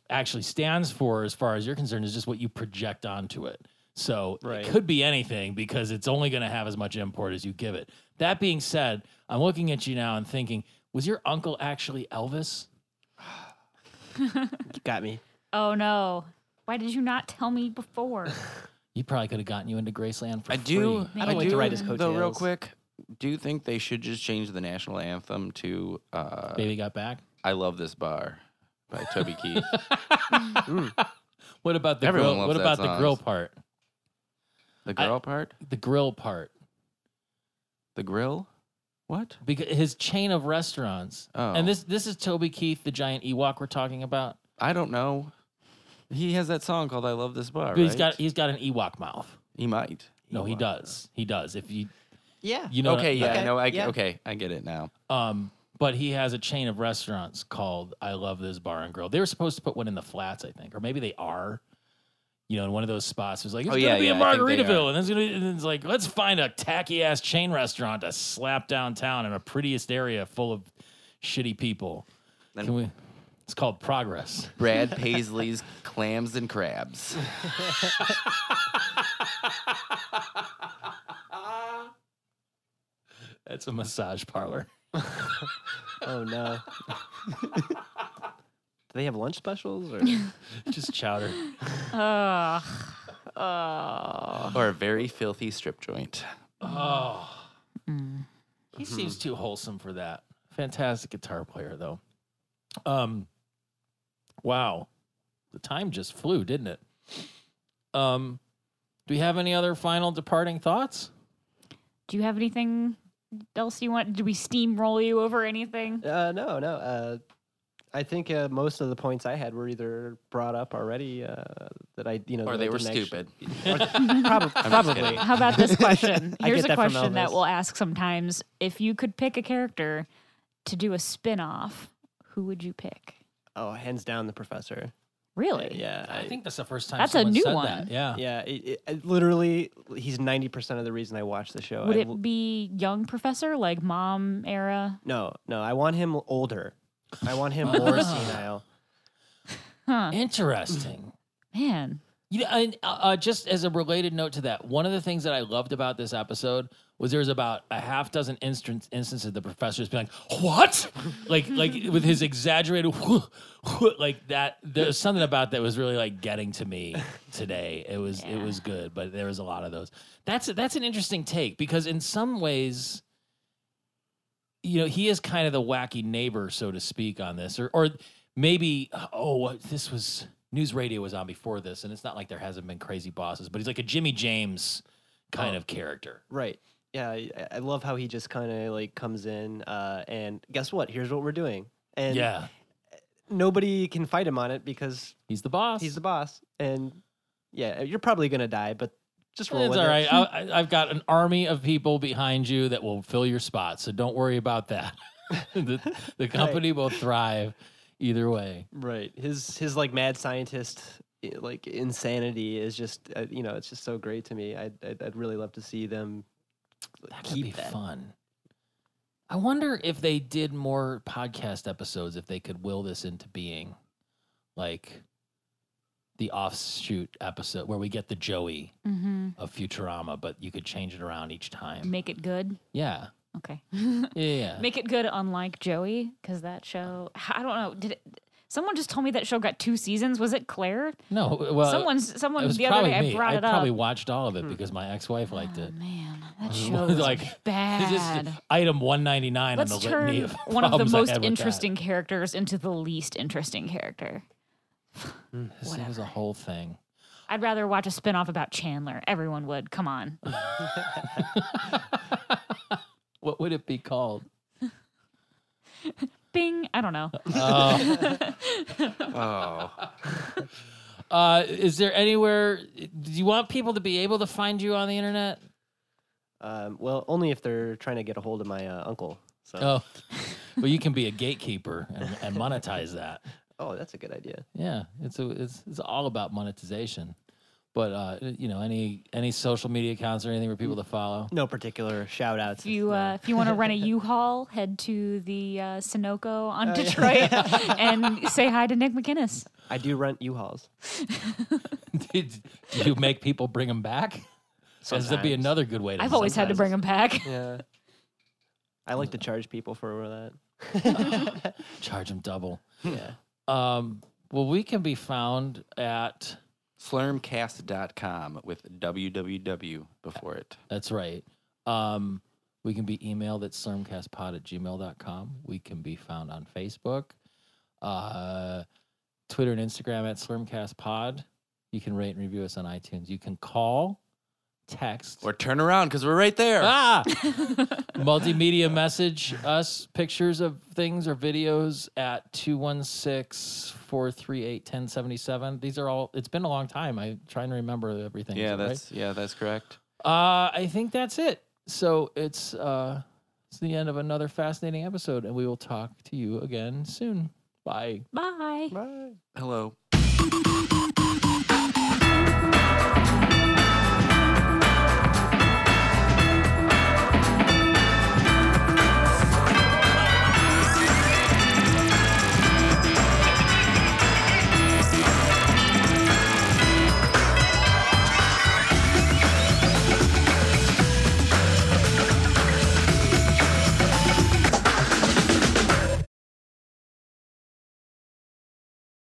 [SPEAKER 3] actually stands for as far as you're concerned is just what you project onto it. So
[SPEAKER 4] Right.
[SPEAKER 3] it could be anything because it's only going to have as much import as you give it. That being said, I'm looking at you now and thinking, was your uncle actually Elvis?
[SPEAKER 4] got me.
[SPEAKER 1] oh no. Why did you not tell me before?
[SPEAKER 3] He probably could have gotten you into Graceland for
[SPEAKER 2] I do.
[SPEAKER 3] free.
[SPEAKER 1] I
[SPEAKER 2] I
[SPEAKER 1] don't
[SPEAKER 2] do
[SPEAKER 1] like to ride his
[SPEAKER 2] though. Real
[SPEAKER 4] coattails.
[SPEAKER 2] quick, do you think they should just change the national anthem to uh,
[SPEAKER 3] Baby got back.
[SPEAKER 2] "I Love This Bar" by Toby Keith?
[SPEAKER 3] What about the
[SPEAKER 2] Everyone loves
[SPEAKER 3] grill? What
[SPEAKER 2] that
[SPEAKER 3] about the
[SPEAKER 2] song.
[SPEAKER 3] grill part?
[SPEAKER 2] The
[SPEAKER 3] I-
[SPEAKER 2] girl part,
[SPEAKER 3] The grill part.
[SPEAKER 2] the grill, what?
[SPEAKER 3] Because his chain of restaurants.
[SPEAKER 2] Oh,
[SPEAKER 3] And this this is Toby Keith, the giant Ewok we're talking about.
[SPEAKER 2] I don't know. He has that song called "I Love This Bar."
[SPEAKER 3] But he's
[SPEAKER 2] right?
[SPEAKER 3] got he's got an Ewok mouth.
[SPEAKER 2] He might.
[SPEAKER 3] No, he does. He does. If you
[SPEAKER 4] Yeah.
[SPEAKER 3] you know
[SPEAKER 2] okay, yeah,
[SPEAKER 4] Okay,
[SPEAKER 2] no, I
[SPEAKER 4] yeah.
[SPEAKER 2] okay, I get it now.
[SPEAKER 3] Um, but he has a chain of restaurants called I Love This Bar and Grill. They were supposed to put one in the flats, I think, or maybe they are. You know, in one of those spots, it's like
[SPEAKER 2] Oh,
[SPEAKER 3] it's gonna
[SPEAKER 2] yeah,
[SPEAKER 3] be in
[SPEAKER 2] yeah, I think they
[SPEAKER 3] Margaritaville, and it's gonna be, and it's like let's find a tacky ass chain restaurant to slap downtown in a prettiest area full of shitty people.
[SPEAKER 2] And-
[SPEAKER 3] Can we? It's called Progress.
[SPEAKER 2] Brad Paisley's clams and crabs.
[SPEAKER 3] That's a massage parlor.
[SPEAKER 4] Oh no. Do they have lunch specials or?
[SPEAKER 3] Just chowder.
[SPEAKER 1] Ugh. Oh.
[SPEAKER 2] or a very filthy strip joint.
[SPEAKER 3] Oh, he seems too wholesome for that. Fantastic guitar player, though. Um, wow, the time just flew, didn't it? Um, do we have any other final departing thoughts?
[SPEAKER 1] Do you have anything else you want? Did we steamroll you over anything?
[SPEAKER 4] Uh, no, no. Uh, I think uh, most of the points I had were either brought up already uh, that I, you know,
[SPEAKER 2] Or
[SPEAKER 4] that I
[SPEAKER 2] they were
[SPEAKER 4] didn't
[SPEAKER 2] stupid.
[SPEAKER 4] Actually, probably, probably.
[SPEAKER 1] How about this question?
[SPEAKER 4] I
[SPEAKER 1] Here's a
[SPEAKER 4] get that from
[SPEAKER 1] question that
[SPEAKER 4] Elvis.
[SPEAKER 1] we'll ask sometimes. If you could pick a character to do a spin off, who would you pick?
[SPEAKER 4] Oh, hands down, the professor.
[SPEAKER 1] Really?
[SPEAKER 4] Yeah,
[SPEAKER 3] I think that's the first time.
[SPEAKER 1] That's a
[SPEAKER 3] someone
[SPEAKER 1] new
[SPEAKER 3] said
[SPEAKER 1] one.
[SPEAKER 3] That. Yeah.
[SPEAKER 4] Yeah, it, it- it- literally, he's ninety percent of the reason I watch the show.
[SPEAKER 1] Would
[SPEAKER 4] I
[SPEAKER 1] it be young professor, like mom era?
[SPEAKER 4] No, no, I want him older. I want him more senile.
[SPEAKER 1] Huh.
[SPEAKER 3] Interesting.
[SPEAKER 1] Man.
[SPEAKER 3] You know, and, uh, uh, just as a related note to that, one of the things that I loved about this episode was there was about a half dozen instance, instances of the professor just being like, "What?" like, like with his exaggerated, like that. There's something about that was really like getting to me today. It was, it was good, but there was a lot of those. That's that's an interesting take because in some ways, you know, he is kind of the wacky neighbor, so to speak, on this, or or maybe oh, what- this was news radio was on before this, and it's not like there hasn't been crazy bosses, but he's like a Jimmy James kind
[SPEAKER 4] Oh.
[SPEAKER 3] of character.
[SPEAKER 4] Right. Yeah, I, I love how he just kind of like comes in uh, and guess what? Here's what we're doing. And
[SPEAKER 3] yeah,
[SPEAKER 4] nobody can fight him on it because
[SPEAKER 3] he's the boss.
[SPEAKER 4] he's the boss. And yeah, you're probably gonna die, but just roll
[SPEAKER 3] It's
[SPEAKER 4] with
[SPEAKER 3] all
[SPEAKER 4] it.
[SPEAKER 3] right. I, I- I've got an army of people behind you that will fill your spot, so don't worry about that. the, the company will thrive either way.
[SPEAKER 4] Right. His his like mad scientist i- like insanity is just uh, you know it's just so great to me. I'd I'd, I'd really love to see them
[SPEAKER 3] That could
[SPEAKER 4] keep
[SPEAKER 3] be
[SPEAKER 4] that.
[SPEAKER 3] fun. I wonder if they did more podcast episodes, if they could will this into being, like the offshoot episode where we get the Joey
[SPEAKER 1] hmm
[SPEAKER 3] of Futurama, but you could change it around each time.
[SPEAKER 1] Make it good.
[SPEAKER 3] Yeah,
[SPEAKER 1] Okay.
[SPEAKER 3] yeah, yeah.
[SPEAKER 1] Make it good, unlike Joey, because that show, I don't know. Did it, someone just told me that show got two seasons? Was it Claire?
[SPEAKER 3] no, well,
[SPEAKER 1] Someone's
[SPEAKER 3] it
[SPEAKER 1] someone
[SPEAKER 3] was
[SPEAKER 1] the other
[SPEAKER 3] probably
[SPEAKER 1] day
[SPEAKER 3] me.
[SPEAKER 1] I brought it
[SPEAKER 3] probably
[SPEAKER 1] up. Hmm.
[SPEAKER 3] watched all of it because my ex-wife liked
[SPEAKER 1] Oh,
[SPEAKER 3] it.
[SPEAKER 1] man, that
[SPEAKER 3] It
[SPEAKER 1] show
[SPEAKER 3] was
[SPEAKER 1] was
[SPEAKER 3] like- It's
[SPEAKER 1] bad.
[SPEAKER 3] just item one ninety nine on the
[SPEAKER 1] Let's
[SPEAKER 3] litany
[SPEAKER 1] turn
[SPEAKER 3] of
[SPEAKER 1] one of the
[SPEAKER 3] problems I
[SPEAKER 1] most
[SPEAKER 3] had with that.
[SPEAKER 1] interesting characters into the least interesting character.
[SPEAKER 3] This thing was a whole thing.
[SPEAKER 1] I'd rather watch a spinoff about Chandler. Everyone would. Come on.
[SPEAKER 3] What would it be called?
[SPEAKER 1] Bing. I don't know.
[SPEAKER 3] Oh.
[SPEAKER 2] Oh.
[SPEAKER 3] Uh, is there anywhere? Do you want people to be able to find you on the internet?
[SPEAKER 4] Um, well, only if they're trying to get a hold of my uh, uncle. So
[SPEAKER 3] Oh, well, you can be a gatekeeper and, and monetize that.
[SPEAKER 4] oh, that's a good idea.
[SPEAKER 3] Yeah, it's a, it's it's all about monetization. But uh, you know, any any social media accounts or anything for people to follow?
[SPEAKER 4] No particular shout outs.
[SPEAKER 1] If you uh, if you want to rent a U-Haul, head to the uh, Sunoco on Detroit and say hi to Nick McGinnis.
[SPEAKER 4] I do rent U-Hauls.
[SPEAKER 3] Did, do you make people bring them back? Because that'd be
[SPEAKER 4] Sometimes.
[SPEAKER 3] another good way to.
[SPEAKER 1] I've always had to bring him back.
[SPEAKER 4] Yeah. I like to charge people for that.
[SPEAKER 3] charge them double.
[SPEAKER 4] Yeah.
[SPEAKER 3] Um, well, we can be found at.
[SPEAKER 2] Slurmcast.com with www before it.
[SPEAKER 3] That's right. Um, we can be emailed at slurmcastpod at gmail.com. We can be found on Facebook, uh, Twitter, and Instagram at slurmcastpod. You can rate and review us on iTunes. You can call text.
[SPEAKER 2] Or turn around because we're right there.
[SPEAKER 3] Ah! Multimedia message us pictures of things or videos at 216 438 1077. These are all, it's been a long time. I'm trying to remember everything.
[SPEAKER 2] yeah,
[SPEAKER 3] is it right?
[SPEAKER 2] that's yeah, that's correct.
[SPEAKER 3] Uh, I think that's it. So it's uh, it's the end of another fascinating episode, and we will talk to you again soon. Bye.
[SPEAKER 1] Bye.
[SPEAKER 4] Right.
[SPEAKER 2] Hello.